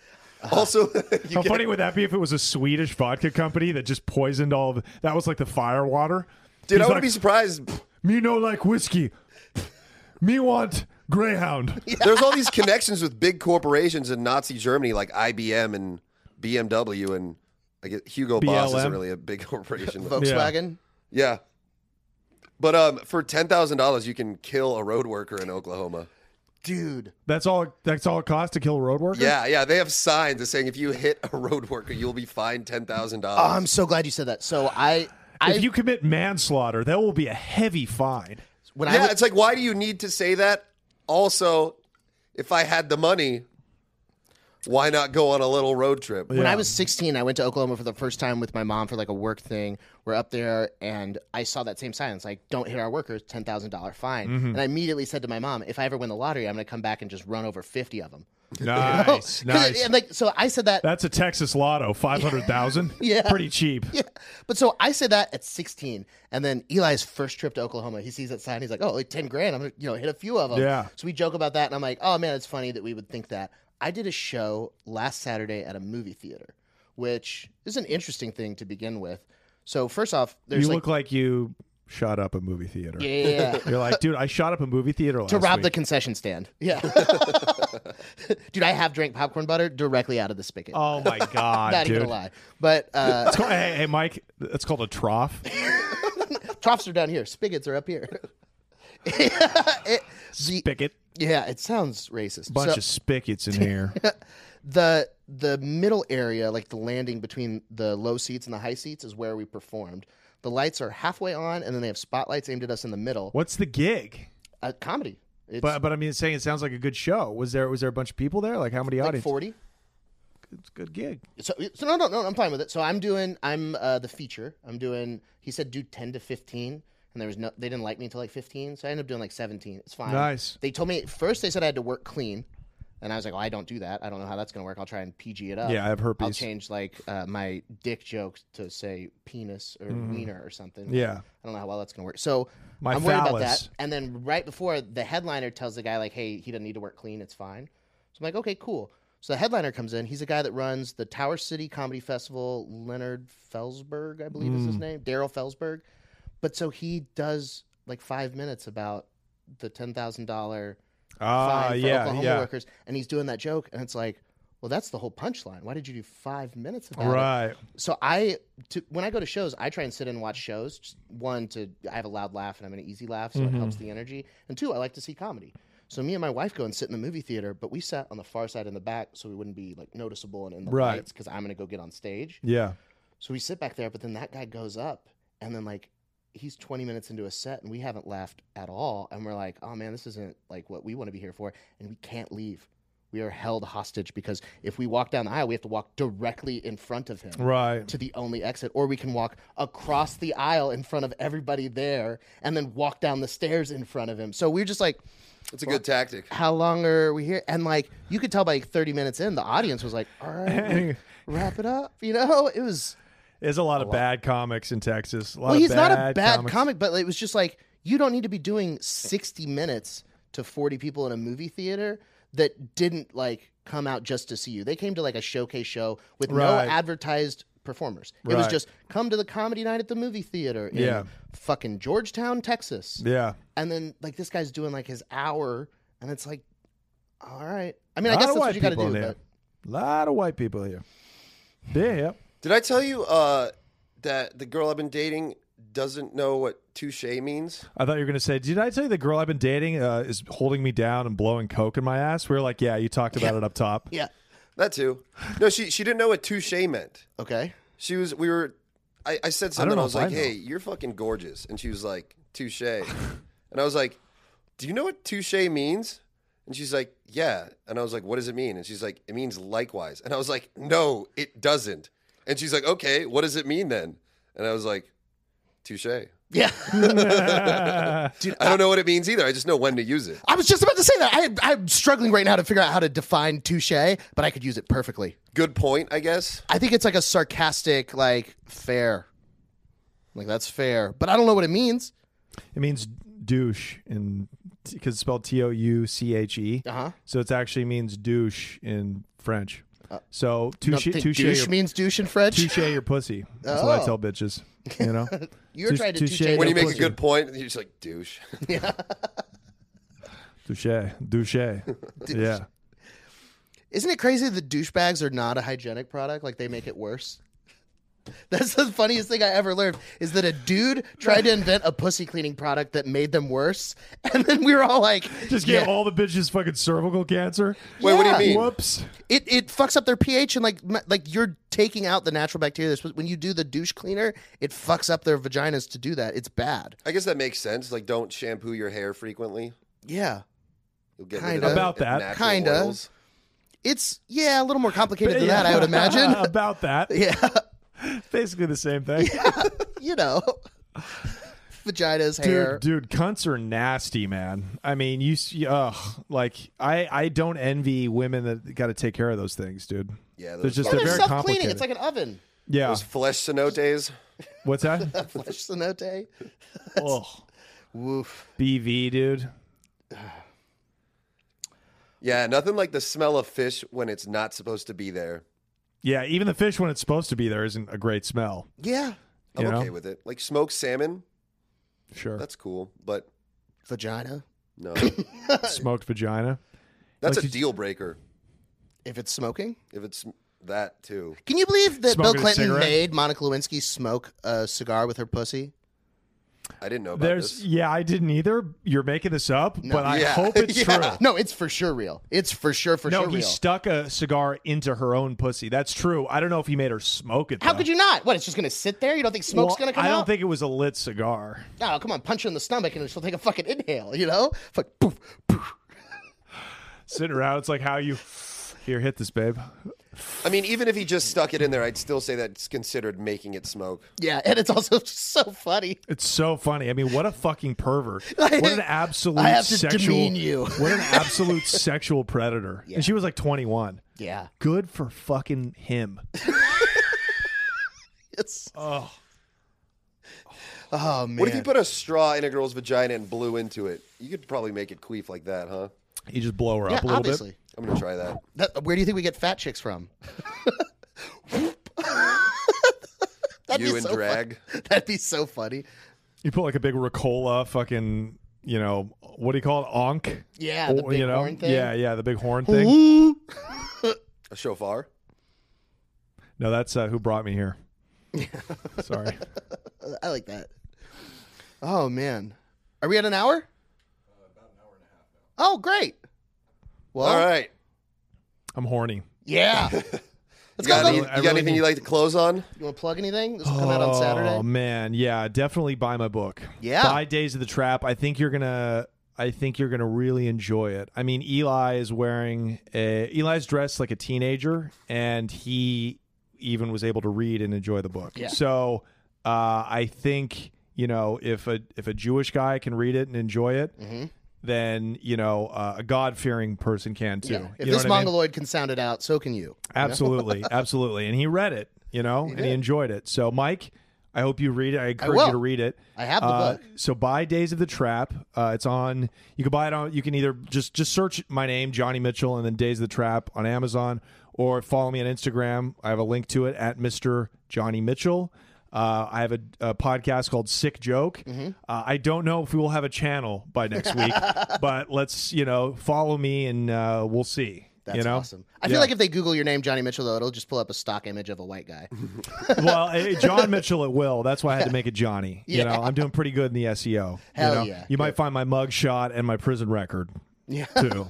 A: Uh-huh.
B: Also,
C: How
B: you get,
C: funny would that be if it was a Swedish vodka company that just poisoned all of that was like the fire water?
B: dude, I
C: He's
B: wouldn't
C: like,
B: be surprised.
C: Me no like whiskey. Me want Greyhound.
B: There's all these connections with big corporations in Nazi Germany, like IBM and BMW, and I guess Hugo Boss
C: BLM.
B: isn't really a big corporation. but-
A: Volkswagen.
B: yeah. But um, for ten thousand dollars, you can kill a road worker in Oklahoma.
A: Dude,
C: That's all that's all it costs to kill a road worker?
B: Yeah, yeah, they have signs that saying if you hit a road worker, you'll be fined ten thousand
A: oh,
B: dollars.
A: I'm so glad you said that. So I, I
C: If you commit manslaughter, that will be a heavy fine.
A: when I
B: Yeah,
A: would-
B: it's like why do you need to say that? Also, if I had the money, why not go on a little road trip?
A: When I was 16, I went to Oklahoma for the first time with my mom for like a work thing. We're up there, and I saw that same sign. It's like, "Don't hit our workers, ten thousand dollar fine."
C: Mm-hmm.
A: And I immediately said to my mom, "If I ever win the lottery, I'm going to come back and just run over fifty of them."
C: Nice. nice.
A: And like, so I said that.
C: That's a Texas lotto, 500,000.
A: Yeah.
C: Pretty cheap.
A: But so I said that at 16, and then Eli's first trip to Oklahoma, he sees that sign. He's like, "Oh, like 10 grand. I'm gonna, you know, hit a few of them."
C: Yeah.
A: So we joke about that, and I'm like, "Oh man, it's funny that we would think that." I did a show last Saturday at a movie theater, which is an interesting thing to begin with. So first off, there's
C: you
A: like,
C: look like you shot up a movie theater.
A: yeah, yeah, yeah.
C: You're like, dude, I shot up a movie theater last
A: to rob the
C: week.
A: concession stand. Yeah, dude, I have drank popcorn butter directly out of the spigot.
C: Oh my god,
A: Not
C: dude.
A: even a lie, but uh,
C: It's called- hey, hey, Mike, it's called a trough.
A: troughs are down here, spigots are up here. It- the-
C: Spigot.
A: Yeah, it sounds racist.
C: Bunch
A: So
C: of spigots in here.
A: the the middle area, like the landing between the low seats and the high seats, is where we performed. The lights are halfway on, and then they have spotlights aimed at us in the middle.
C: What's the gig?
A: A comedy. It's
C: But but I mean saying it sounds like a good show. Was there was there a bunch of people there? Like how many
A: like
C: audience?
A: forty.
C: It's a good gig.
A: So, so no, no, no. I'm fine with it. So I'm doing. I'm uh, the feature. I'm doing. He said do ten to fifteen, and there was no. They didn't like me until like fifteen, so I ended up doing like seventeen. It's fine.
C: Nice.
A: They told me first. They said I had to work clean, and I was like, well, I don't do that. I don't know how that's gonna work. I'll try and PG it up.
C: Yeah, I have herpes.
A: I'll change like uh, my dick jokes to say penis or wiener or something.
C: Mm-hmm. Yeah.
A: I don't know how well that's gonna work. So
C: My
A: I'm worried about
C: phallus.
A: that. And then right before the headliner tells the guy like, "Hey, he doesn't need to work clean. It's fine." So I'm like, "Okay, cool." So the headliner comes in. He's a guy that runs the
C: Hmm.
A: Tower City Comedy Festival. Leonard Felsberg, I believe, is his name. Daryl Felsberg. But so he does like five minutes about the ten thousand dollar
C: Ah,
A: fine for
C: yeah,
A: Oklahoma
C: yeah.
A: workers, and he's doing that joke, and it's like, well, that's the whole punchline. Why did you do five minutes about it?
C: Right.
A: so I to, when I go to shows, I try and sit and watch shows. Just, one to I have a loud laugh and I'm an easy laugh, so it helps the energy. And two, I like to see comedy. So me and my wife go and sit in the movie theater, but we sat on the far side in the back, so we wouldn't be like noticeable and in the
C: Right.
A: lights because I'm gonna go get on stage.
C: Yeah.
A: So we sit back there, but then that guy goes up, and then like he's 20 minutes into a set, and we haven't laughed at all, and we're like, oh man, this isn't like what we want to be here for, and we can't leave. We are held hostage because if we walk down the aisle, we have to walk directly in front of him
C: Right.
A: to the only exit, or we can walk across the aisle in front of everybody there and then walk down the stairs in front of him. So we're just like,
B: It's a good tactic.
A: how long are we here? And like, you could tell by like 30 minutes in, the audience was like, all right, wrap it up. You know, it was,
C: There's a lot of bad comics in Texas. A lot
A: well,
C: of
A: he's not a
C: bad
A: bad
C: comics.
A: comic, but it was just like, you don't need to be doing 60 minutes to 40 people in a movie theater that didn't like come out just to see you. They came to like a showcase show with no
C: Right.
A: advertised performers. It was
C: Right.
A: just come to the comedy night at the movie theater in
C: Yeah.
A: fucking Georgetown, Texas.
C: Yeah.
A: And then like this guy's doing like his hour and it's like all right. I mean, I
C: Lot
A: guess
C: of
A: that's
C: white
A: what you got to
C: people
A: do.
C: in
A: But
C: A lot of white people here. Yeah. yeah.
B: Did I tell you uh, that the girl I've been dating doesn't know what touche means?
C: I thought you were going to say, did I tell you the girl I've been dating uh, is holding me down and blowing coke in my ass? We were like, yeah, you talked about it up top.
A: yeah.
B: That too. No, she she didn't know what touche meant.
A: Okay.
B: She was we were I, I said
C: don't
B: something, I,
C: know
B: was
C: if I
B: like,
C: know.
B: Hey, you're fucking gorgeous and she was like, Touche. and I was like, Do you know what touche means? And she's like, Yeah. And I was like, What does it mean? And she's like, It means likewise. And I was like, No, it doesn't. And she's like, Okay, what does it mean then? And I was like, Touche. I
A: Yeah.
B: don't know what it means either. I just know when to use it.
A: I was just about to say that. I, I'm struggling right now to figure out how to define touche, but I could use it perfectly.
B: Good point, I guess.
A: I think it's like a sarcastic, like fair. Like that's fair, but I don't know what it means.
C: It means douche in because it's spelled T O U C H E.
A: Uh-huh.
C: So it actually means douche in French. so
A: Uh, Don't
C: touche,
A: think
C: touche,
A: douche
C: your,
A: means douche in French.
C: touche your pussy. That's what I
A: Oh.
C: tell bitches. You know,
A: You're
C: Touche-
A: trying to
C: touche
A: touche.
C: your
B: When
A: your
B: you make a
A: pussy.
B: good point, you're just like douche.
C: douche, douche. yeah.
A: Isn't it crazy that douchebags are not a hygienic product? Like they make it worse. That's the funniest thing I ever learned is that a dude tried to invent a pussy cleaning product that made them worse, and then we were all like,
C: Just give
A: yeah,
C: all the bitches fucking cervical cancer.
B: Wait, what do you
A: Yeah.
B: mean?
C: Whoops.
A: it it fucks up their pH and like ma- like you're taking out the natural bacteria. That's what- When you do the douche cleaner, it fucks up their vaginas to do that. It's bad.
B: I guess that makes sense. Like, don't shampoo your hair frequently.
A: Yeah,
B: You'll get rid of
A: Kinda.
B: the
C: About that.
B: natural
A: Kinda.
B: oils.
A: it's yeah a little more complicated than
C: Yeah.
A: that. I would imagine.
C: About that.
A: yeah,
C: Basically the same thing.
A: you know, vaginas, hair.
C: Dude, dude, cunts are nasty, man. I mean, you, s- you- ugh, like I, I don't envy women that got to take care of those things, dude.
B: Yeah,
C: they're
B: those-
C: just
B: Yeah,
C: they're
A: They're
C: very
A: self cleaning.
C: complicated.
A: It's like an oven.
C: yeah,
B: Those flesh cenotes.
C: what's that?
A: Flesh cenote.
C: Ugh,
A: Woof.
C: BV, dude.
B: Yeah, nothing like the smell of fish when it's not supposed to be there.
C: Yeah, even the fish when it's supposed to be there isn't a great smell.
A: Yeah.
B: I'm
C: You know?
B: okay with it. Like smoked salmon,
C: Sure,
B: that's cool, but
A: Vagina.
B: no,
C: smoked vagina.
B: that's
C: Like
B: a
C: you-
B: deal breaker.
A: If it's smoking.
B: If it's that too,
A: Can you believe that
C: Smoking a
A: Bill Clinton
C: cigarette?
A: made Monica Lewinsky smoke a cigar with her pussy?
B: I didn't know about
C: There's,
B: this.
C: yeah, I didn't either. You're making this up, but I
B: Yeah.
C: hope it's
B: Yeah.
C: true.
A: No, it's for sure real. It's for sure for
C: No,
A: sure
C: he
A: real.
C: stuck a cigar into her own pussy. That's true. I don't know if he made her smoke it.
A: How
C: though.
A: could you not? What, it's just gonna sit there? You don't think smoke's
C: Well,
A: gonna come
C: I don't
A: out?
C: think it was a lit cigar.
A: oh, come on, punch her in the stomach and she'll take a fucking inhale, you know? Fuck poof, poof.
C: Sitting around, it's like how you here hit this, babe.
B: I mean, even if he just stuck it in there, I'd still say that's considered making it smoke.
A: Yeah, and it's also so funny.
C: It's so funny. I mean, what a fucking pervert! What an absolute
A: I have to
C: sexual.
A: demean you.
C: what an absolute sexual predator. And she was like 21.
A: Yeah.
C: Good for fucking him.
A: It's
C: Oh,
A: oh man.
B: What if you put a straw in a girl's vagina and blew into it? You could probably make it queef like that, huh?
C: you just blow her
A: yeah,
C: up a little
A: obviously.
C: bit.
B: I'm gonna try that.
A: That, where do you think we get fat chicks from? That'd
B: you
A: be
B: and
A: so
B: drag.
A: That'd be so funny.
C: You put like a big Ricola fucking, you know, what do you call it? Onk?
A: Yeah, the
C: Or-
A: big
C: you know?
A: horn thing.
C: Yeah, yeah, the big horn thing.
A: Ooh.
B: A shofar.
C: No, that's uh, who brought me here. Sorry.
A: I like that. Oh man, are we at an hour?
B: Uh,
A: Oh great. Well,
B: All right.
C: I'm horny.
A: yeah.
B: You
A: Let's go.
B: got, any,
A: go.
B: you
C: I
B: got
C: really
B: anything
C: need-
B: you like to close on?
A: You want to plug anything? This will come out on Saturday.
C: Oh man, yeah, definitely buy my book.
A: Yeah.
C: buy Days of the Trap. I think you're gonna. I think you're gonna really enjoy it. I mean, Eli is wearing a, Eli's dressed like a teenager, and he even was able to read and enjoy the book.
A: Yeah.
C: So uh, I think you know if a if a Jewish guy can read it and enjoy it.
A: Mm-hmm.
C: Then you know uh, a God fearing person can too.
A: Yeah.
C: You
A: If
C: know
A: this
C: what I mean?
A: mongoloid can sound it out, so can you.
C: Absolutely, absolutely. And he read it, you know, and he enjoyed it. So, Mike, I hope you read it. I encourage
A: will.
C: you to read it.
A: I have the
C: Uh,
A: book.
C: So, buy Days of the Trap. Uh, it's on. You can buy it on. You can either just just search my name, Johnny Mitchell, and then Days of the Trap on Amazon, or follow me on Instagram. I have a link to it at Mister Johnny Mitchell. Uh, I have a, a podcast called Sick Joke.
A: Mm-hmm.
C: Uh, I don't know if we will have a channel by next week, but let's you know follow me and uh, we'll see.
A: That's
C: you know?
A: awesome. I feel
C: Yeah.
A: like if they Google your name, Johnny Mitchell, though, it'll just pull up a stock image of a white guy.
C: well, eh, John Mitchell at will. That's why I had to make it Johnny. You
A: Yeah.
C: know, I'm doing pretty good in the SEO.
A: Hell
C: you know?
A: yeah.
C: You might find my mug shot and my prison record
A: Yeah.
C: too.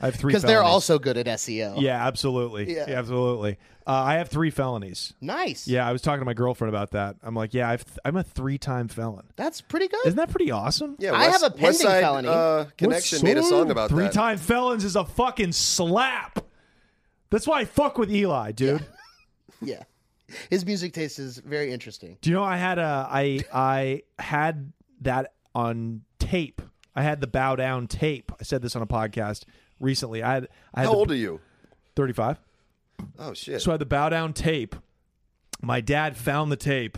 C: I have three
A: Because they're
C: felonies.
A: also good at E SEO.
C: yeah, absolutely,
A: Yeah.
C: yeah, absolutely. Uh, I have three felonies.
A: Nice.
C: Yeah, I was talking to my girlfriend about that. I'm like, yeah, I've I'm a three time felon.
A: That's pretty good.
C: Isn't that pretty awesome?
B: Yeah,
A: I have a pending
B: Westside,
A: felony.
B: Uh, Connection made a song about
C: three
B: that.
C: time felons is a fucking slap. That's why I fuck with Eli, dude.
A: yeah. His music taste is very interesting.
C: Do you know I had a I I had that on tape. I had the bow down tape. I said this on a podcast recently. I had I had
B: How old are you?
C: thirty five.
B: Oh shit.
C: So I had the bow down tape. My dad found the tape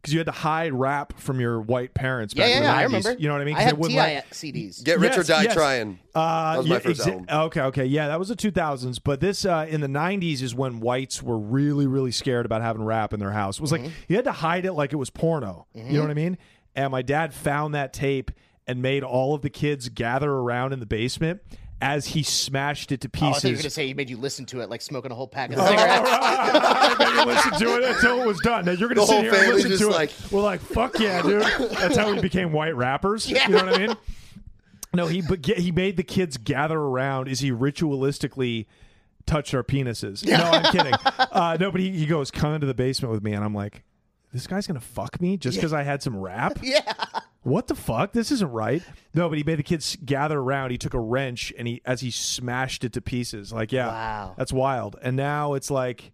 C: because you had to hide rap from your white parents.
A: Yeah,
C: back
A: yeah,
C: in the
A: yeah, I
C: 90s.
A: remember.
C: You know what I mean? 'Cause
A: I
C: they
A: have
C: wouldn't
A: TI
C: let-
A: CDs.
B: Get rich or
C: Yes,
B: die
C: yes.
B: trying.
C: Uh,
B: was my first album.
C: Okay, okay, yeah, that was the 2000s. But this uh, in the 90s is when whites were really, really scared about having rap in their house. It was
A: Mm-hmm.
C: like you had to hide it like it was porno. You know what I mean? And my dad found that tape and made all of the kids gather around in the basement as he smashed it to
A: Oh, I thought you were
C: pieces.
A: going to say he made you listen to it like smoking a whole pack of cigarettes.
C: I listen to it until it was done. Now you're gonna
B: The
C: sit
B: whole
C: here and
B: family's
C: listen
B: just
C: to
B: like-
C: it. We're like, fuck yeah, dude. That's how we became white rappers. You know what I mean? No, he but ga- he made the kids gather around as he ritualistically touched our penises. No, I'm kidding. Uh, no, but he, he goes, come into the basement with me, and I'm like, this guy's gonna fuck me just because I had some rap.
A: yeah.
C: What the fuck? This isn't right. No, but he made the kids gather around. He took a wrench and he as he smashed it to pieces. Like, yeah,
A: Wow.
C: that's wild. And now it's like,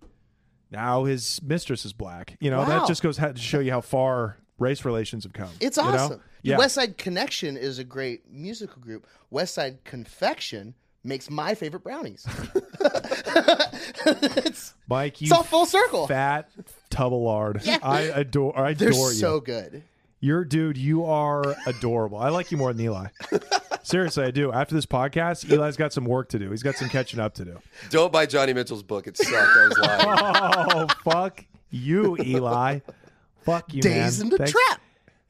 C: now his mistress is black. You know,
A: Wow.
C: that just goes ha- to show you how far race relations have come.
A: It's
C: you know?
A: awesome.
C: Yeah.
A: West Side Connection is a great musical group. West Side Confection makes my favorite brownies. it's,
C: Mike, you
A: it's all full circle.
C: fat tubbleard. I adore. I
A: They're
C: adore
A: so
C: you.
A: good.
C: You're dude. You are adorable. I like you more than Eli. Seriously, I do. After this podcast, Eli's got some work to do. He's got some catching up to do.
B: Don't buy Johnny Mitchell's book. It sucked. I was lying.
C: Oh fuck you, Eli. Fuck you,
A: Days
C: man.
A: in the
C: Thanks-
A: Trap.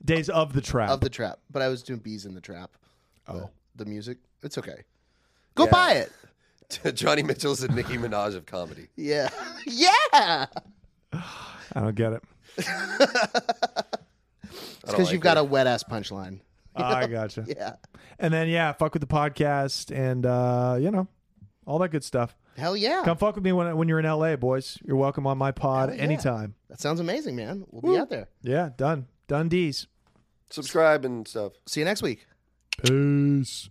C: Days of the trap.
A: Of the Trap. But I was doing Bees in the Trap.
C: oh,
A: The music. It's okay. Go
B: Yeah.
A: buy it.
B: Johnny Mitchell's a Nicki Minaj of comedy.
A: Yeah. yeah.
C: I don't get it.
A: It's because you've got a wet ass punchline.
C: I gotcha.
A: Yeah.
C: And then yeah, fuck with the podcast and uh, you know all that good stuff.
A: Hell yeah.
C: Come fuck with me when when you're in LA, boys. You're welcome on my pod
A: Hell yeah.
C: anytime.
A: That sounds amazing, man. We'll be out there.
C: Yeah, done. Done. D's.
B: subscribe and stuff.
A: See you next week.
C: Peace.